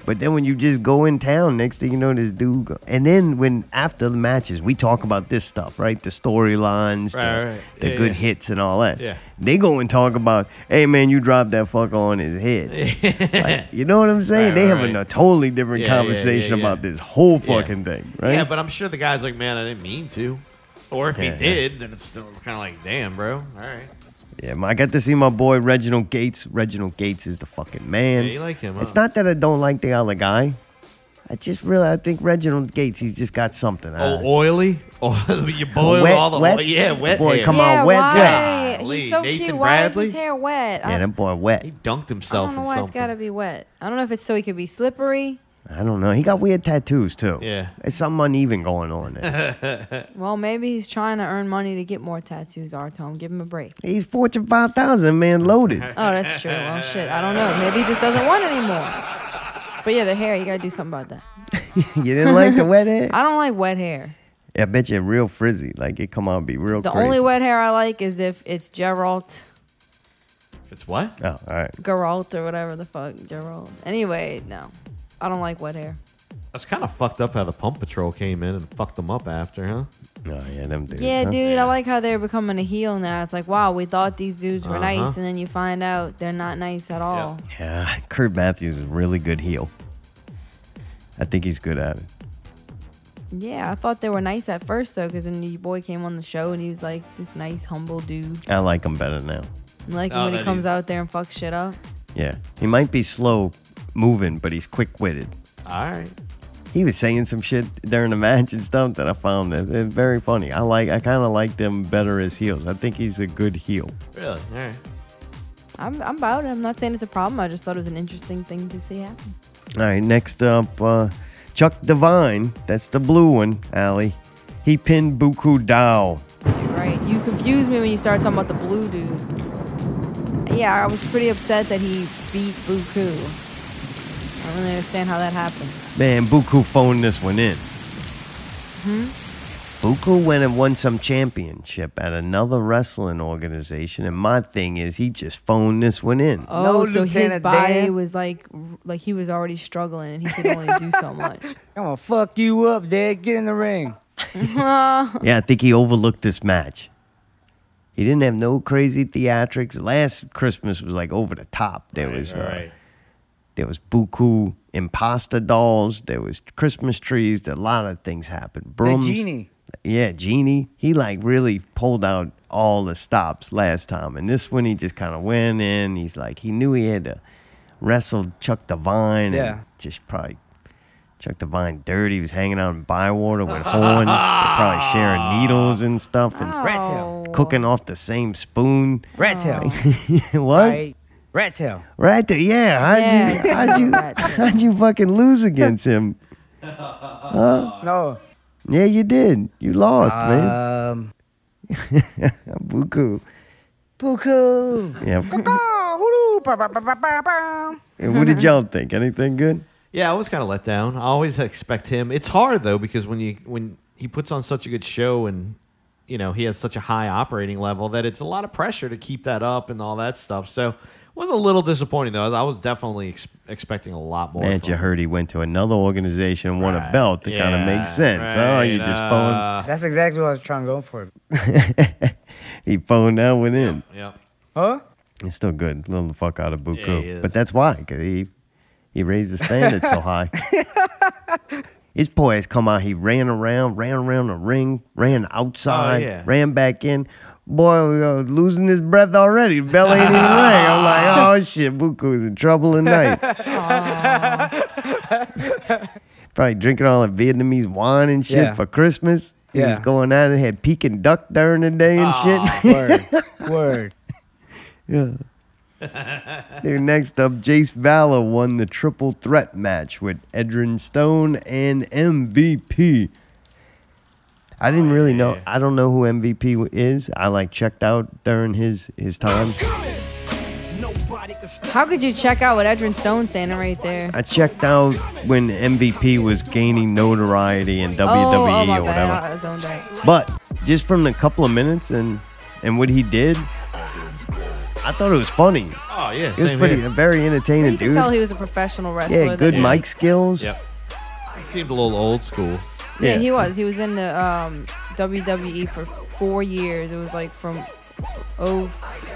S1: But then when you just go in town, next thing you know, this dude. Go- and then when after the matches, we talk about this stuff, right? The storylines,
S3: Right,
S1: the,
S3: right.
S1: the
S3: Yeah,
S1: good
S3: yeah.
S1: hits, and all that.
S3: Yeah.
S1: They go and talk about, hey man, you dropped that fucker on his head. Like, you know what I'm saying?
S3: Right,
S1: they
S3: right,
S1: having
S3: right.
S1: a totally different
S3: Yeah, yeah, yeah,
S1: conversation
S3: yeah.
S1: about this whole
S3: Yeah.
S1: fucking thing, right?
S3: Yeah, but I'm sure the guy's like, man, I didn't mean to. Or if
S1: Yeah,
S3: he
S1: yeah.
S3: did, then it's still kind of like, damn, bro. All right.
S1: Yeah, man, I got to see my boy Reginald Gates. Reginald Gates is the fucking man.
S3: Yeah, you like him, huh?
S1: It's not that I don't like the other guy. I just really, I think Reginald Gates, he's just got something. I-
S3: Oh, oily? Oh, you boil
S1: Wet-
S3: all the
S1: wet?
S3: oil. Yeah, wet.
S1: Boy,
S3: hair.
S1: come on,
S2: yeah,
S1: wet,
S2: why?
S1: wet.
S3: Golly,
S2: He's so
S3: Nathan
S2: cute. Why is
S3: Bradley?
S2: his hair wet? I-
S1: Yeah, that boy wet.
S3: He dunked
S2: I
S3: himself
S2: don't know
S3: in
S2: why
S3: something.
S2: it's got to be wet. I don't know if it's so he could be slippery.
S1: I don't know. He got weird tattoos too.
S3: Yeah.
S1: There's something uneven going on there.
S2: Well, maybe he's trying to earn money to get more tattoos, Artome. Give him a break.
S1: He's Fortune 5000, man, loaded.
S2: Oh, that's true. Well, shit. I don't know. Maybe he just doesn't want any more. But yeah, the hair, you gotta do something about that.
S1: you didn't like the wet hair?
S2: I don't like wet hair.
S1: I bet you real frizzy. Like it come out and be real
S2: The
S1: crazy.
S2: only wet hair I like is if it's Geralt,
S3: It's what?
S1: Oh, all right.
S2: Geralt or whatever the fuck, Geralt. Anyway, no, I don't like wet hair.
S3: That's kind of fucked up how the Pump Patrol came in and fucked them up after, huh?
S1: Oh, yeah, them dudes.
S2: yeah, dude, I like how they're becoming a heel now. It's like, wow, we thought these dudes were
S1: Uh-huh.
S2: nice, and then you find out they're not nice at all.
S1: Yeah, Kurt Matthews is a really good heel. I think he's good at it.
S2: Yeah, I thought they were nice at first though, because when your boy came on the show and he was like this nice, humble dude,
S1: I like him better now.
S2: I like him
S1: Oh,
S2: when he
S1: that
S2: comes
S1: is-
S2: out there and fucks shit up.
S1: Yeah, he might be slow moving, but he's quick witted.
S3: All right.
S1: He was saying some shit during the match and stuff that I found that that very funny. I like, I kind of like them better as heels. I think he's a good heel.
S3: Really? All right.
S2: I'm, I'm about it. I'm not saying it's a problem. I just thought it was an interesting thing to see happen.
S1: All right, next up, uh, Chuck Devine. That's the blue one, Allie. He pinned Buku Dao.
S2: Right. You confused me when you started talking about the blue dude. Yeah, I was pretty upset that he beat Buku. I don't really understand how that happened.
S1: Man, Buku phoned this one in.
S2: Hmm?
S1: Buku went and won some championship at another wrestling organization, and my thing is he just phoned this one in.
S2: Oh,
S13: No,
S2: so his
S13: Lieutenant
S2: body
S13: Dan.
S2: was like, like he was already struggling and he could only do so much.
S13: I'm gonna fuck you up, Dad. Get in the ring.
S1: Yeah, I think he overlooked this match. He didn't have no crazy theatrics. Last Christmas was like over the top. There was uh, there was Buku imposter dolls. There was Christmas trees. There, a lot of things happened. Brooms.
S13: The genie.
S1: Yeah, Genie. He like really pulled out all the stops last time. And this one he just kind of went in. He's like, he knew he had to wrestle Chuck Devine
S13: Yeah.
S1: and just probably Chuck Devine dirty. He was hanging out in Bywater with Horn. They're probably sharing needles and stuff and
S13: Rat
S2: Oh.
S13: tail.
S1: cooking off the same spoon.
S13: Rat tail.
S1: what?
S13: Right. Rat tail.
S1: Right there, yeah. How'd you, how'd you, how'd you fucking lose against him? Huh?
S13: No.
S1: Yeah, you did. You lost,
S13: Um,
S1: man. Buku.
S13: Buku.
S1: Yeah.
S13: Cuckoo.
S1: And what did y'all think? Anything good?
S3: Yeah, I was kind of let down. I always expect him. It's hard though because when you when he puts on such a good show and you know he has such a high operating level that it's a lot of pressure to keep that up and all that stuff. So it was a little disappointing though. I was definitely ex- expecting a lot more.
S1: Man,
S3: from
S1: you
S3: him.
S1: heard he went to another organization and won a belt. That kind of
S3: Yeah,
S1: makes sense. oh, you
S3: right,
S1: just
S3: uh,
S13: That's exactly what I was trying to go for.
S1: phoned. he phoned that one in.
S3: Yeah.
S13: Huh?
S1: It's still good. Little the fuck out of
S13: Yeah,
S1: Buku.
S13: he is.
S1: but that's why. 'cause he, he raised the standard so high. His boy has come out. He ran around, ran around the ring, ran outside,
S13: Oh,
S12: yeah.
S1: ran back in. Boy, we are losing his breath already. The bell ain't even rang. I'm like, oh shit, Buku's in trouble tonight. Probably drinking all that Vietnamese wine and shit
S13: Yeah.
S1: for Christmas. He was
S13: Yeah. Ah,
S1: going out and had Peking duck during the day and shit.
S13: Word. Word.
S1: yeah. Dude, next up, Jace Valor won the triple threat match with Edrin Stone and MVP. I didn't really know. I don't know who MVP is. I like checked out during his his time.
S2: How could you check out with Edrin Stone standing right there?
S1: I checked out when MVP was gaining notoriety in
S2: oh,
S1: WWE
S2: oh my
S1: E or
S2: bad.
S1: whatever.
S2: I zoned out.
S1: But just from the couple of minutes and and what he did, I thought it was funny.
S3: Oh yeah,
S1: It was
S3: same
S1: pretty
S3: here.
S1: a very entertaining
S2: You
S1: dude.
S2: can tell he was a professional wrestler.
S1: yeah, good
S2: that-
S1: mic skills.
S3: Yep. He seemed a little old school.
S2: Yeah, he was. He was in the um, WWE for four years. It was like from oh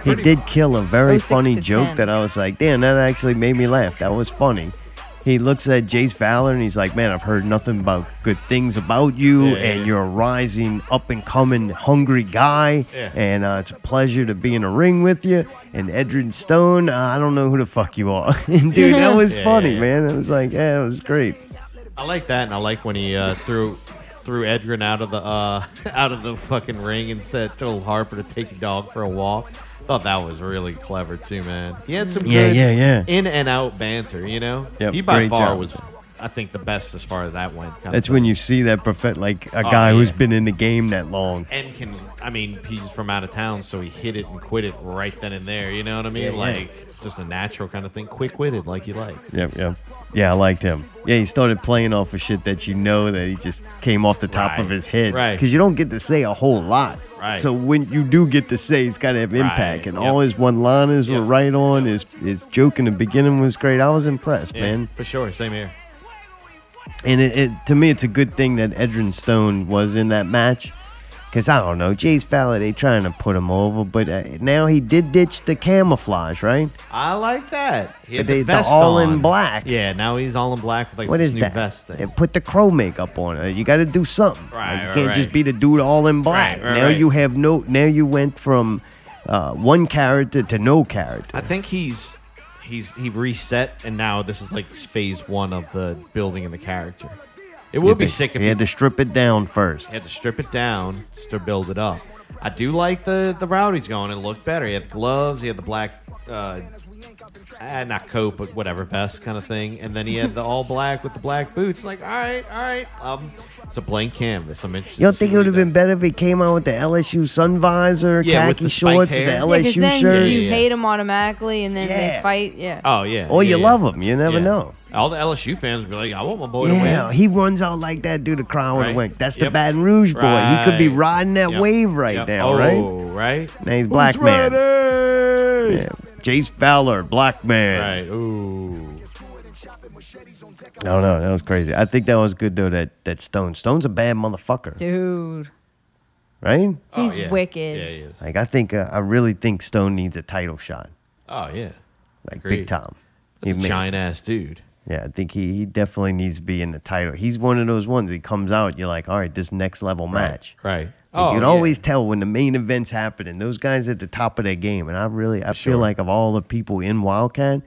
S1: He did kill a very
S2: 06
S1: funny
S2: to
S1: joke
S2: 10.
S1: that I was like, damn, that actually made me laugh. That was funny. He looks at Jace Fowler and he's like, man, I've heard nothing about good things about you,
S12: Yeah.
S1: and you're a rising, up and coming, hungry guy,
S12: Yeah.
S1: and uh, it's a pleasure to be in a ring with you. And Edrin Stone, uh, I don't know who the fuck you are. And dude, that was
S3: Yeah,
S1: funny,
S3: yeah, yeah.
S1: man. It was like, yeah, it was great.
S3: I like that, and I like when he uh, threw threw Edrin out of the uh, out of the fucking ring and said told Harper to take your dog for a walk. Thought that was really clever too, man. He had some
S1: Yeah,
S3: good
S1: yeah, yeah.
S3: in and out banter, you know.
S1: Yep,
S3: he by
S1: great
S3: far
S1: job.
S3: was I think the best as far as that went. Kinda
S1: That's
S3: thing.
S1: when you see that perfect, like a
S3: Oh,
S1: guy who's
S3: yeah.
S1: been in the game that long.
S3: and can I mean he's from out of town, so he hit it and quit it right then and there. You know what I mean?
S1: Yeah, yeah.
S3: like it's just a natural kind of thing, quick witted, like you like.
S1: Yep, yep. Yeah, I liked him. Yeah, he started playing off of shit that you know that he just came off the top of
S3: Right,
S1: his head.
S3: right.
S1: Because you don't get to say a whole lot.
S3: Right.
S1: So when you do get to say, it's got to have impact.
S3: Right,
S1: And
S3: yep.
S1: all his one liners were right on. His, his joke in the beginning was great. I was impressed,
S3: Yeah,
S1: man.
S3: for sure. Same here.
S1: And it, it to me, it's a good thing that Edrin Stone was in that match. Because I don't know, Jay's Faraday trying to put him over, but uh, now he did ditch the camouflage, right?
S3: I like that. He had
S1: They-
S3: the
S1: the
S3: vest
S1: all in
S3: on.
S1: black.
S3: Yeah, now he's all in black with like
S1: what
S3: this
S1: is
S3: new
S1: that?
S3: vest thing.
S1: They put the crow makeup on it. You got to do something.
S3: Right,
S1: Like, you
S3: right,
S1: can't just
S3: right.
S1: be the dude all in black.
S3: Right, right,
S1: now
S3: right.
S1: you have no. Now you went from uh, one character to no character.
S3: I think he's he's he reset, and now this is like phase one of the building and the character. It
S1: You
S3: would be
S1: think
S3: sick if
S1: he
S3: he
S1: had to strip it down first.
S3: had to strip it down to build it up. I do like the the rowdy's going. It looked better. He had gloves. He had the black, uh, eh, not coat, but whatever vest kind of thing. And then he had the all black with the black boots. Like, all right, all right. Um, it's a blank canvas. I'm interested.
S1: You don't
S3: to see
S1: think it
S3: what
S1: would
S3: he
S1: have been better if he came out with the LSU sun visor,
S3: Yeah, with
S1: khaki
S3: the spiked
S1: shorts, the
S3: hair. Yeah,
S1: LSU
S2: Because then
S1: shirt?
S2: you hate them automatically, and then
S1: Yeah.
S2: they fight. Yeah.
S3: does. Oh yeah.
S1: Or
S3: yeah,
S1: you
S3: yeah.
S1: love him. You never
S3: Yeah.
S1: know.
S3: All the LSU fans be like, I want my boy to
S1: Yeah,
S3: win.
S1: he runs out like that, dude. The crowd would
S3: Right.
S1: have went. That's the
S3: Yep.
S1: Baton Rouge boy. He could be
S3: Right.
S1: riding that
S3: Yep.
S1: wave right
S3: Yep.
S1: now,
S3: oh,
S1: right?
S3: Right.
S1: Now he's black
S3: Who's
S1: man.
S3: ready?
S1: Yeah. Jace Fowler, black man.
S3: Right. Ooh.
S1: I don't know. That was crazy. I think that was good though. That that Stone. Stone's a bad motherfucker,
S2: Dude,
S1: right?
S2: he's wicked.
S3: Oh, Yeah, he is.
S1: Like I think uh, I really think Stone needs a title shot,
S3: Oh yeah.
S1: like
S3: Agreed.
S1: big time.
S3: That's
S1: He
S3: a
S1: may-
S3: giant ass dude.
S1: Yeah, I think he, he definitely needs to be in the title. He's one of those ones. He comes out, you're like, all right, this next level match.
S3: Right.
S1: Like,
S3: Oh,
S1: you can
S3: yeah.
S1: always tell when the main event's happening. Those guys at the top of their game, and I really, I
S3: sure.
S1: feel like of all the people in Wildcat,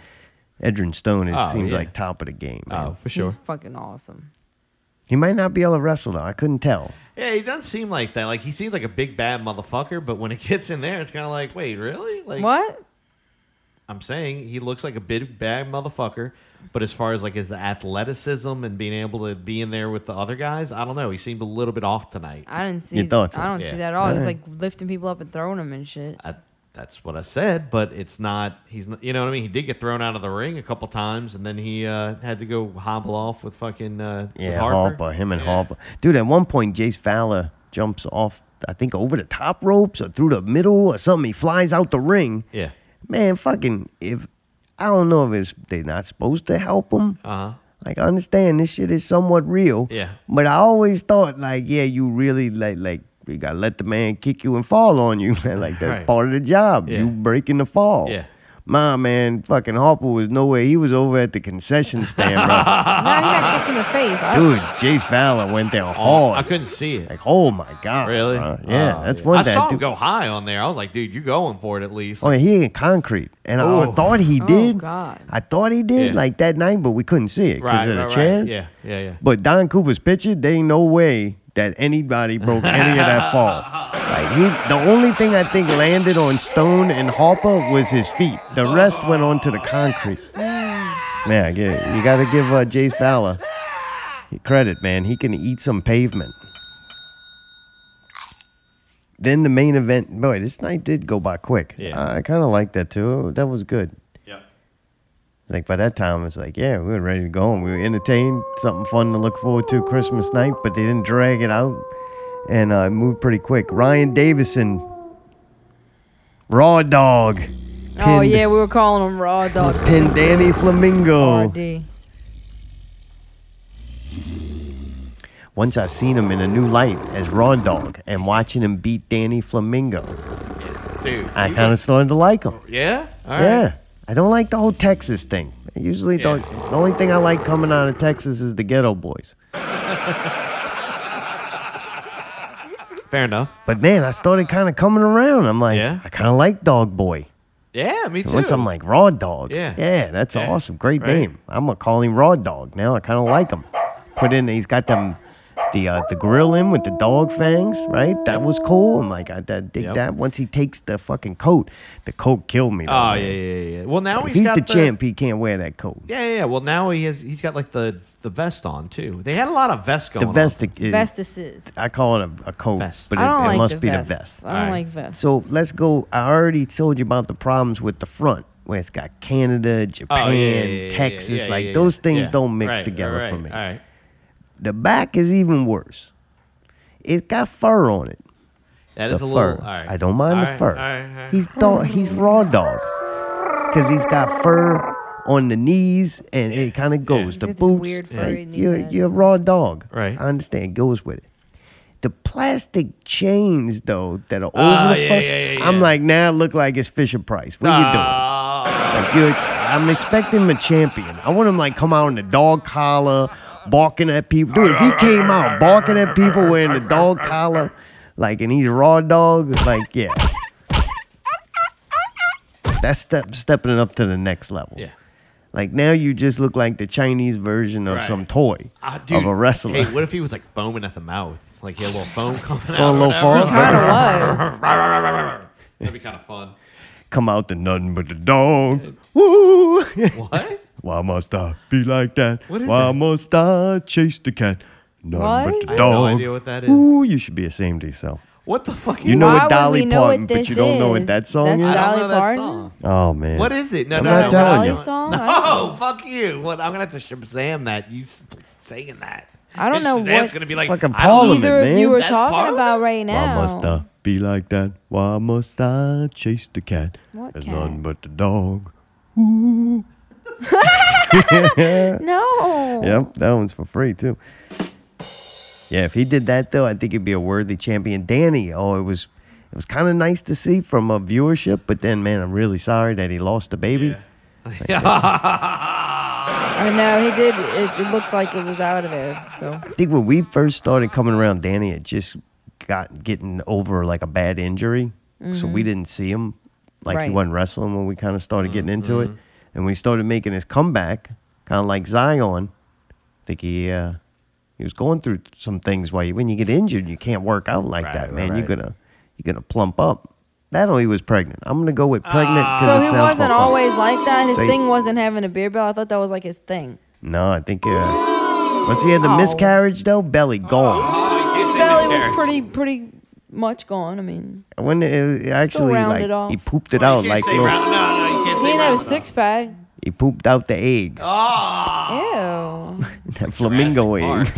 S1: Edrin Stone is,
S3: Oh,
S1: seems
S3: yeah.
S1: like top of the game. man.
S3: Oh, for
S2: He's
S3: sure.
S2: fucking awesome.
S1: He might not be able to wrestle though. I couldn't tell.
S3: Yeah, he doesn't seem like that. Like he seems like a big bad motherfucker, but when it gets in there, it's kind of like, wait, really? Like
S2: What?
S3: I'm saying, he looks like a big bad motherfucker. But as far as like his athleticism and being able to be in there with the other guys, I don't know. He seemed a little bit off tonight.
S2: I didn't see.
S1: Your thoughts on-
S2: I don't
S3: yeah.
S2: see that at all. He was like
S1: Alright.
S2: lifting people up and throwing them and shit.
S3: I, that's what I said, but it's not. He's not, you know what I mean. He did get thrown out of the ring a couple times, and then he uh, had to go hobble off with fucking uh, with
S1: Yeah,
S3: Harper.
S1: Harper, him and Harper. Dude, at one point, Jace Fowler jumps off, I think, over the top ropes or through the middle or something. He flies out the ring.
S3: Yeah.
S1: Man, fucking, if I don't know if it's they're not supposed to help him.
S3: Uh huh.
S1: Like, I understand this shit is somewhat real.
S3: Yeah.
S1: But I always thought, like, yeah, you really, like, like, you gotta let the man kick you and fall on you. man. like, that's
S3: Right.
S1: part of the job.
S3: Yeah.
S1: You breaking the fall.
S3: Yeah.
S1: My man, fucking Harper was nowhere. He was over at the concession stand, bro.
S2: Now he got kicked in the face. I-
S1: Dude, Jace Fowler went down
S3: Oh,
S1: hard.
S3: I couldn't see it.
S1: like, oh my god!
S3: Really?
S1: bro. Uh, Yeah,
S3: Oh,
S1: that's one
S3: I
S1: that.
S3: saw him
S1: dude-
S3: go high on there. I was like, dude, you going for it at least.
S1: Oh, yeah, he in concrete, and I
S3: Oh.
S1: thought he
S2: Oh,
S1: did.
S2: God.
S1: I thought he did
S3: Yeah.
S1: like that night, but we couldn't see it because
S3: right,
S1: of the
S3: right, right.
S1: chairs.
S3: Yeah, yeah, yeah.
S1: But Don Cooper's picture, there ain't no way that anybody broke any of that fall. Like he, the only thing I think landed on Stone and Harper was his feet. The rest went onto the concrete. Man, I get it. you got to give uh, Jace Fowler credit, man. He can eat some pavement. Then the main event, boy, this night did go by quick.
S3: Yeah.
S1: I, kind of like that too. That was good. It's Like by that time, it's like, yeah, we were ready to go and we were entertained. Something fun to look forward to Christmas night, but they didn't drag it out and uh, it moved pretty quick. Ryan Davison, Raw Dog,
S2: oh
S1: pinned-
S2: yeah, we were calling him Raw Dog.
S1: pinned Danny Flamingo.
S2: RD.
S1: Once I seen him in a new light as Raw Dog and watching him beat Danny Flamingo,
S3: Dude.
S1: I
S3: you-
S1: kind of started to like him.
S3: Yeah? All right.
S1: Yeah. I don't like the whole Texas thing. I usually
S3: Yeah.
S1: the, the only thing I like coming out of Texas is the ghetto boys.
S3: Fair enough.
S1: But man, I started kind of coming around. I'm like,
S3: Yeah?
S1: I kind of like Dog Boy.
S3: Yeah, me too.
S1: And Once I'm like, Raw Dog.
S3: Yeah.
S1: Yeah, that's
S3: Yeah.
S1: awesome. Great
S3: Right.
S1: name. I'm going to call him Raw Dog. Now I kind of like him. Put in, he's got them the uh, the grill in with the dog fangs, right? That was cool. I'm like, I, I dig
S3: Yep.
S1: that. Once he takes the fucking coat, the coat killed me. though,
S3: Oh
S1: man.
S3: yeah, yeah, yeah. yeah. Well, now
S1: If Um,
S3: he's
S1: he's
S3: got
S1: the, champ. He can't wear that coat.
S3: Yeah, yeah, yeah. Well, now he has. He's got like the the vest on too. They had a lot of vests going.
S1: The vest,
S3: on.
S1: is-
S2: Vestices.
S1: I call it a, a coat, but it,
S2: I don't
S1: it
S2: like
S1: must
S2: the
S1: be
S2: vests.
S1: the vest.
S2: I don't like vests.
S1: So let's go. I already told you about the problems with the front, where it's got Canada, Japan,
S3: Oh, yeah, yeah, yeah,
S1: Texas.
S3: yeah, yeah,
S1: like
S3: yeah,
S1: those things
S3: yeah.
S1: don't mix
S3: Right,
S1: together
S3: right,
S1: for me.
S3: All right.
S1: The back is even worse. It's got fur on it.
S3: That
S1: the
S3: is
S1: fur.
S3: a little- all right.
S1: I don't mind
S3: All
S1: the
S3: right,
S1: fur.
S3: all right, all right.
S1: He's dog. He's raw dog, because he's got fur on the knees, and it kind of goes. The
S2: It's
S1: boots.
S2: weird
S1: like,
S2: furry knee
S1: you're
S2: pads.
S1: you're a raw dog.
S3: Right.
S1: I understand. It goes with it. The plastic chains though that are over
S3: Ah,
S1: the
S3: yeah,
S1: front,
S3: yeah, yeah,
S1: I'm like now it look like it's Fisher Price. What you doing? Like you're, I'm expecting him a champion. I want him like come out in the dog collar, barking at people. Dude, if he came out barking at people wearing the dog collar, like and he's a raw dog, like yeah, that's step stepping it up to the next level.
S3: Yeah.
S1: Like now you just look like the Chinese version of
S3: Right.
S1: some toy
S3: Ah, dude,
S1: of a wrestler.
S3: Hey, what if he was like foaming at the mouth? Like he had a little foam coming
S1: Going
S3: out.
S1: a little foam? He kinda
S3: was. That'd be kind of fun.
S1: Come out to nothing but the dog. Woo!
S3: What?
S1: Why must I be like that?
S3: What is
S1: Why
S3: that?
S1: must I chase the cat? Nothing
S2: What
S1: but
S2: is
S1: the
S2: that?
S1: dog.
S3: I have no idea what that is.
S1: Ooh, you should be ashamed of yourself.
S3: What the fuck?
S1: You know
S2: Why
S1: what
S2: would
S1: Dolly
S2: we know what
S1: Parton, but
S2: this
S1: you don't know what
S2: is?
S1: that song
S2: That's
S1: is.
S3: I
S2: Dolly
S3: don't know that
S2: Parton?
S3: song.
S1: Oh man,
S3: What is it? No,
S1: I'm
S3: no,
S1: not
S3: no,
S1: telling
S2: Dolly
S1: you.
S2: song? I don't
S3: No, fuck you. What? I'm gonna have to Shazam that. You s- saying that?
S2: I don't
S3: And
S2: know
S3: Shazam's
S2: what-
S3: gonna be like.
S1: Fucking
S3: I don't-
S1: Parliament,
S2: Either of
S1: man.
S2: you are
S3: That's
S2: talking
S3: Parliament?
S2: about right
S1: Why
S2: now.
S1: must I be like that? Why must I chase the cat?
S2: What
S1: There's
S2: cat?
S1: nothing but the dog.
S2: No.
S1: Yep, that one's for free too. Yeah, if he did that though, I think he'd be a worthy champion. Danny, oh, it was it was kind of nice to see from a viewership, but then man, I'm really sorry that he lost the baby.
S2: I know he did. It, it looked like it was out of there. So
S1: I think when we first started coming around, Danny had just got getting over like a bad injury, so we
S2: Mhm.
S1: didn't see him like he
S2: Right.
S1: wasn't wrestling when we kind of started getting into it, and when he started making his comeback, kind of like Zion. I think he uh, he was going through some things where you, when you get injured, you can't work out like that, man. You're gonna you're gonna plump up. That or he was pregnant. I'm gonna go with pregnant. 'cause
S2: Ah. so
S1: it
S2: he
S1: sounds more
S2: wasn't
S1: fun.
S2: always like that. His
S1: So he-
S2: thing wasn't having a beer bell. I thought that was like his thing.
S1: No, I think uh, once he had the
S2: Oh.
S1: miscarriage though, belly gone.
S2: His belly was pretty pretty much gone. I mean,
S1: When it, it actually
S2: round
S1: like
S2: it off.
S1: he pooped it out like
S3: say
S1: little-
S3: round- no, no, you
S2: he
S3: can't say
S2: didn't
S3: round
S2: have a
S3: it
S2: six pack.
S1: he pooped out the egg,
S2: Ew.
S1: that flamingo egg.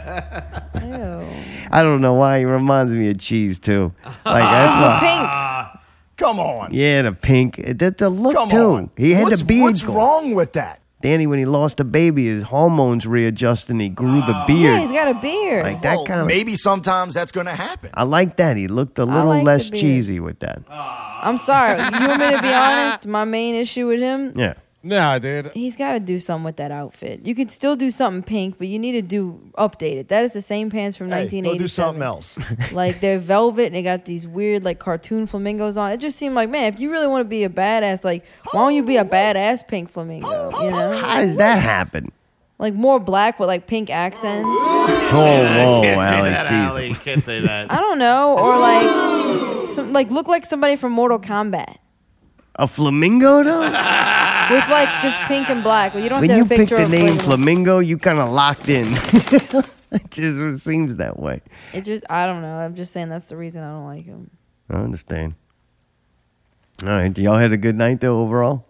S2: Ew.
S1: I don't know why he reminds me of cheese too. Like that's
S2: It's
S1: why.
S2: pink.
S15: Come on.
S1: Yeah, the pink. The, the look
S15: Come
S1: too.
S15: on.
S1: He had
S15: what's,
S1: the beard.
S15: What's
S1: going.
S15: wrong with that?
S1: Danny, when he lost the baby, his hormones readjusted and he grew the beard.
S2: Yeah, he's got a beard.
S1: Like that
S15: Well,
S1: kind of.
S15: Maybe sometimes that's going to happen.
S1: I like that. He looked a little
S2: like the
S1: less
S2: beard.
S1: cheesy with that.
S2: I'm sorry. You want me to be honest? My main issue with him,
S1: Yeah.
S10: Nah, dude.
S2: he's got to do something with that outfit. You could still do something pink, but you need to do update it. That is the same pants from
S15: Hey,
S2: 1980.
S15: go do something else.
S2: like they're velvet and they got these weird like cartoon flamingos on. It just seemed like, man, if you really want to be a badass, like why don't you be a badass pink flamingo? You know,
S1: How does that happen?
S2: like more black with like pink accents.
S1: Oh, whoa,
S3: can't say
S1: Allie,
S3: that,
S1: Oh, Jesus.
S3: Allie. You can't say that.
S2: I don't know, or like some like look like somebody from Mortal Kombat
S1: A flamingo though.
S2: with like just pink and black. Well, you don't
S1: when
S2: have
S1: you
S2: to have a
S1: pick
S2: picture
S1: the
S2: of
S1: name
S2: flamingo.
S1: flamingo, you kind of locked in. it just seems that way.
S2: It just I don't know. I'm just saying that's the reason I don't like him.
S1: I understand. All right, y'all had a good night though overall.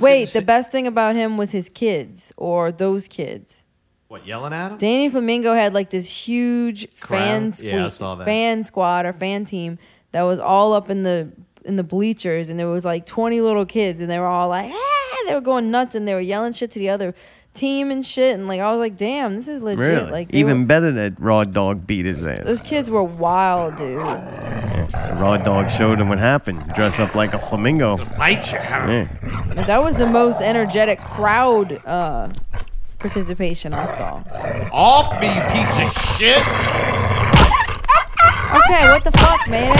S2: Wait, the best thing about him was his kids or those kids.
S3: What yelling at him?
S2: Danny Flamingo had like this huge fan
S3: Crowd?
S2: squad,
S3: Yeah, I saw that.
S2: fan squad or fan team that was all up in the in the bleachers, and there was like 20 little kids, and they were all like, ah, they were going nuts, and they were yelling shit to the other team and shit, and like I was like, damn, this is legit.
S1: Really,
S2: Like they
S1: even
S2: were-
S1: better that raw dog beat his ass.
S2: those kids were wild, dude.
S1: The raw dog showed him what happened. Dress up like a flamingo.
S3: Bite you.
S1: Yeah.
S2: But that was the most energetic crowd uh, participation I saw.
S3: Off me, you piece of shit.
S2: Okay, what the fuck, man?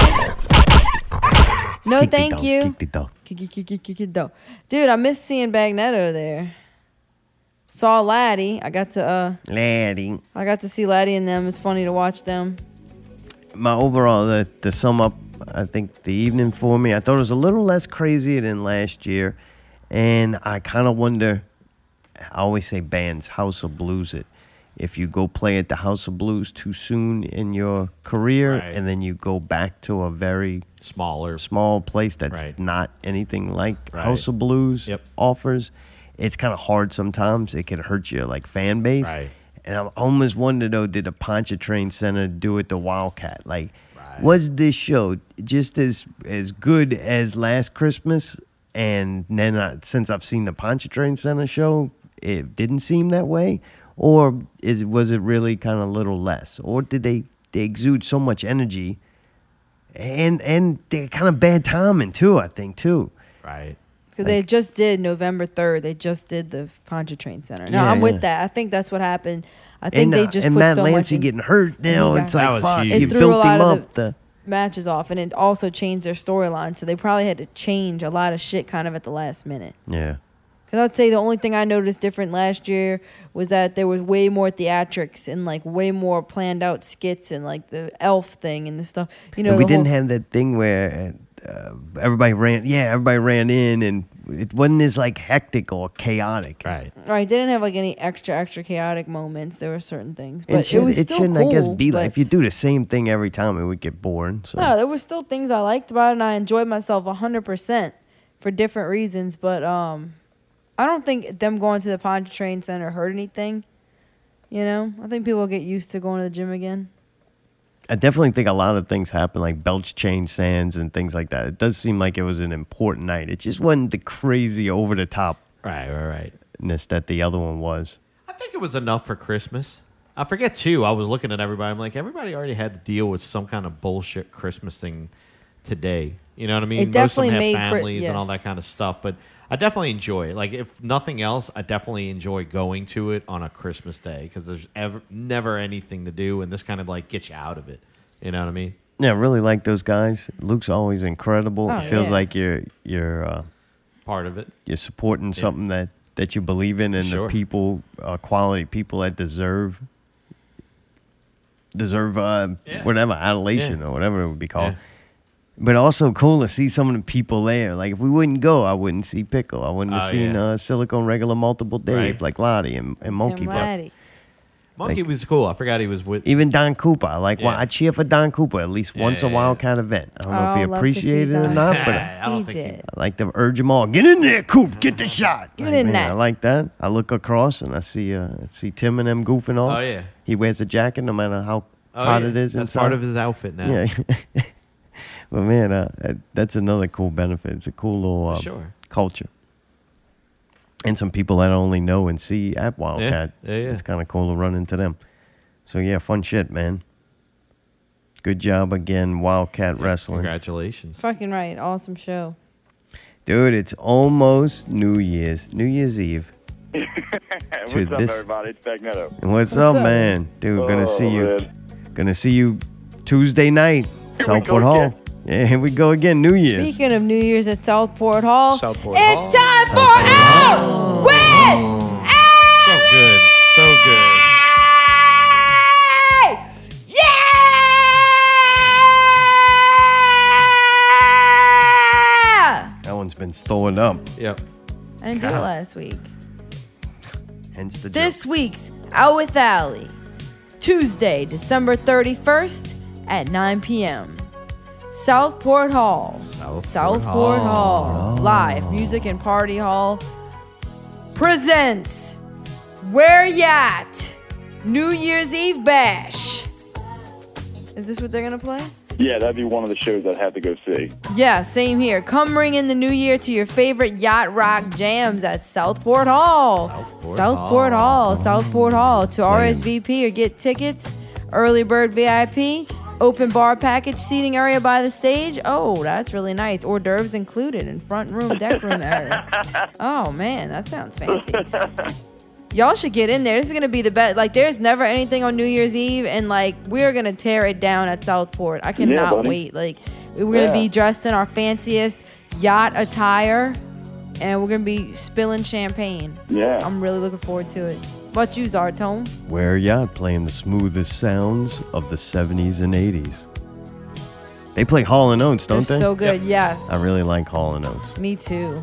S2: No,
S1: Kick the
S2: thank
S1: dog,
S2: you.
S1: kick the dog.
S2: Kick, kick, kick, kick, kick, kick, dog. Dude, I miss seeing Bagnetto there. Saw Laddie. I got to uh
S1: Laddie.
S2: I got to see Laddie and them. It's funny to watch them.
S1: my overall the, the sum up i think the evening for me i thought it was a little less crazy than last year and i kind of wonder i always say bands house of blues it if you go play at the house of blues too soon in your career and then you go back to a very
S3: smaller
S1: small place that's
S3: Right.
S1: not anything like
S3: Right.
S1: house of blues offers it's kind of hard sometimes it can hurt your like fan base
S3: Right.
S1: and I almost wonder though, did the Pontchartrain Center do it the Wildcat? Like, was this show just as as good as last Christmas? And then I, since I've seen the Pontchartrain Center show, it didn't seem that way. Or is was it really kind of little less? Or did they they exude so much energy? And and they kind of bad timing too. I think too.
S3: Right.
S2: Because they just did November third. They just did the Pontchartrain Center. No,
S1: Yeah,
S2: I'm
S1: yeah.
S2: with that. I think that's what happened. I think
S1: and,
S2: they
S1: uh,
S2: just
S1: and
S2: put
S1: Matt
S2: so
S1: Lancy
S2: much in-
S1: getting hurt now.
S2: Yeah.
S1: It's like fuck,
S2: It
S1: you
S2: threw a
S1: built
S2: lot
S1: him
S2: of
S1: up. the
S2: matches off, and it also changed their storyline. So they probably had to change a lot of shit kind of at the last minute.
S1: yeah.
S2: Because I'd say the only thing I noticed different last year was that there was way more theatrics and like way more planned out skits and like the elf thing and the stuff. You know,
S1: And we
S2: the
S1: didn't
S2: whole-
S1: have that thing where uh, everybody ran. Yeah, everybody ran in, and it wasn't as like hectic or chaotic.
S3: Right.
S2: Right, they didn't have like any extra, extra chaotic moments. There were certain things, but
S1: And should,
S2: it was
S1: it
S2: still
S1: shouldn't,
S2: cool,
S1: I guess, be like
S2: but-
S1: if you do the same thing every time, it would get boring. So
S2: No, there were still things I liked about it and I enjoyed myself 100% for different reasons, but um I don't think them going to the Pontchartrain Center hurt anything. You know, I think people will get used to going to the gym again.
S1: I definitely think a lot of things happen, like belch chain sands and things like that. It does seem like it was an important night. It just wasn't the crazy over the top.
S3: Right, right,
S1: right. That the other one was.
S3: I think it was enough for Christmas. I forget too. I was looking at everybody. I'm like, everybody already had to deal with some kind of bullshit Christmas thing today. You know what I mean?
S2: It definitely
S3: Most of them
S2: made
S3: have
S2: Chri-
S3: families and
S2: yeah.
S3: all that kind of stuff. But I definitely enjoy it. Like, if nothing else, I definitely enjoy going to it on a Christmas day because there's ever, never anything to do, and this kind of like gets you out of it. You know what I mean?
S1: Yeah, I really like those guys. Luke's always incredible.
S3: Oh,
S1: it feels
S3: yeah.
S1: like you're you're uh,
S3: Part of it.
S1: you're supporting something that that you believe in and
S3: Sure.
S1: the people uh, quality people that deserve deserve uh, whatever adulation
S3: Yeah.
S1: or whatever it would be called but also cool to see some of the people there like if we wouldn't go i wouldn't see pickle i wouldn't have
S3: Oh,
S1: seen
S3: yeah.
S1: uh, silicone regular multiple dave
S3: Right.
S1: like lottie and, and monkey Butt.
S3: Monkey was cool. I forgot he was with.
S1: even don cooper I like well,
S3: Yeah.
S1: i cheer for don cooper at least once a
S3: yeah,
S1: wildcat event i don't know
S3: Oh,
S1: if
S3: I'd
S1: he
S3: love to see
S1: appreciated it or
S3: Don
S1: not
S3: Cooper.
S1: but
S3: I don't think he
S2: did.
S1: I like to urge them all. Get in there, Coop. Get the shot.
S2: Mm-hmm. Get
S1: Like,
S2: in
S1: man,
S2: there.
S1: I like that. I look across and I see uh, I see Tim and them goofing off.
S3: Oh, yeah.
S1: He wears a jacket no matter how
S3: Oh,
S1: hot
S3: yeah.
S1: it is.
S3: That's
S1: inside.
S3: part of his outfit now.
S1: Yeah. but man, uh, that- that's another cool benefit. It's a cool little uh,
S3: Sure.
S1: culture. And some people that I only know and see at Wildcat.
S3: Yeah, yeah.
S1: It's kind of cool to run into them. So yeah, fun shit, man. Good job again, Wildcat Wrestling.
S3: Congratulations.
S2: Fucking right, awesome show.
S1: Dude, it's almost New Year's, New Year's Eve.
S16: What's
S1: To
S16: up,
S1: this-
S16: everybody? It's Oh, Bagnetto.
S1: And what's, up, man? Dude, gonna see you. Gonna see you Tuesday night, Southport Hall. Yeah, here we go again, New Year's.
S2: Speaking of New Year's at Southport Hall,
S1: Southport
S2: it's
S1: Hall.
S2: time for Out With
S3: So good. So good.
S2: Yeah!
S1: That one's been stolen up.
S3: Yep.
S2: I didn't do it
S1: God.
S2: last week.
S1: Hence the joke.
S2: This week's Out with Ally, Tuesday, December 31st at 9 p.m. Southport Hall. Southport, Hall. Live Music and Party Hall presents Where Yat New Year's Eve Bash. Is this what they're going to play?
S16: Yeah, that'd be one of the shows I'd have to go see.
S2: Yeah, same here. Come ring in the new year to your favorite yacht rock jams at Southport Hall. Southport, Hall. Southport Hall. To RSVP or get tickets, early bird VIP, open bar package seating area by the stage. Oh, that's really nice. Hors d'oeuvres included in front room, deck room area. Oh man, that sounds fancy. Y'all should get in there. This is gonna be the best. Like, there's never anything on New Year's Eve, and like, we're gonna tear it down at Southport. I cannot
S16: buddy.
S2: wait. Like, we're gonna
S16: Yeah.
S2: be dressed in our fanciest yacht attire, and we're gonna be spilling champagne.
S1: Yeah.
S2: I'm really looking forward to it. What you, Zartone?
S1: Where Yacht playing the smoothest sounds of the 70s and 80s. They play Hall and Oates, don't
S2: They're
S1: they?
S2: so good, Yep. yes.
S1: I really like Hall and Oates.
S2: Me too.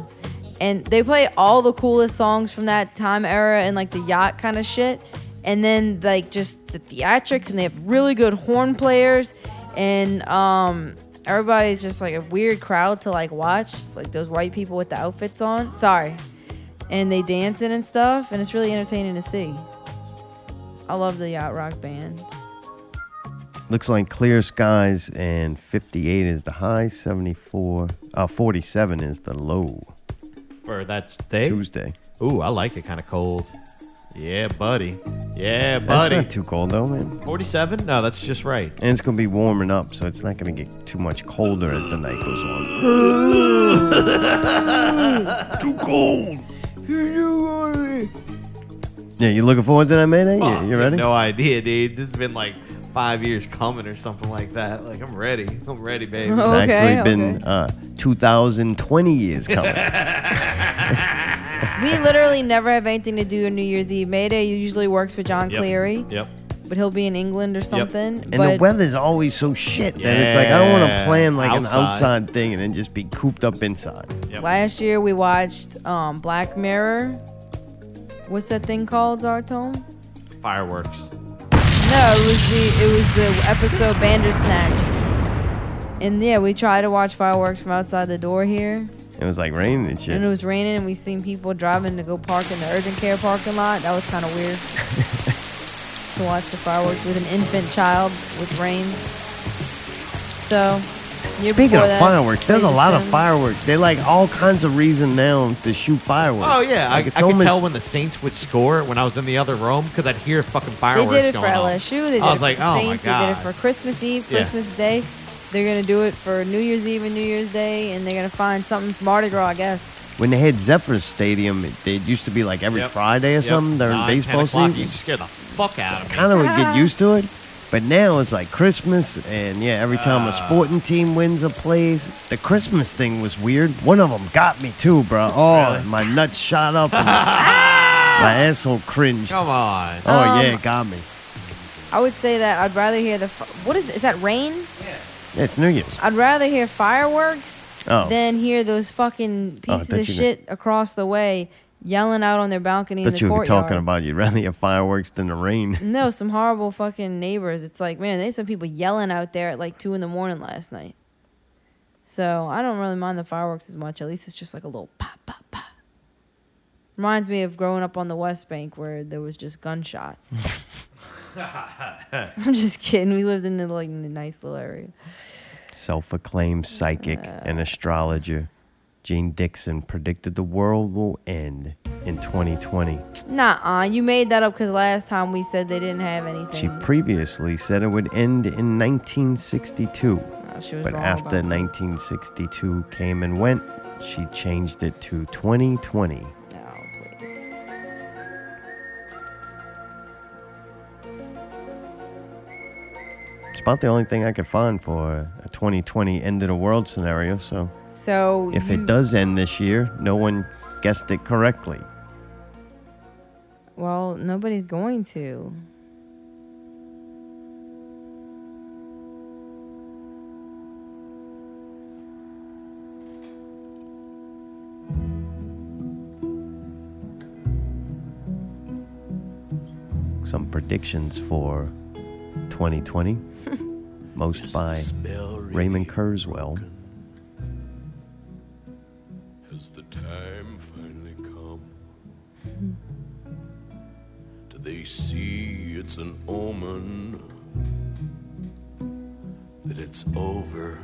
S2: And they play all the coolest songs from that time era and like the yacht kind of shit. And then like just the theatrics and they have really good horn players and um everybody's just like a weird crowd to like watch, like those white people with the outfits on. Sorry. And they dancing and stuff and it's really entertaining to see. I love the yacht rock band.
S1: Looks like clear skies and 58 is the high, 74, uh, 47 is the low.
S3: For that day?
S1: Tuesday.
S3: Ooh, I like it kind of cold. Yeah, buddy. Yeah,
S1: That's
S3: buddy.
S1: not too cold though, man.
S3: 47? No, that's just right.
S1: And it's going to be warming up, so it's not going to get too much colder as the night goes on.
S12: Too
S1: cold. Yeah, you looking forward to that, Mayday?
S3: Fuck,
S1: Yeah, you
S3: I have
S1: ready?
S3: Oh, No idea, dude. It's been like five years coming or something like that. Like, I'm ready. I'm ready, baby.
S2: Oh,
S1: It's actually been uh, 2020 years coming.
S2: We literally never have anything to do on New Year's Eve. Mayday usually works for John
S1: Yep.
S2: Cleary.
S3: Yep.
S2: But he'll be in England or something.
S1: And
S2: but
S1: the weather's always so shit that it's like I don't want to
S3: Yeah.
S1: plan like an
S3: Outside.
S1: outside thing and then just be cooped up inside.
S2: Last year we watched um, Black Mirror. What's that thing called, Zartone?
S3: Fireworks.
S2: No, it was the it was the episode Bandersnatch. And yeah, we tried to watch fireworks from outside the door here,
S1: It was like raining and shit.
S2: and it was raining, and we seen people driving to go park in the urgent care parking lot. That was kind of weird to watch the fireworks with an infant child with rain. So,
S1: Speaking
S2: year before
S1: of
S2: that,
S1: fireworks, there's a
S2: Lady
S1: lot of
S2: Sim-
S1: fireworks. They like all kinds of reason now to shoot fireworks.
S3: Oh yeah,
S1: Like,
S3: I, I
S1: it's
S3: could
S1: almost-
S3: tell when the Saints would score when I was in the other room because I'd hear fucking fireworks
S2: They did it for
S3: going off.
S2: LSU. They did
S3: I
S2: it
S3: was
S2: for
S3: like,
S2: the
S3: oh my
S2: Saints. They
S3: god.
S2: did it for Christmas Eve,
S3: Yeah.
S2: Christmas Day. They're gonna do it for New Year's Eve and New Year's Day, and they're gonna find something for Mardi Gras, I guess.
S1: when they had Zephyr's Stadium, it, it used to be like every Friday or
S3: Yep.
S1: something during
S3: Nine, 10
S1: baseball
S3: o'clock, You
S1: season.
S3: used to scare the fuck out of me.
S1: Kind of would get used to it, but now it's like Christmas, and yeah, every time
S2: Ah.
S1: a sporting team wins or plays, the Christmas thing was weird. One of them got me too, bro. Oh, and my nuts shot up. and My asshole cringed.
S3: Come on.
S1: Oh
S2: Um,
S1: yeah, it got me.
S2: I would say that I'd rather hear the f- what is is that rain?
S1: Yeah, it's New Year's.
S2: I'd rather hear fireworks
S1: Oh.
S2: than hear those fucking
S1: Oh, I
S2: pieces
S1: thought
S2: of
S1: you were-
S2: shit across the way yelling out on their balcony in
S1: Thought
S2: the
S1: you were
S2: courtyard.
S1: talking about you'd rather have fireworks than the rain.
S2: No, some horrible fucking neighbors. It's like, man, there's some people yelling out there at like two in the morning last night. So I don't really mind the fireworks as much. At least it's just like a little pop, pop, pop. Reminds me of growing up on the West Bank where there was just gunshots. I'm just kidding. We lived in the like in a nice little area.
S1: Self-acclaimed psychic
S2: Uh.
S1: and astrologer Gene Dixon predicted the world will end in 2020.
S2: Nah, uh, you made that up because last time we said they didn't have anything.
S1: She previously said it would end in 1962.
S2: Oh, she was
S1: but
S2: wrong
S1: after
S2: about that.
S1: 1962 came and went, she changed it to 2020.
S2: Oh,
S1: It's about the only thing I could find for a 2020 end of the world scenario. So
S2: So
S1: if
S2: you-
S1: it does end this year, no one guessed it correctly.
S2: Well, nobody's going to.
S1: Some predictions for 2020, most by Raymond Kurzweil.
S5: Has the time finally come? Do they see it's an omen that it's over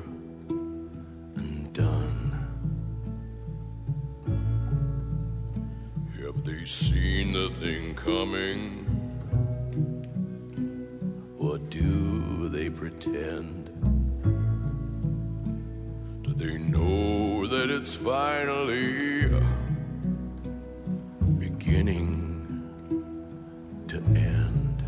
S5: and done? Have they seen the thing coming? Or do they pretend? Do they know that it's finally beginning to end?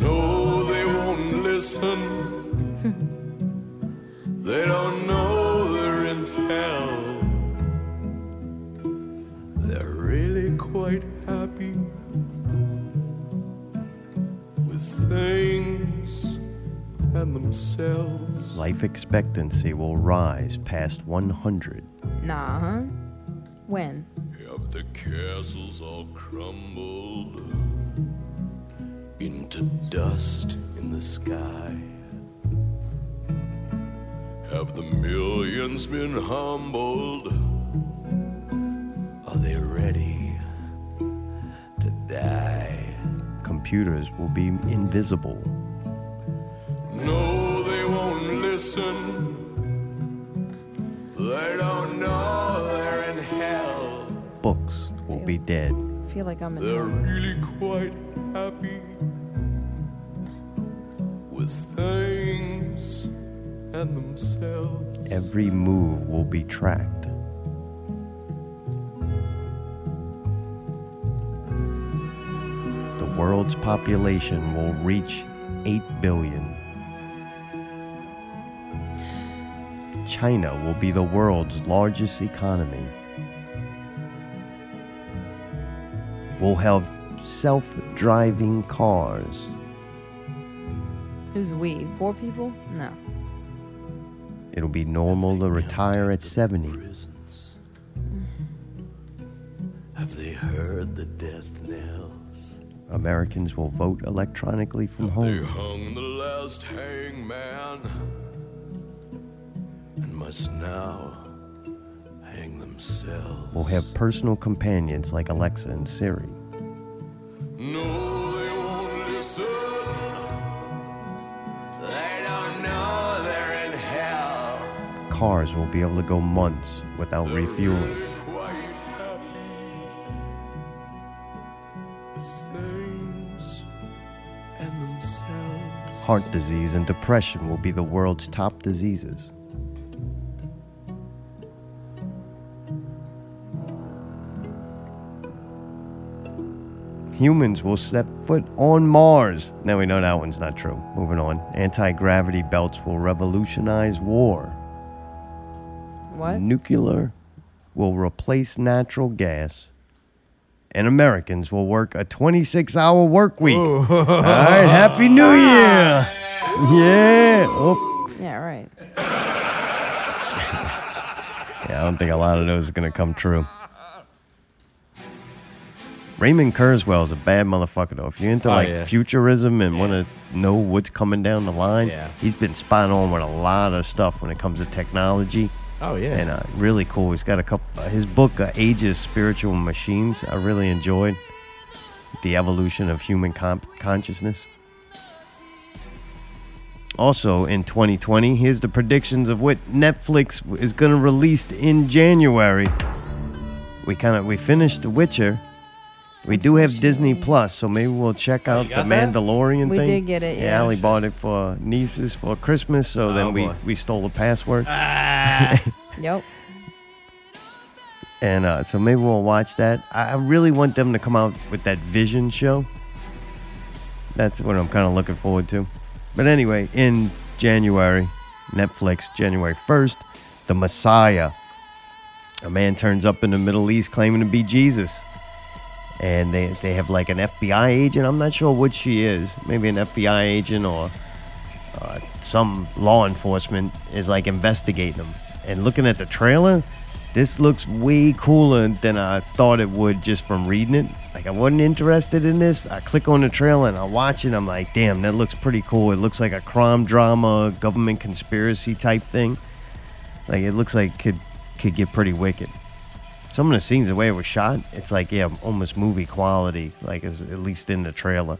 S5: No, they won't listen. They don't know themselves.
S1: Life expectancy will rise past 100.
S2: Nah, huh? When?
S5: Have the castles all crumbled into dust in the sky? Have the millions been humbled? Are they ready to die?
S1: Computers will be invisible.
S5: No, they won't listen. They don't know they're in hell.
S1: Books will be dead.
S2: I feel like I'm in
S5: They're really quite happy with things and themselves.
S1: Every move will be tracked. The world's population will reach 8 billion. China will be the world's largest economy. We'll have self driving cars.
S2: Who's we? Poor people? No.
S1: It'll be normal to retire at 70.
S5: Have they heard the death knells?
S1: Americans will vote electronically from
S5: They
S1: home.
S5: hung the last hangman and must now hang themselves.
S1: We'll have personal companions like Alexa and Siri.
S5: No, they won't listen. They don't know they're in hell.
S1: Cars will be able to go months without refueling.
S5: Quite happy. Things and themselves.
S1: Heart disease and depression will be the world's top diseases. Humans will set foot on Mars. Now we know that one's not true. Moving on. Anti gravity belts will revolutionize war.
S2: What?
S1: Mm. Nuclear will replace natural gas. And Americans will work a 26 hour work week. All right, Happy New Year. Yeah. Oh.
S2: Yeah, right.
S1: Yeah, I don't think a lot of those are going to come true. Raymond Kurzweil is a bad motherfucker, though. If you're into
S3: Oh,
S1: like
S3: yeah.
S1: futurism and want to know what's coming down the line,
S3: Yeah.
S1: he's been spot on with a lot of stuff when it comes to technology.
S3: Oh, yeah.
S1: and uh, really cool. He's got a couple. Uh, his book, uh, Ages Spiritual Machines, I really enjoyed. The evolution of human comp- consciousness. Also in 2020, here's the predictions of what Netflix is going to release in January. We kind of we finished The Witcher. We do have Disney Plus, so maybe we'll check out the
S2: Oh, got that?
S1: Mandalorian
S2: We
S1: thing.
S2: did get it, yeah.
S1: Allie bought it for nieces for Christmas, so then we,
S2: Oh, boy.
S1: we stole the password.
S2: Yep.
S1: And uh, so maybe we'll watch that. I I really want them to come out with that Vision show. That's what I'm kind of looking forward to. But anyway, in January, Netflix, January 1st, The Messiah. A man turns up in the Middle East claiming to be Jesus. And they, they have like an FBI agent. I'm not sure what she is. Maybe an FBI agent or uh, some law enforcement is like investigating them. And looking at the trailer, this looks way cooler than I thought it would just from reading it. Like I wasn't interested in this. I click on the trailer and I watch it. I'm like, damn, that looks pretty cool. It looks like a crime drama, government conspiracy type thing. Like it looks like it could could get pretty wicked. Some of the scenes, the way it was shot, it's like yeah, almost movie quality. Like it's at least in the trailer.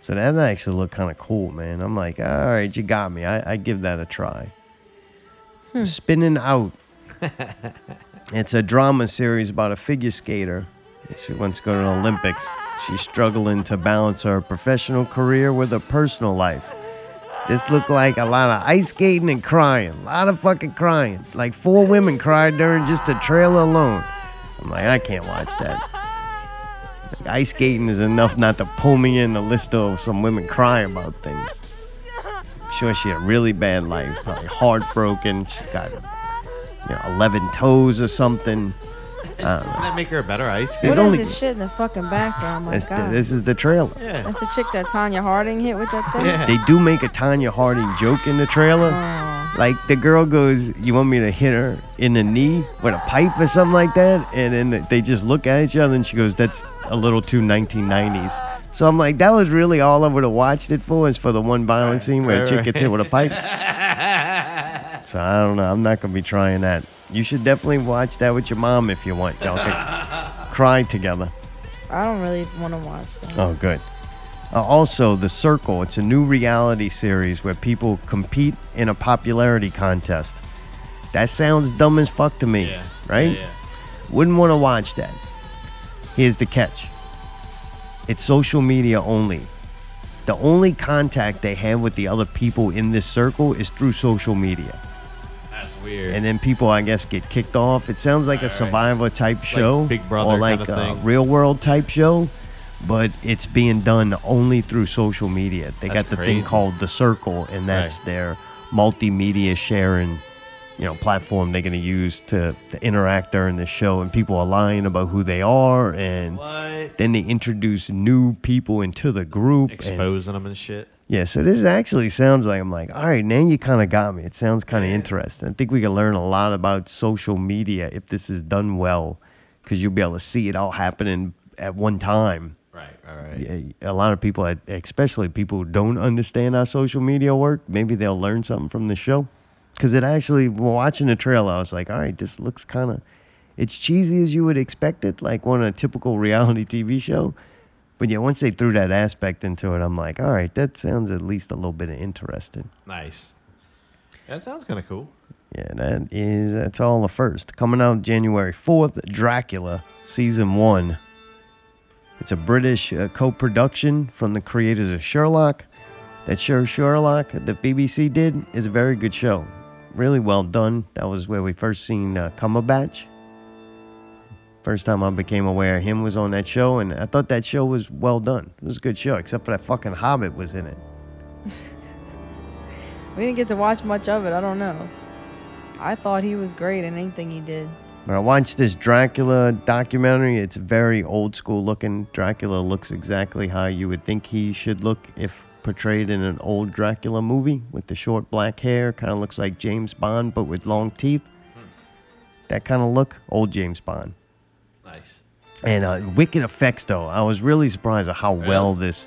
S1: So that actually looked kind of cool, man. I'm like, all right, you got me. I, I give that a try. Spinning out. it's a drama series about a figure skater. She wants to go to the Olympics. She's struggling to balance her professional career with her personal life. This looked like a lot of ice skating and crying. A lot of fucking crying. Like four women cried during just the trailer alone. I'm like, I can't watch that. Like, ice skating is enough not to pull me in the list of some women crying about things. I'm sure she had a really bad life, probably heartbroken. She's got you know, 11 toes or something.
S3: Doesn't that make her a better ice?
S2: What is
S3: It's only-
S2: this shit in the fucking background? My
S1: That's the-
S2: God.
S1: this is the trailer.
S2: That's the chick that Tanya Harding hit with that thing?
S1: They do make a Tanya Harding joke in the trailer. Like the girl goes, "You want me to hit her in the knee with a pipe or something like that?" And then they just look at each other, and she goes, "That's a little too 1990s." So I'm like, that was really all I would have watched it for is for the one violent scene where a
S3: right,
S1: chick gets hit
S3: right.
S1: with a pipe. so I don't know. I'm not gonna be trying that. You should definitely watch that with your mom if you want. Y'all can cry together.
S2: I don't really want to watch that.
S1: Oh, good. Uh, also, The Circle. It's a new reality series where people compete in a popularity contest. That sounds dumb as fuck to me, right?
S12: yeah, yeah.
S1: Wouldn't want to watch that. Here's the catch it's social media only. The only contact they have with the other people in this circle is through social media.
S3: That's weird.
S1: And then people, I guess, get kicked off. It sounds like a survivor type show,
S3: Big Brother
S1: or
S3: kinda
S1: like a
S3: thing.
S1: real world type show, but it's being done only through social media. They
S3: That's
S1: got the
S3: crazy.
S1: thing called the Circle, and that's their multimedia sharing, you know, platform they're going to use to, to interact during the show. And people are lying about who they are, and then they introduce new people into the group, and-
S3: Exposing them and shit.
S1: yeah, so this actually sounds like I'm like, all right, now you kind of got me. It sounds kind of interesting. I think we can learn a lot about social media if this is done well, because you'll be able to see it all happening at one time.
S3: Right, right,
S1: right. A lot of people, especially people who don't understand how social media work, maybe they'll learn something from the show. Because it actually, watching the trailer, I was like, all right, this looks kind of, it's cheesy as you would expect it, like on a typical reality TV show. But yeah, once they threw that aspect into it, I'm like, all right, that sounds at least a little bit interesting.
S3: Nice. That sounds kind of cool.
S1: Yeah, that is that's all the first. Coming out January 4th, Dracula season 1. It's a British uh, co-production from the creators of Sherlock. That show Sherlock that BBC did is a very good show. Really well done. That was where we first seen uh, Cumberbatch. First time I became aware him was on that show, and I thought that show was well done. It was a good show, except for that fucking Hobbit was in it.
S2: We didn't get to watch much of it. I don't know. I thought he was great in anything he did.
S1: But I watched this Dracula documentary. It's very old school looking. Dracula looks exactly how you would think he should look if portrayed in an old Dracula movie with the short black hair. Kind of looks like James Bond, but with long teeth. That kind of look, old James Bond.
S3: Nice.
S1: And uh, wicked effects, though. I was really surprised at how well this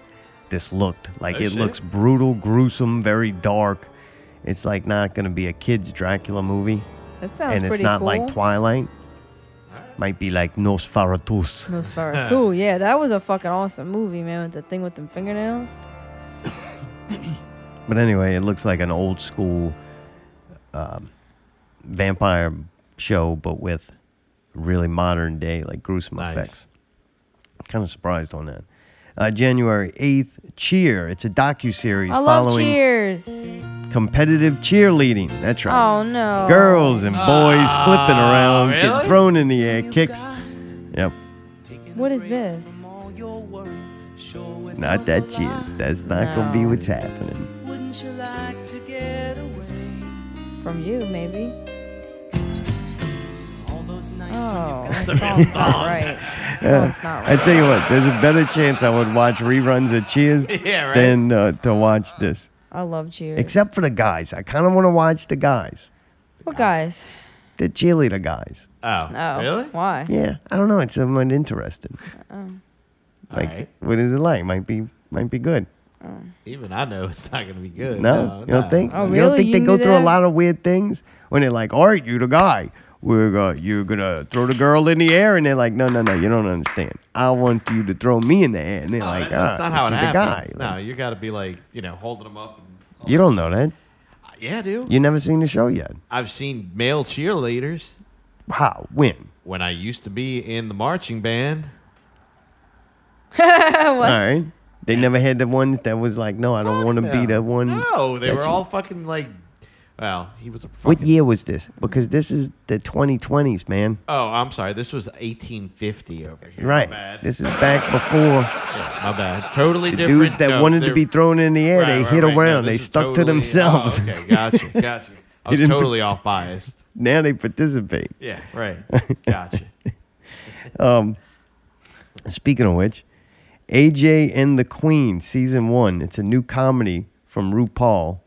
S1: this looked. Like
S3: Oh,
S1: it
S3: shit.
S1: looks brutal, gruesome, very dark. It's like not going to be a kids Dracula movie.
S2: That sounds
S1: And it's
S2: pretty
S1: not like
S2: cool.
S1: Twilight. Might be like Nosferatus.
S2: Nosferatu. yeah, that was a fucking awesome movie, man. With the thing with them fingernails.
S1: But anyway, it looks like an old school um, vampire show, but with really modern day, like gruesome effects. Kind of surprised on that. Uh, January 8th, Cheer. It's a docu series
S2: I love
S1: following
S2: Cheers.
S1: competitive cheerleading. That's right.
S2: Oh no.
S1: Girls and boys flipping around, getting thrown in the air, kicks. Yep,
S2: What is this?
S1: not that cheers. That's not going to be what's happening.
S12: Wouldn't you like to get away?
S2: From you, maybe.
S12: All those nights
S2: Oh,
S12: when you've got
S2: that sounds not right. That
S1: Yeah.
S2: sounds not
S1: I
S2: right.
S1: tell you what, there's a better chance I would watch reruns of Cheers
S2: Yeah, right.
S1: than uh, to watch this.
S2: I love Cheers.
S1: Except for the guys. I kind of want to watch the guys,
S2: what guys?
S1: the cheerleader guys.
S3: Oh,
S2: Oh, Why?
S1: Yeah, I don't know. It's somewhat interesting.
S2: Oh.
S1: Like, what is it like? Might be, might be good.
S3: Even I know it's not going to be good.
S1: No, you don't think?
S3: no.
S1: You don't think they
S2: You
S1: go
S2: knew
S1: through a
S2: that?
S1: lot of weird things when they're like, "All right, you the guy. We're gonna, you're gonna throw the girl in the air," and they're like, "No, no, no, you don't understand. I want you to throw me in the air," and they're like,
S3: That's
S1: "Ah,
S3: not how it
S1: but you the guy.
S3: happens. No, you got to be like, you know, holding them up.
S1: You don't know that.
S3: Yeah, dude.
S1: You never seen the show yet.
S3: I've seen male cheerleaders
S1: How? When?
S3: when I used to be in the marching band.
S1: All right. They never had the ones that was like, no, I don't want to be the one.
S3: No, they
S1: that
S3: were
S1: you-
S3: all fucking like. Well, he was a. Fucking,
S1: What year was this? Because this is the 2020s, man.
S3: Oh, I'm sorry. This was 1850 over here.
S1: Right.
S3: My bad.
S1: This is back before
S3: Yeah, my bad. Totally
S1: the
S3: different.
S1: dudes that
S3: no,
S1: wanted to
S3: they're-
S1: be thrown in the air.
S3: Right,
S1: they
S3: right,
S1: hit
S3: right. No,
S1: around. they
S3: this is
S1: stuck to
S3: totally-
S1: themselves.
S3: Oh, okay, gotcha, gotcha. I
S1: You
S3: was
S1: didn't put-
S3: totally off biased.
S1: now they participate.
S3: Yeah, right. Gotcha.
S1: Um, speaking of which, AJ and the Queen season one. It's a new comedy from RuPaul,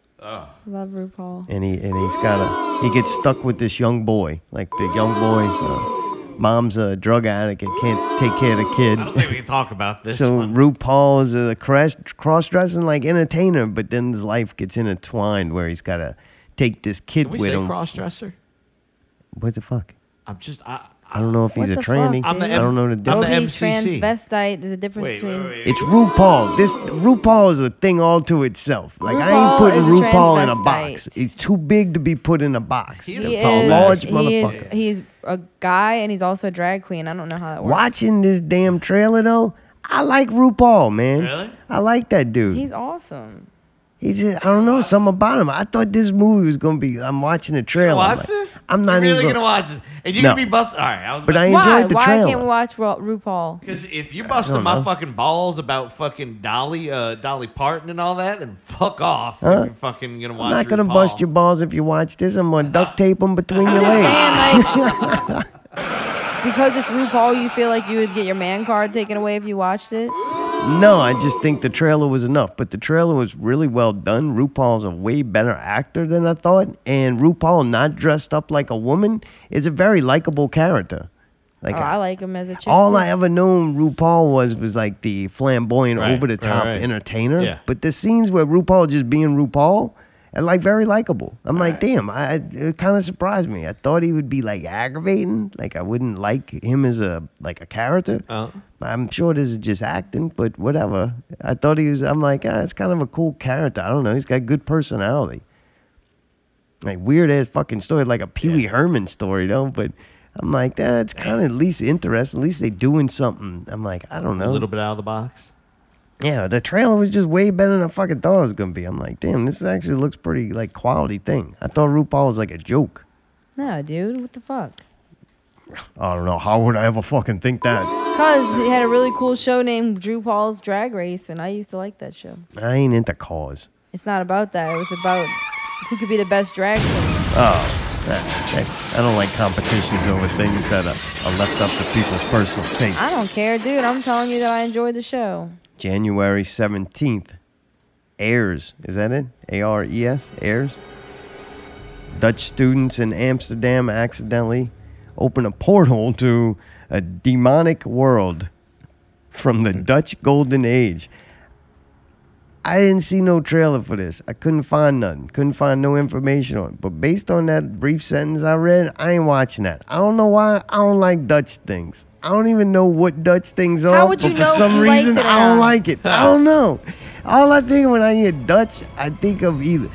S2: Love RuPaul.
S1: and he and he's got a he gets stuck with this young boy. Like the young boy's uh, mom's a drug addict and can't take care of the kid.
S3: Maybe we can talk about this.
S1: so RuPaul is a cross dressing like entertainer, but then his life gets intertwined where he's got to take this kid
S3: Can we
S1: with
S3: say
S1: him.
S3: crossdresser?
S1: what the fuck?
S3: I'm just. I,
S1: I don't know if he's a tranny.
S3: I'm the
S1: I don't know the
S3: I'm
S1: difference.
S3: the
S2: Be
S3: MCC.
S2: transvestite. There's a difference between.
S1: It's RuPaul. This RuPaul is a thing all to itself. Like I
S2: RuPaul
S1: ain't putting
S2: is a
S1: RuPaul in a
S2: transvestite.
S1: box. He's too big to be put in a box. He's
S2: He
S1: a
S2: is,
S1: large
S2: he is-
S1: motherfucker.
S2: he's a guy and he's also a drag queen. I don't know how that works.
S1: Watching this damn trailer though, I like RuPaul, man.
S2: Really?
S1: I like that dude.
S2: He's awesome.
S1: He just, I don't know, something about him. I thought this movie was gonna be. I'm watching the trailer. I'm
S3: watch
S1: like,
S3: this?
S1: I'm not
S3: You're really
S1: even
S3: gonna watch this, and you're gonna
S1: No.
S3: be bust. All right, I was.
S1: But I
S2: Why?
S1: enjoyed the
S2: Why
S1: trailer.
S2: I can't watch Ru- RuPaul?
S3: Because if you're
S1: don't
S3: busting my
S1: know.
S3: fucking balls about fucking Dolly, uh, Dolly Parton and all that, then fuck off.
S1: Huh?
S3: If you're fucking gonna
S1: I'm
S3: watch.
S1: not gonna
S3: RuPaul.
S1: bust your balls if you watch this. I'm gonna duct tape them between your
S2: just
S1: legs.
S2: saying, Because it's RuPaul, you feel like you would get your man card taken away if you watched it. Oh,
S1: No, I just think the trailer was enough, but the trailer was really well done. RuPaul's a way better actor than I thought, and RuPaul not dressed up like a woman is a very likable character. Like
S2: oh, I like him as a chick.
S1: all
S2: too.
S1: I ever known RuPaul was was like the flamboyant,
S3: Right,
S1: over the top
S3: right, right.
S1: entertainer.
S3: Yeah.
S1: But the scenes where RuPaul just being RuPaul and like very likable. I'm like, damn, I it kind of surprised me. I thought he would be like aggravating, like I wouldn't like him as a like a character.
S3: Uh,
S1: I'm sure this is just acting, but whatever. I thought he was. I'm like, ah, it's kind of a cool character. I don't know. He's got good personality. Like weird ass fucking story, like a Pee Wee Herman story, though. But I'm like, that's kind of at least interesting. At least they doing something. I'm like, I don't know.
S3: A little bit out of the box.
S1: Yeah, the trailer was just way better than I fucking thought it was gonna be. I'm like, damn, this actually looks pretty like quality thing. I thought RuPaul was like a joke.
S2: No, dude, what the fuck?
S1: I don't know. How would I ever fucking think that?
S2: Cause he had a really cool show named Drew Paul's Drag Race, and I used to like that show.
S1: I ain't into cause.
S2: It's not about that. It was about who could be the best drag queen.
S1: Oh, that, that's, I don't like competitions over things that are, are left up to people's personal taste.
S2: I don't care, dude. I'm telling you that I enjoyed the show.
S1: January 17th, Airs. Is that it? A R E S? Airs? Dutch students in Amsterdam accidentally open a portal to a demonic world from the Dutch Golden Age. I didn't see no trailer for this. I couldn't find none. Couldn't find no information on it. But based on that brief sentence I read, I ain't watching that. I don't know why. I don't like Dutch things. I don't even know what Dutch things are.
S2: How would you
S1: but
S2: know
S1: for
S2: if
S1: some
S2: you liked
S1: reason
S2: it or
S1: I don't
S2: not?
S1: like it. I don't know. All I think when I hear Dutch, I think of either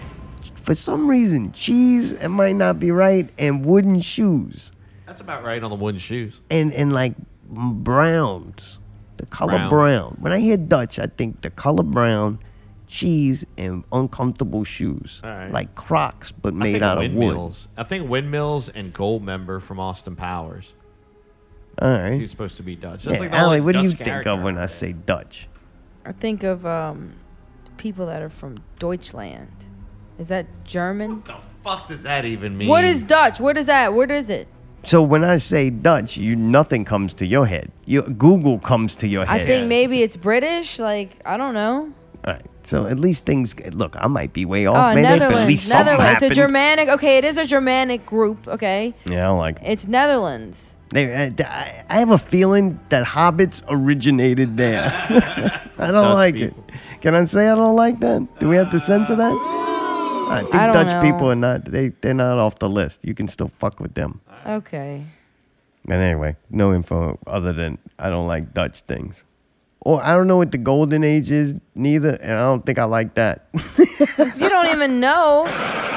S1: for some reason cheese. It might not be right, and wooden shoes,
S3: That's about right on the wooden shoes.
S1: and and like browns, the color
S3: Brown.
S1: brown. When I hear Dutch, I think the color brown, cheese, and uncomfortable shoes,
S3: All right.
S1: like Crocs but
S3: I
S1: made
S3: think
S1: out of wood.
S3: windmills. I think windmills and gold member from Austin Powers.
S1: All right.
S3: He's supposed to be Dutch. That's
S1: Yeah,
S3: like the
S1: Allie,
S3: only
S1: what do you
S3: Dutch
S1: think
S3: character.
S1: of when I say Dutch?
S2: I think of um, people that are from Deutschland. Is that German?
S3: Fuck does that even mean?
S2: What is
S1: Mm.
S2: Dutch? What is that? What is it?
S1: So when I say Dutch, you nothing comes to your head. You Google comes to your head.
S2: I think maybe it's British. Like I don't know.
S1: All right. So at least things look. I might be way off,
S2: Oh,
S1: man. But at least
S2: Netherlands.
S1: something
S2: Netherlands. It's a
S1: happened.
S2: Germanic. Okay, it is a Germanic group. Okay,
S1: yeah, I don't like.
S2: it's Netherlands.
S1: They, I, I have a feeling that hobbits originated there. I don't like it. Can I say I don't like that? Do we have to censor that? I think
S2: I don't
S1: Dutch people
S2: know.
S1: are not. They they're not off the list. You can still fuck with them.
S2: Okay.
S1: And anyway, no info other than I don't like Dutch things. Or I don't know what the golden age is neither, and I don't think I like that.
S2: You don't even know.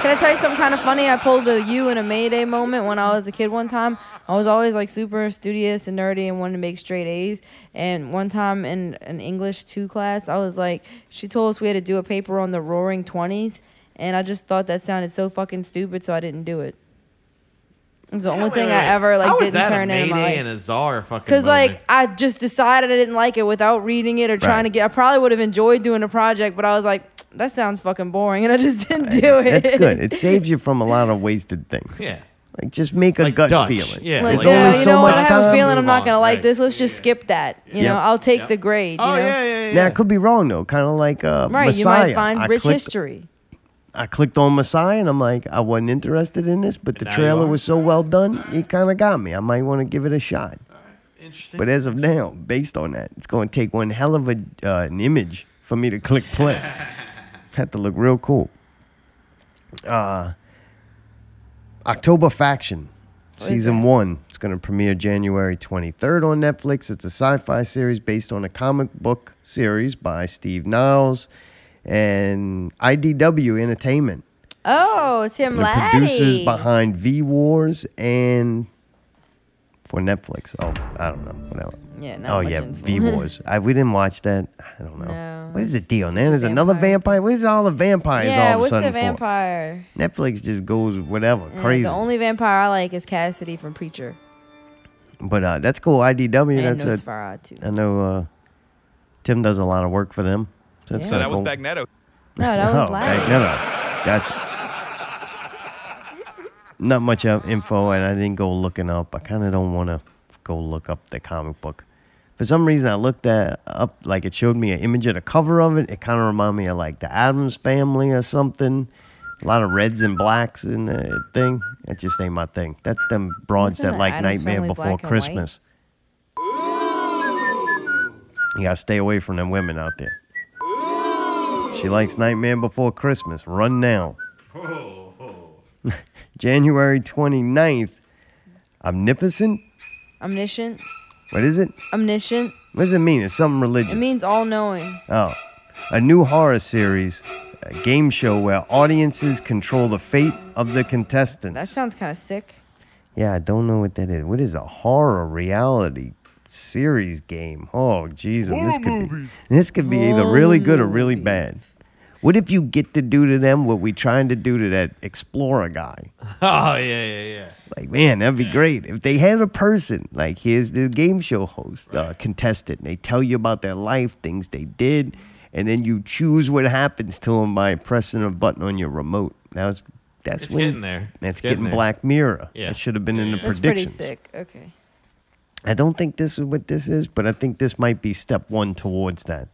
S2: Can I tell you something kind of funny? I pulled a you in a Mayday moment when I was a kid one time. I was always like super studious and nerdy and wanted to make straight A's. And one time in an English 2 class, I was like, she told us we had to do a paper on the roaring 20s. And I just thought that sounded so fucking stupid, so I didn't do it. It was the only
S3: Wait,
S2: thing
S3: wait,
S2: I
S3: wait.
S2: ever like
S3: How is
S2: didn't
S3: that
S2: turn
S3: a
S2: in. in my
S3: Mayday
S2: life.
S3: and a czar fucking.
S2: Cause like
S3: moment?
S2: I just decided I didn't like it without reading it or trying to get. I probably would have enjoyed doing a project, but I was like, that sounds fucking boring, and I just didn't do it.
S1: That's good. It saves you from a lot of wasted things.
S3: yeah.
S1: Like just make a gut
S3: Dutch,
S1: feeling.
S3: yeah.
S1: There's
S3: Like,
S1: only
S2: Yeah, you
S1: so
S2: know what?
S1: much
S2: I have a
S1: time.
S2: feeling I'm not gonna like this. Let's just skip that. You
S1: Yeah. Oh,
S2: know, I'll take the grade.
S3: Oh,
S2: you know?
S1: Now I could be wrong though. Kind of like uh,
S2: Right, you
S1: Messiah.
S2: might find
S1: I
S2: rich
S1: clicked,
S2: history.
S1: I clicked on Messiah and I'm like, I wasn't interested in this, but the
S3: now you
S1: trailer
S3: are.
S1: was so well done, it kind of got me. I might want to give it a shot.
S3: Interesting.
S1: But as of now, based on that, it's going to take one hell of a uh, an image for me to click play. Had to look real cool. Uh, October Faction,
S17: What is
S1: season
S17: that?
S1: one. It's going to premiere January 23rd on Netflix. It's a sci fi series based on a comic book series by Steve Niles and IDW Entertainment.
S2: Oh, it's him,
S1: The producers
S2: Laddie.
S1: behind V Wars and for Netflix. Oh, I don't know. Whatever.
S2: Yeah, not
S1: Oh
S2: much
S1: yeah,
S2: info.
S1: V Wars. I we didn't watch that. I don't know.
S2: No,
S1: what is the deal, man? There's another vampire. What is all the vampires all
S2: yeah,
S1: of a
S2: what's
S1: sudden
S2: the vampire?
S1: for? Netflix just goes with whatever,
S2: Yeah,
S1: crazy.
S2: the only vampire I like is Cassidy from Preacher.
S1: but uh, that's cool. IDW.
S2: And
S1: that's
S2: Nosferatu.
S1: a, I know. Uh, Tim does a lot of work for them. So that's
S2: Yeah. So
S1: kinda
S2: that was
S1: cool.
S2: Magneto. No, that was
S1: oh,
S2: Laddie.
S1: Magneto. Gotcha. Not much uh, info, and I didn't go looking up. I kind of don't want to go look up the comic book. For some reason, I looked at up like it showed me an image of the cover of it. It kind of reminded me of like the Adams Family or something. A lot of reds and blacks in the thing. That just ain't my thing. That's them broads
S17: Wasn't
S1: that
S17: the
S1: like
S17: Addams
S1: Nightmare
S17: Family
S1: Before
S17: black and white?
S1: Christmas. You gotta stay away from them women out there. She likes Nightmare Before Christmas. Run now. January 29th. Omnipotent?
S2: Omniscient,
S1: What is it?
S2: omniscient.
S1: What does it mean? It's something
S2: It
S1: religious.
S2: means all knowing.
S1: Oh. A new horror series, a game show where audiences control the fate of the contestants.
S2: That sounds kind of sick.
S1: Yeah, I don't know what that is. What is a horror reality series game? Oh, jeez, and this could be this could be either really good or really bad. What if you get to do to them what we trying to do to that explorer guy?
S3: Oh yeah, yeah, yeah.
S1: Like, man, that'd be great if they had a person. Like, here's the game show host, uh, contestant. And they tell you about their life, things they did, and then you choose what happens to them by pressing a button on your remote. Now it's that's
S3: It's
S1: when,
S3: getting there.
S1: That's
S3: It's getting
S1: getting,
S3: there.
S1: Black Mirror.
S3: Yeah.
S1: It should have been in the
S2: That's pretty
S1: predictions.
S2: sick. Okay.
S1: I don't think this is what this is, but I think this might be step one towards that.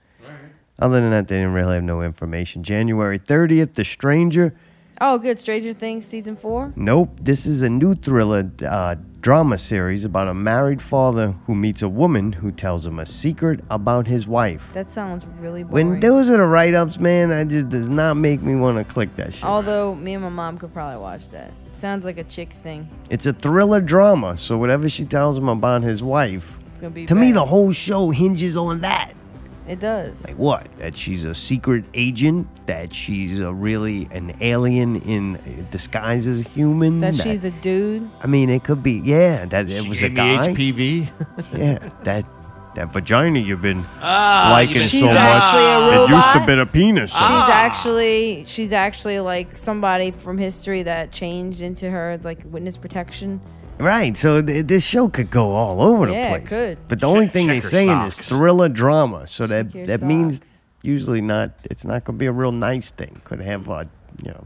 S1: Other than that, they didn't really have no information. January 30th, The Stranger.
S2: Oh, good. Stranger Things season four.
S1: Nope, this is a new thriller uh, drama series about a married father who meets a woman who tells him a secret about his wife.
S2: That sounds really boring.
S1: When those are the write ups, man, I just does not make me want to click that
S2: Oh.
S1: shit.
S2: Although me and my mom could probably watch that. Sounds like a chick thing.
S1: It's a thriller drama, so whatever she tells him about his wife,
S2: It's gonna be
S1: to me,
S2: bad.
S1: the whole show hinges on that.
S2: It does.
S1: Like what? That she's a secret agent? That she's a really an alien in disguise as a human?
S2: that she's a dude.
S1: I mean, it could be. Yeah, that it
S3: She
S1: was a
S3: gave me
S1: guy.
S3: HPV.
S1: yeah, that that vagina you've been
S3: Ah,
S1: liking
S3: you've been-
S1: so
S3: She's
S1: much.
S2: actually a
S1: It used to
S2: robot? Ah.
S1: be Ah. a penis.
S2: She's actually she's actually like somebody from history that changed into her like witness protection.
S1: Right, so th- this show could go all over
S2: Yeah,
S1: the
S2: it
S1: place.
S2: could.
S1: But the only
S2: Check-
S1: thing
S2: check
S1: they're
S2: your
S1: saying is
S2: socks.
S1: thriller drama, so that
S2: your
S1: that means usually not. It's not going to be a real nice thing. Could have uh, you know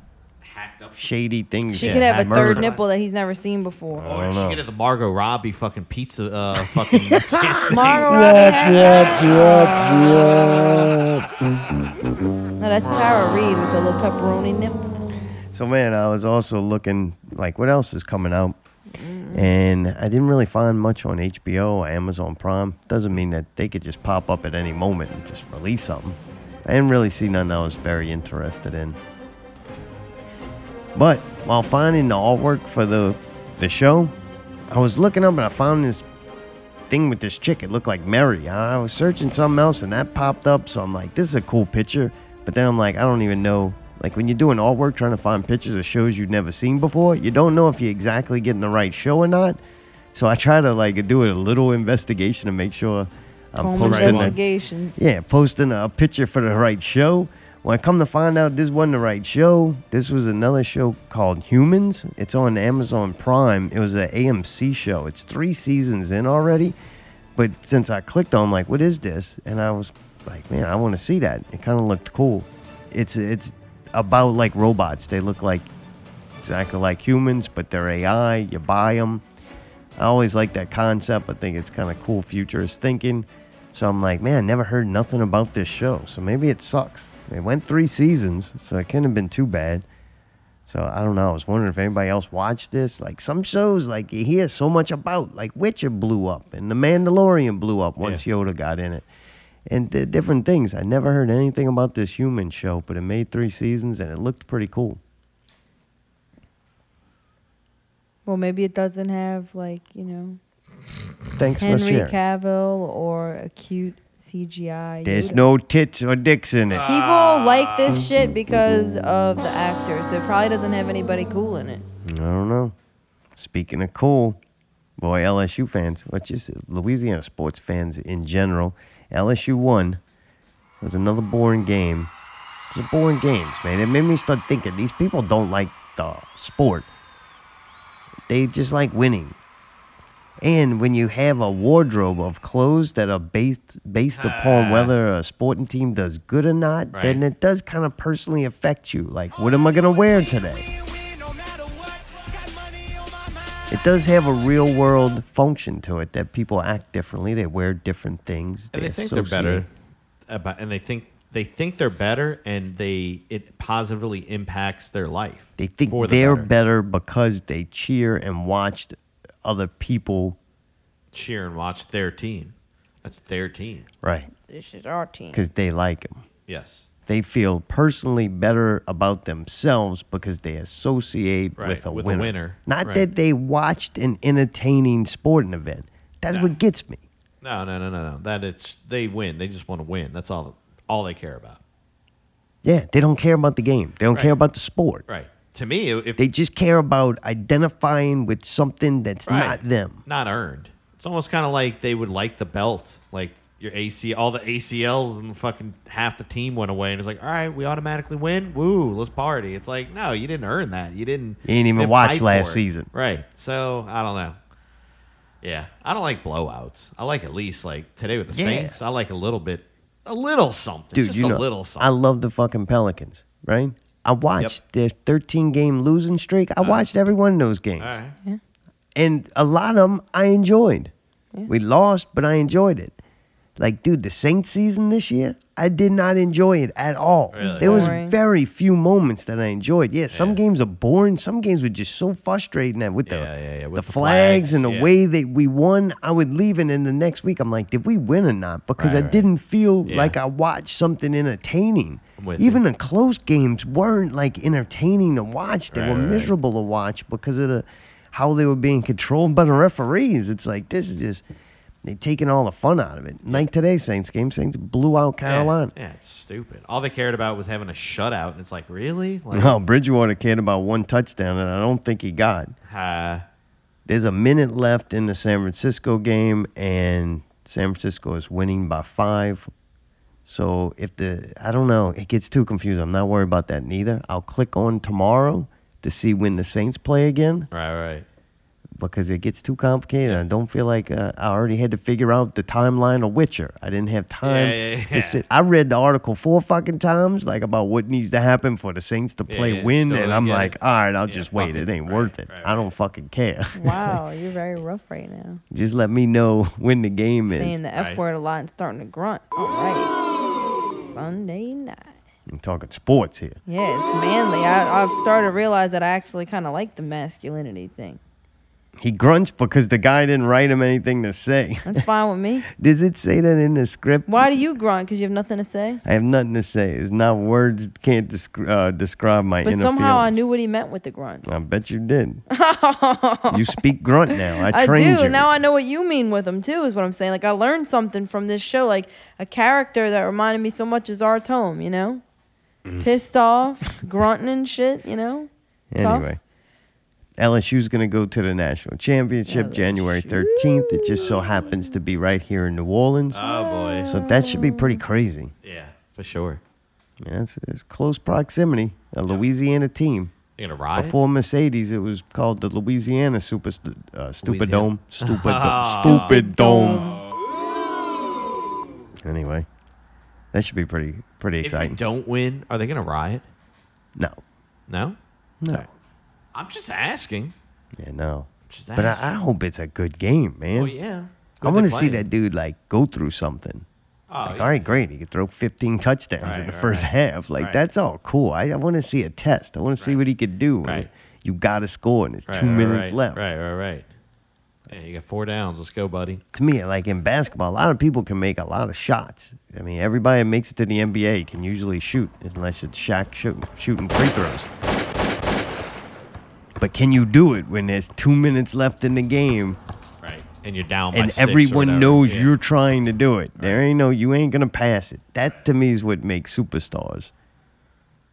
S1: shady things.
S2: She
S1: that
S2: could have a
S1: murder.
S2: third nipple that he's never seen before.
S1: I don't
S3: She
S1: know.
S3: get the Margot Robbie fucking pizza. Uh, fucking.
S2: Margot
S1: Wop,
S2: Robbie.
S1: wop, wop,
S2: No,
S1: wop.
S2: that's Tara Reid with the little pepperoni nip.
S1: So man, I was also looking like what else is coming out, and I didn't really find much on HBO or Amazon Prime. Doesn't mean that they could just pop up at any moment and just release something. I didn't really see nothing I was very interested in. But while finding the artwork for the the show, I was looking up and I found this thing with this chick. It looked like Mary. I I was searching something else and that popped up. So I'm like, this is a cool picture. But then I'm like, I don't even know. Like when you're doing artwork trying to find pictures of shows you've never seen before, you don't know if you're exactly getting the right show or not. So I try to like do a little investigation to make sure I'm
S2: Home
S1: posting the-
S2: investigations.
S1: yeah, posting a picture for the right show. When I come to find out this wasn't the right show, this was another show called Humans. It's on Amazon Prime. It was an AMC show. It's three seasons in already. But since I clicked on, like, what is this? And I was like, man, I want to see that. It kind of looked cool. It's it's about like robots. They look like exactly like humans, but they're AI. You buy them. I always like that concept. I think it's kind of cool futurist thinking. So I'm like, man, never heard nothing about this show. So maybe it sucks. It went three seasons, so it couldn't have been too bad. So I don't know. I was wondering if anybody else watched this. Like some shows, like you hear so much about, like Witcher blew up and The Mandalorian blew up once Yoda got in it, and th- different things. I never heard anything about this human show, but it made three seasons and it looked pretty cool.
S2: Well, maybe it doesn't have like you know
S1: Thanks for
S2: Henry
S1: sharing.
S2: Cavill or a cute CGI.
S1: There's
S2: Yoda.
S1: no tits or dicks in it.
S2: People like this shit because of the actor, so it probably doesn't have anybody cool in it.
S1: I don't know. Speaking of cool, boy, LSU fans, what just Louisiana sports fans in general, LSU won. It was another boring game. It was a boring games, man. It made me start thinking these people don't like the sport. They just like winning. And when you have a wardrobe of clothes that are based based upon whether a sporting team does good or not, then it does kind of personally affect you. Like, what am I gonna wear today? It does have a real world function to it that people act differently. They wear different things.
S3: and they think they're
S1: associate-
S3: better about, and they think they think they're better and they it positively impacts their life
S1: They think
S3: for the
S1: they're better
S3: better.
S1: because they cheer and watched other people.
S3: cheer and watch their team that's their team
S1: Right.
S2: This is our team.
S1: Because they like them.
S3: yes
S1: They feel personally better about themselves because they associate with, a,
S3: with a
S1: winner.
S3: winner.
S1: Not
S3: Right.
S1: that they watched an entertaining sporting event. That's what gets me.
S3: no no no no no that it's they win they just want to win that's all all they care about
S1: Yeah, they don't care about the game. They don't care
S3: Right.
S1: about the sport.
S3: right to me if
S1: They just care about identifying with something that's
S3: Right.
S1: not them.
S3: not earned it's almost kind of like they would like the belt like your AC, all the ACLs and fucking half the team went away, and it's like, all right, we automatically win. Woo, let's party. It's like, no, you didn't earn that. You didn't.
S1: You didn't even
S3: didn't
S1: watch
S3: fight
S1: last
S3: for it.
S1: season.
S3: Right. So I don't know. Yeah, I don't like blowouts. I like at least like today with the
S1: Yeah.
S3: Saints. I like a little bit, a little something,
S1: Dude,
S3: just
S1: you
S3: a
S1: know,
S3: little
S1: I
S3: something.
S1: love the fucking Pelicans, right? I watched their 13 game losing streak. I watched every one of those games.
S3: right.
S2: Yeah.
S1: And a lot of them I enjoyed. We lost, but I enjoyed it. Like, dude, the Saints season this year, I did not enjoy it at all.
S12: Really?
S1: There was
S12: Boring.
S1: very few moments that I enjoyed. Yeah, some games are boring. Some games were just so frustrating that with the, the, flags,
S12: flags,
S1: and the
S12: yeah.
S1: way that we won, I would leave and then the next week I'm like, did we win or not? Because
S12: Right,
S1: I
S12: right.
S1: didn't feel like I watched something entertaining.
S12: with
S1: Even the close games weren't like entertaining to watch. They
S12: Right,
S1: were
S12: right, right.
S1: miserable to watch because of the how they were being controlled by the referees. It's like this is just they taking all the fun out of it. Like today, Saints game, Saints blew out
S3: Yeah.
S1: Carolina.
S3: Yeah, it's stupid. All they cared about was having a shutout, and it's like, really? Like,
S1: No, Bridgewater cared about one touchdown, and I don't think he got.
S3: uh,
S1: There's a minute left in the San Francisco game, and San Francisco is winning by five. So if the I don't know, it gets too confusing. I'm not worried about that neither. I'll click on tomorrow to see when the Saints play again
S3: right, right.
S1: because it gets too complicated. I don't feel like uh, I already had to figure out the timeline of Witcher. I didn't have time
S12: Yeah, yeah,
S1: to
S12: yeah.
S1: sit. I read the article four fucking times, like about what needs to happen for the Saints to
S12: Yeah,
S1: play
S12: yeah,
S1: win,
S12: still
S1: and
S12: didn't
S1: I'm
S12: get
S1: like,
S12: it.
S1: all right, I'll just wait. It ain't worth it. I don't fucking care.
S2: Wow, you're very rough right now.
S1: just let me know when the game is.
S2: Saying the F word a lot and starting to grunt. All right. Sunday night.
S1: I'm talking sports here.
S2: Yeah, it's manly. I, I've started to realize that I actually kind of like the masculinity thing.
S1: He grunts because the guy didn't write him anything to say.
S2: That's fine with me.
S1: Does it say that in the script?
S2: Why do you grunt? Because you have nothing to say?
S1: I have nothing to say. It's not words can't descri- uh, describe my
S2: But
S1: inner
S2: somehow I
S1: feelings.
S2: knew what he meant with the grunt.
S1: I bet you did. you speak grunt now. I
S2: I do.
S1: trained you.
S2: Now I know what you mean with them too. Is what I'm saying. Like I learned something from this show. Like a character that reminded me so much is our Tome. You know,
S1: Mm.
S2: pissed off, grunting and shit. You know. Tough.
S1: anyway, LSU's going to go to the national championship January 13th. It just so happens to be right here in New Orleans.
S3: Oh, boy.
S1: So that should be pretty crazy.
S3: Yeah, for sure.
S1: Yeah, it's, it's close proximity. A Louisiana team.
S3: They're gonna ride.
S1: Before Mercedes, it was called the Louisiana Super Stu- uh, Stupid
S3: Louisiana.
S1: Dome. Stupid,
S3: Ah.
S1: Dome. Stupid Dome. Anyway, that should be pretty pretty
S3: If you
S1: exciting.
S3: don't win, are they gonna riot?
S1: No,
S3: No.
S1: no.
S3: I'm just asking.
S1: Yeah, no.
S3: Just
S1: But
S3: asking.
S1: I, I hope it's a good game, man.
S3: Oh, yeah.
S1: I
S3: What
S1: want to
S3: they
S1: see
S3: playing.
S1: that dude like go through something.
S3: Oh,
S1: Like,
S3: yeah.
S1: All right, great. He could throw 15 touchdowns in
S3: Right,
S1: the
S3: right,
S1: first
S3: right.
S1: half. Like
S3: Right.
S1: that's all cool. I, I want to see a test. I want to see what he could do. Right. You got to score, and it's
S3: Right,
S1: two
S3: right,
S1: minutes
S3: right,
S1: left.
S3: Right, right, right. Yeah, you got four downs. Let's go, buddy.
S1: To me, like in basketball, a lot of people can make a lot of shots. I mean, everybody that makes it to the NBA can usually shoot, unless it's Shaq shooting, shooting free throws. But can you do it when there's two minutes left in the game?
S3: Right. And you're down by
S1: and
S3: six or
S1: everyone
S3: whatever.
S1: knows
S3: Yeah.
S1: you're trying to do it. There ain't no, you ain't gonna pass it. That to me is what makes superstars.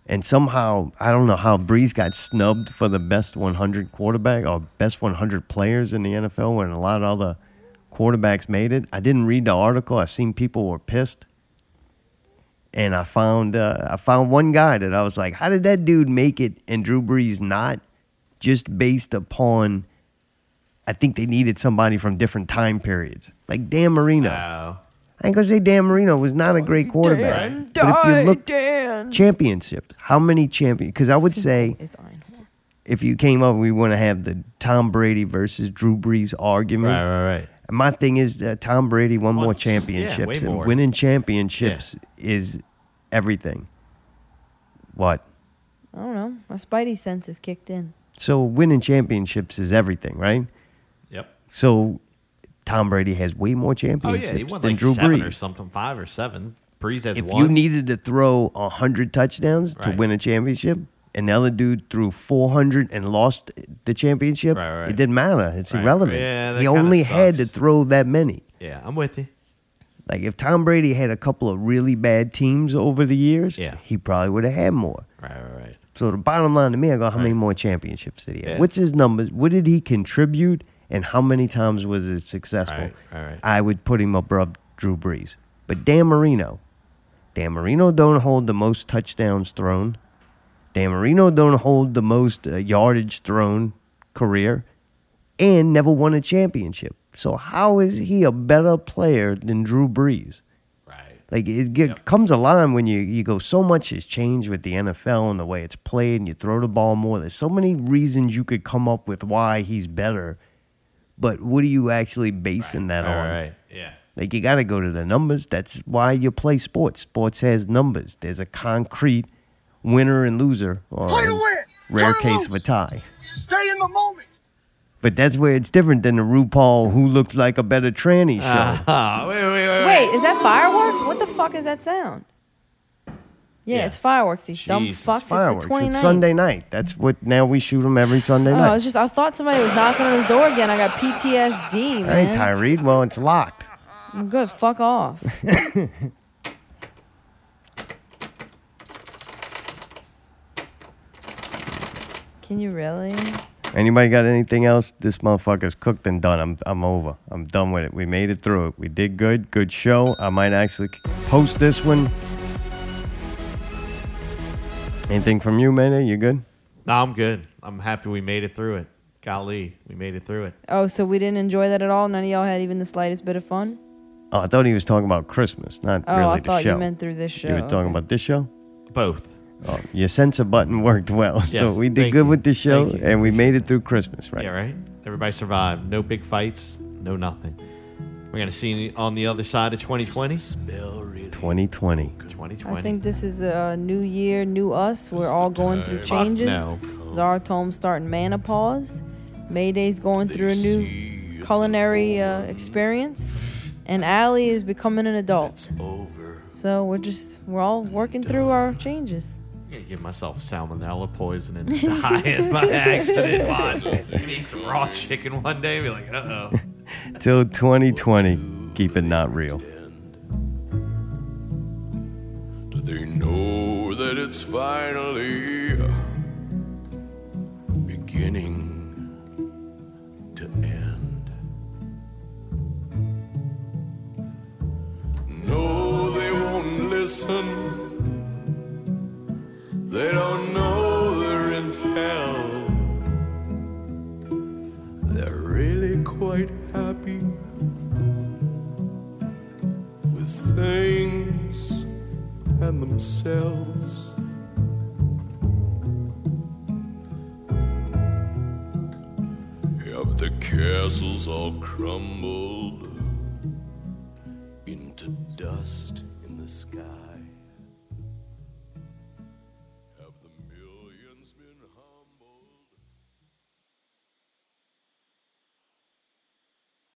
S1: And somehow, I don't know how Breeze got snubbed for the best 100 quarterback or best 100 players in the NFL when a lot of other quarterbacks made it. I didn't read the article. I seen people were pissed, and I found uh, I found one guy that I was like, how did that dude make it and Drew Brees not? Just based upon I think they needed somebody from different time periods, like Dan Marino.
S3: Oh.
S1: I ain't gonna say Dan Marino was not a great quarterback,
S2: Dan,
S1: but if you
S2: die,
S1: look
S2: Dan.
S1: championships, how many champions? Because I would say
S2: It's Iron.
S1: if you came up, we want to have the Tom Brady versus Drew Brees argument.
S3: Right, right, right.
S1: And my thing is uh, Tom Brady won more championships,
S3: way
S1: and
S3: more.
S1: winning championships is everything. What?
S2: I don't know. My spidey sense is kicked in.
S1: So winning championships is everything, right?
S3: Yep.
S1: So Tom Brady has way more
S3: Oh,
S1: championships
S3: yeah. He won
S1: than
S3: like
S1: Drew
S3: seven
S1: Brees.
S3: or something, five or seven. Breeze has
S1: if
S3: one.
S1: you needed to throw 100 touchdowns to
S3: Right.
S1: win a championship, and the other dude threw 400 and lost the championship, it didn't matter. It's
S3: Right.
S1: irrelevant.
S3: Yeah, that
S1: he
S3: kinda
S1: only had to throw that many.
S3: yeah, I'm with you.
S1: Like if Tom Brady had a couple of really bad teams over the years, yeah. he probably would have had more.
S3: Right, right, right.
S1: So the bottom line to me, I go, how many more championships did he have?
S3: Yeah.
S1: What's his numbers? What did he contribute? And how many times was it successful?
S3: Right, right, right.
S1: I would put him above Drew Brees. But Dan Marino, Dan Marino don't hold the most touchdowns thrown. Dan Marino don't hold the most uh, yardage thrown career, and never won a championship. So how is he a better player than Drew Brees? Like it get, comes a line when you, you go, so much has changed with the NFL and the way it's played, and you throw the ball more. There's so many reasons you could come up with why he's better, but what are you actually basing that
S3: All
S1: on?
S3: right. Yeah.
S1: Like you got to go to the numbers. That's why you play sports. Sports has numbers. There's a concrete winner and loser, or
S12: Play
S1: in
S12: to win.
S1: rare
S12: Turn
S1: case of a
S12: loose.
S1: tie.
S12: Stay in the moment.
S1: But that's where it's different than the RuPaul Who Looks Like a Better Tranny show.
S3: Uh,
S2: Wait, is that fireworks? What the fuck is that sound? Yeah, it's fireworks. These dumb
S1: Jesus,
S2: fucks.
S1: Fireworks.
S2: It's the 29th.
S1: It's Sunday night. That's what now we shoot them every Sunday
S2: Oh,
S1: night.
S2: I was just I thought somebody was knocking on the door again. I got PTSD,
S1: All right,
S2: man.
S1: Tyree. Well, it's locked.
S2: I'm good. Fuck off. Can you really?
S1: Anybody got anything else? This motherfucker's cooked and done. I'm I'm over. I'm done with it. We made it through it. We did good. Good show. I might actually post this one. Anything from you, Mayday? You good?
S3: No, I'm good. I'm happy we made it through it. Golly, we made it through it.
S2: Oh, so we didn't enjoy that at all. None of y'all had even the slightest bit of fun.
S1: Oh, I thought he was talking about Christmas, not
S2: Oh,
S1: really
S2: I
S1: the
S2: thought you
S1: show.
S2: meant through this
S1: You were
S2: show.
S1: talking about this show?
S3: Both.
S1: Oh, your sensor button worked well. so
S3: Yes,
S1: we did
S3: thank
S1: good
S3: you.
S1: with this show
S3: Thank you.
S1: and we made it through Christmas, right?
S3: Yeah, right? Everybody survived. No big fights, no nothing. We're going to see you on the other side of 2020.
S1: 2020.
S3: 2020.
S2: I think this is a new year, new us. We're all going through
S3: Fuck
S2: changes.
S3: no.
S2: Zara Tome's starting menopause. Mayday's going through a new culinary uh, experience. And Allie is becoming an adult. So we're just, we're all working through our changes.
S3: I'm going to give myself salmonella poison and die in my accident. Watch. I'm gonna eat some raw chicken one day and be like, uh oh.
S1: Till 2020, keep it not real.
S5: Do they know that it's finally beginning to end? No, they won't listen. They don't know they're in hell. They're really quite happy with things and themselves. Castles all crumbled into dust in the sky.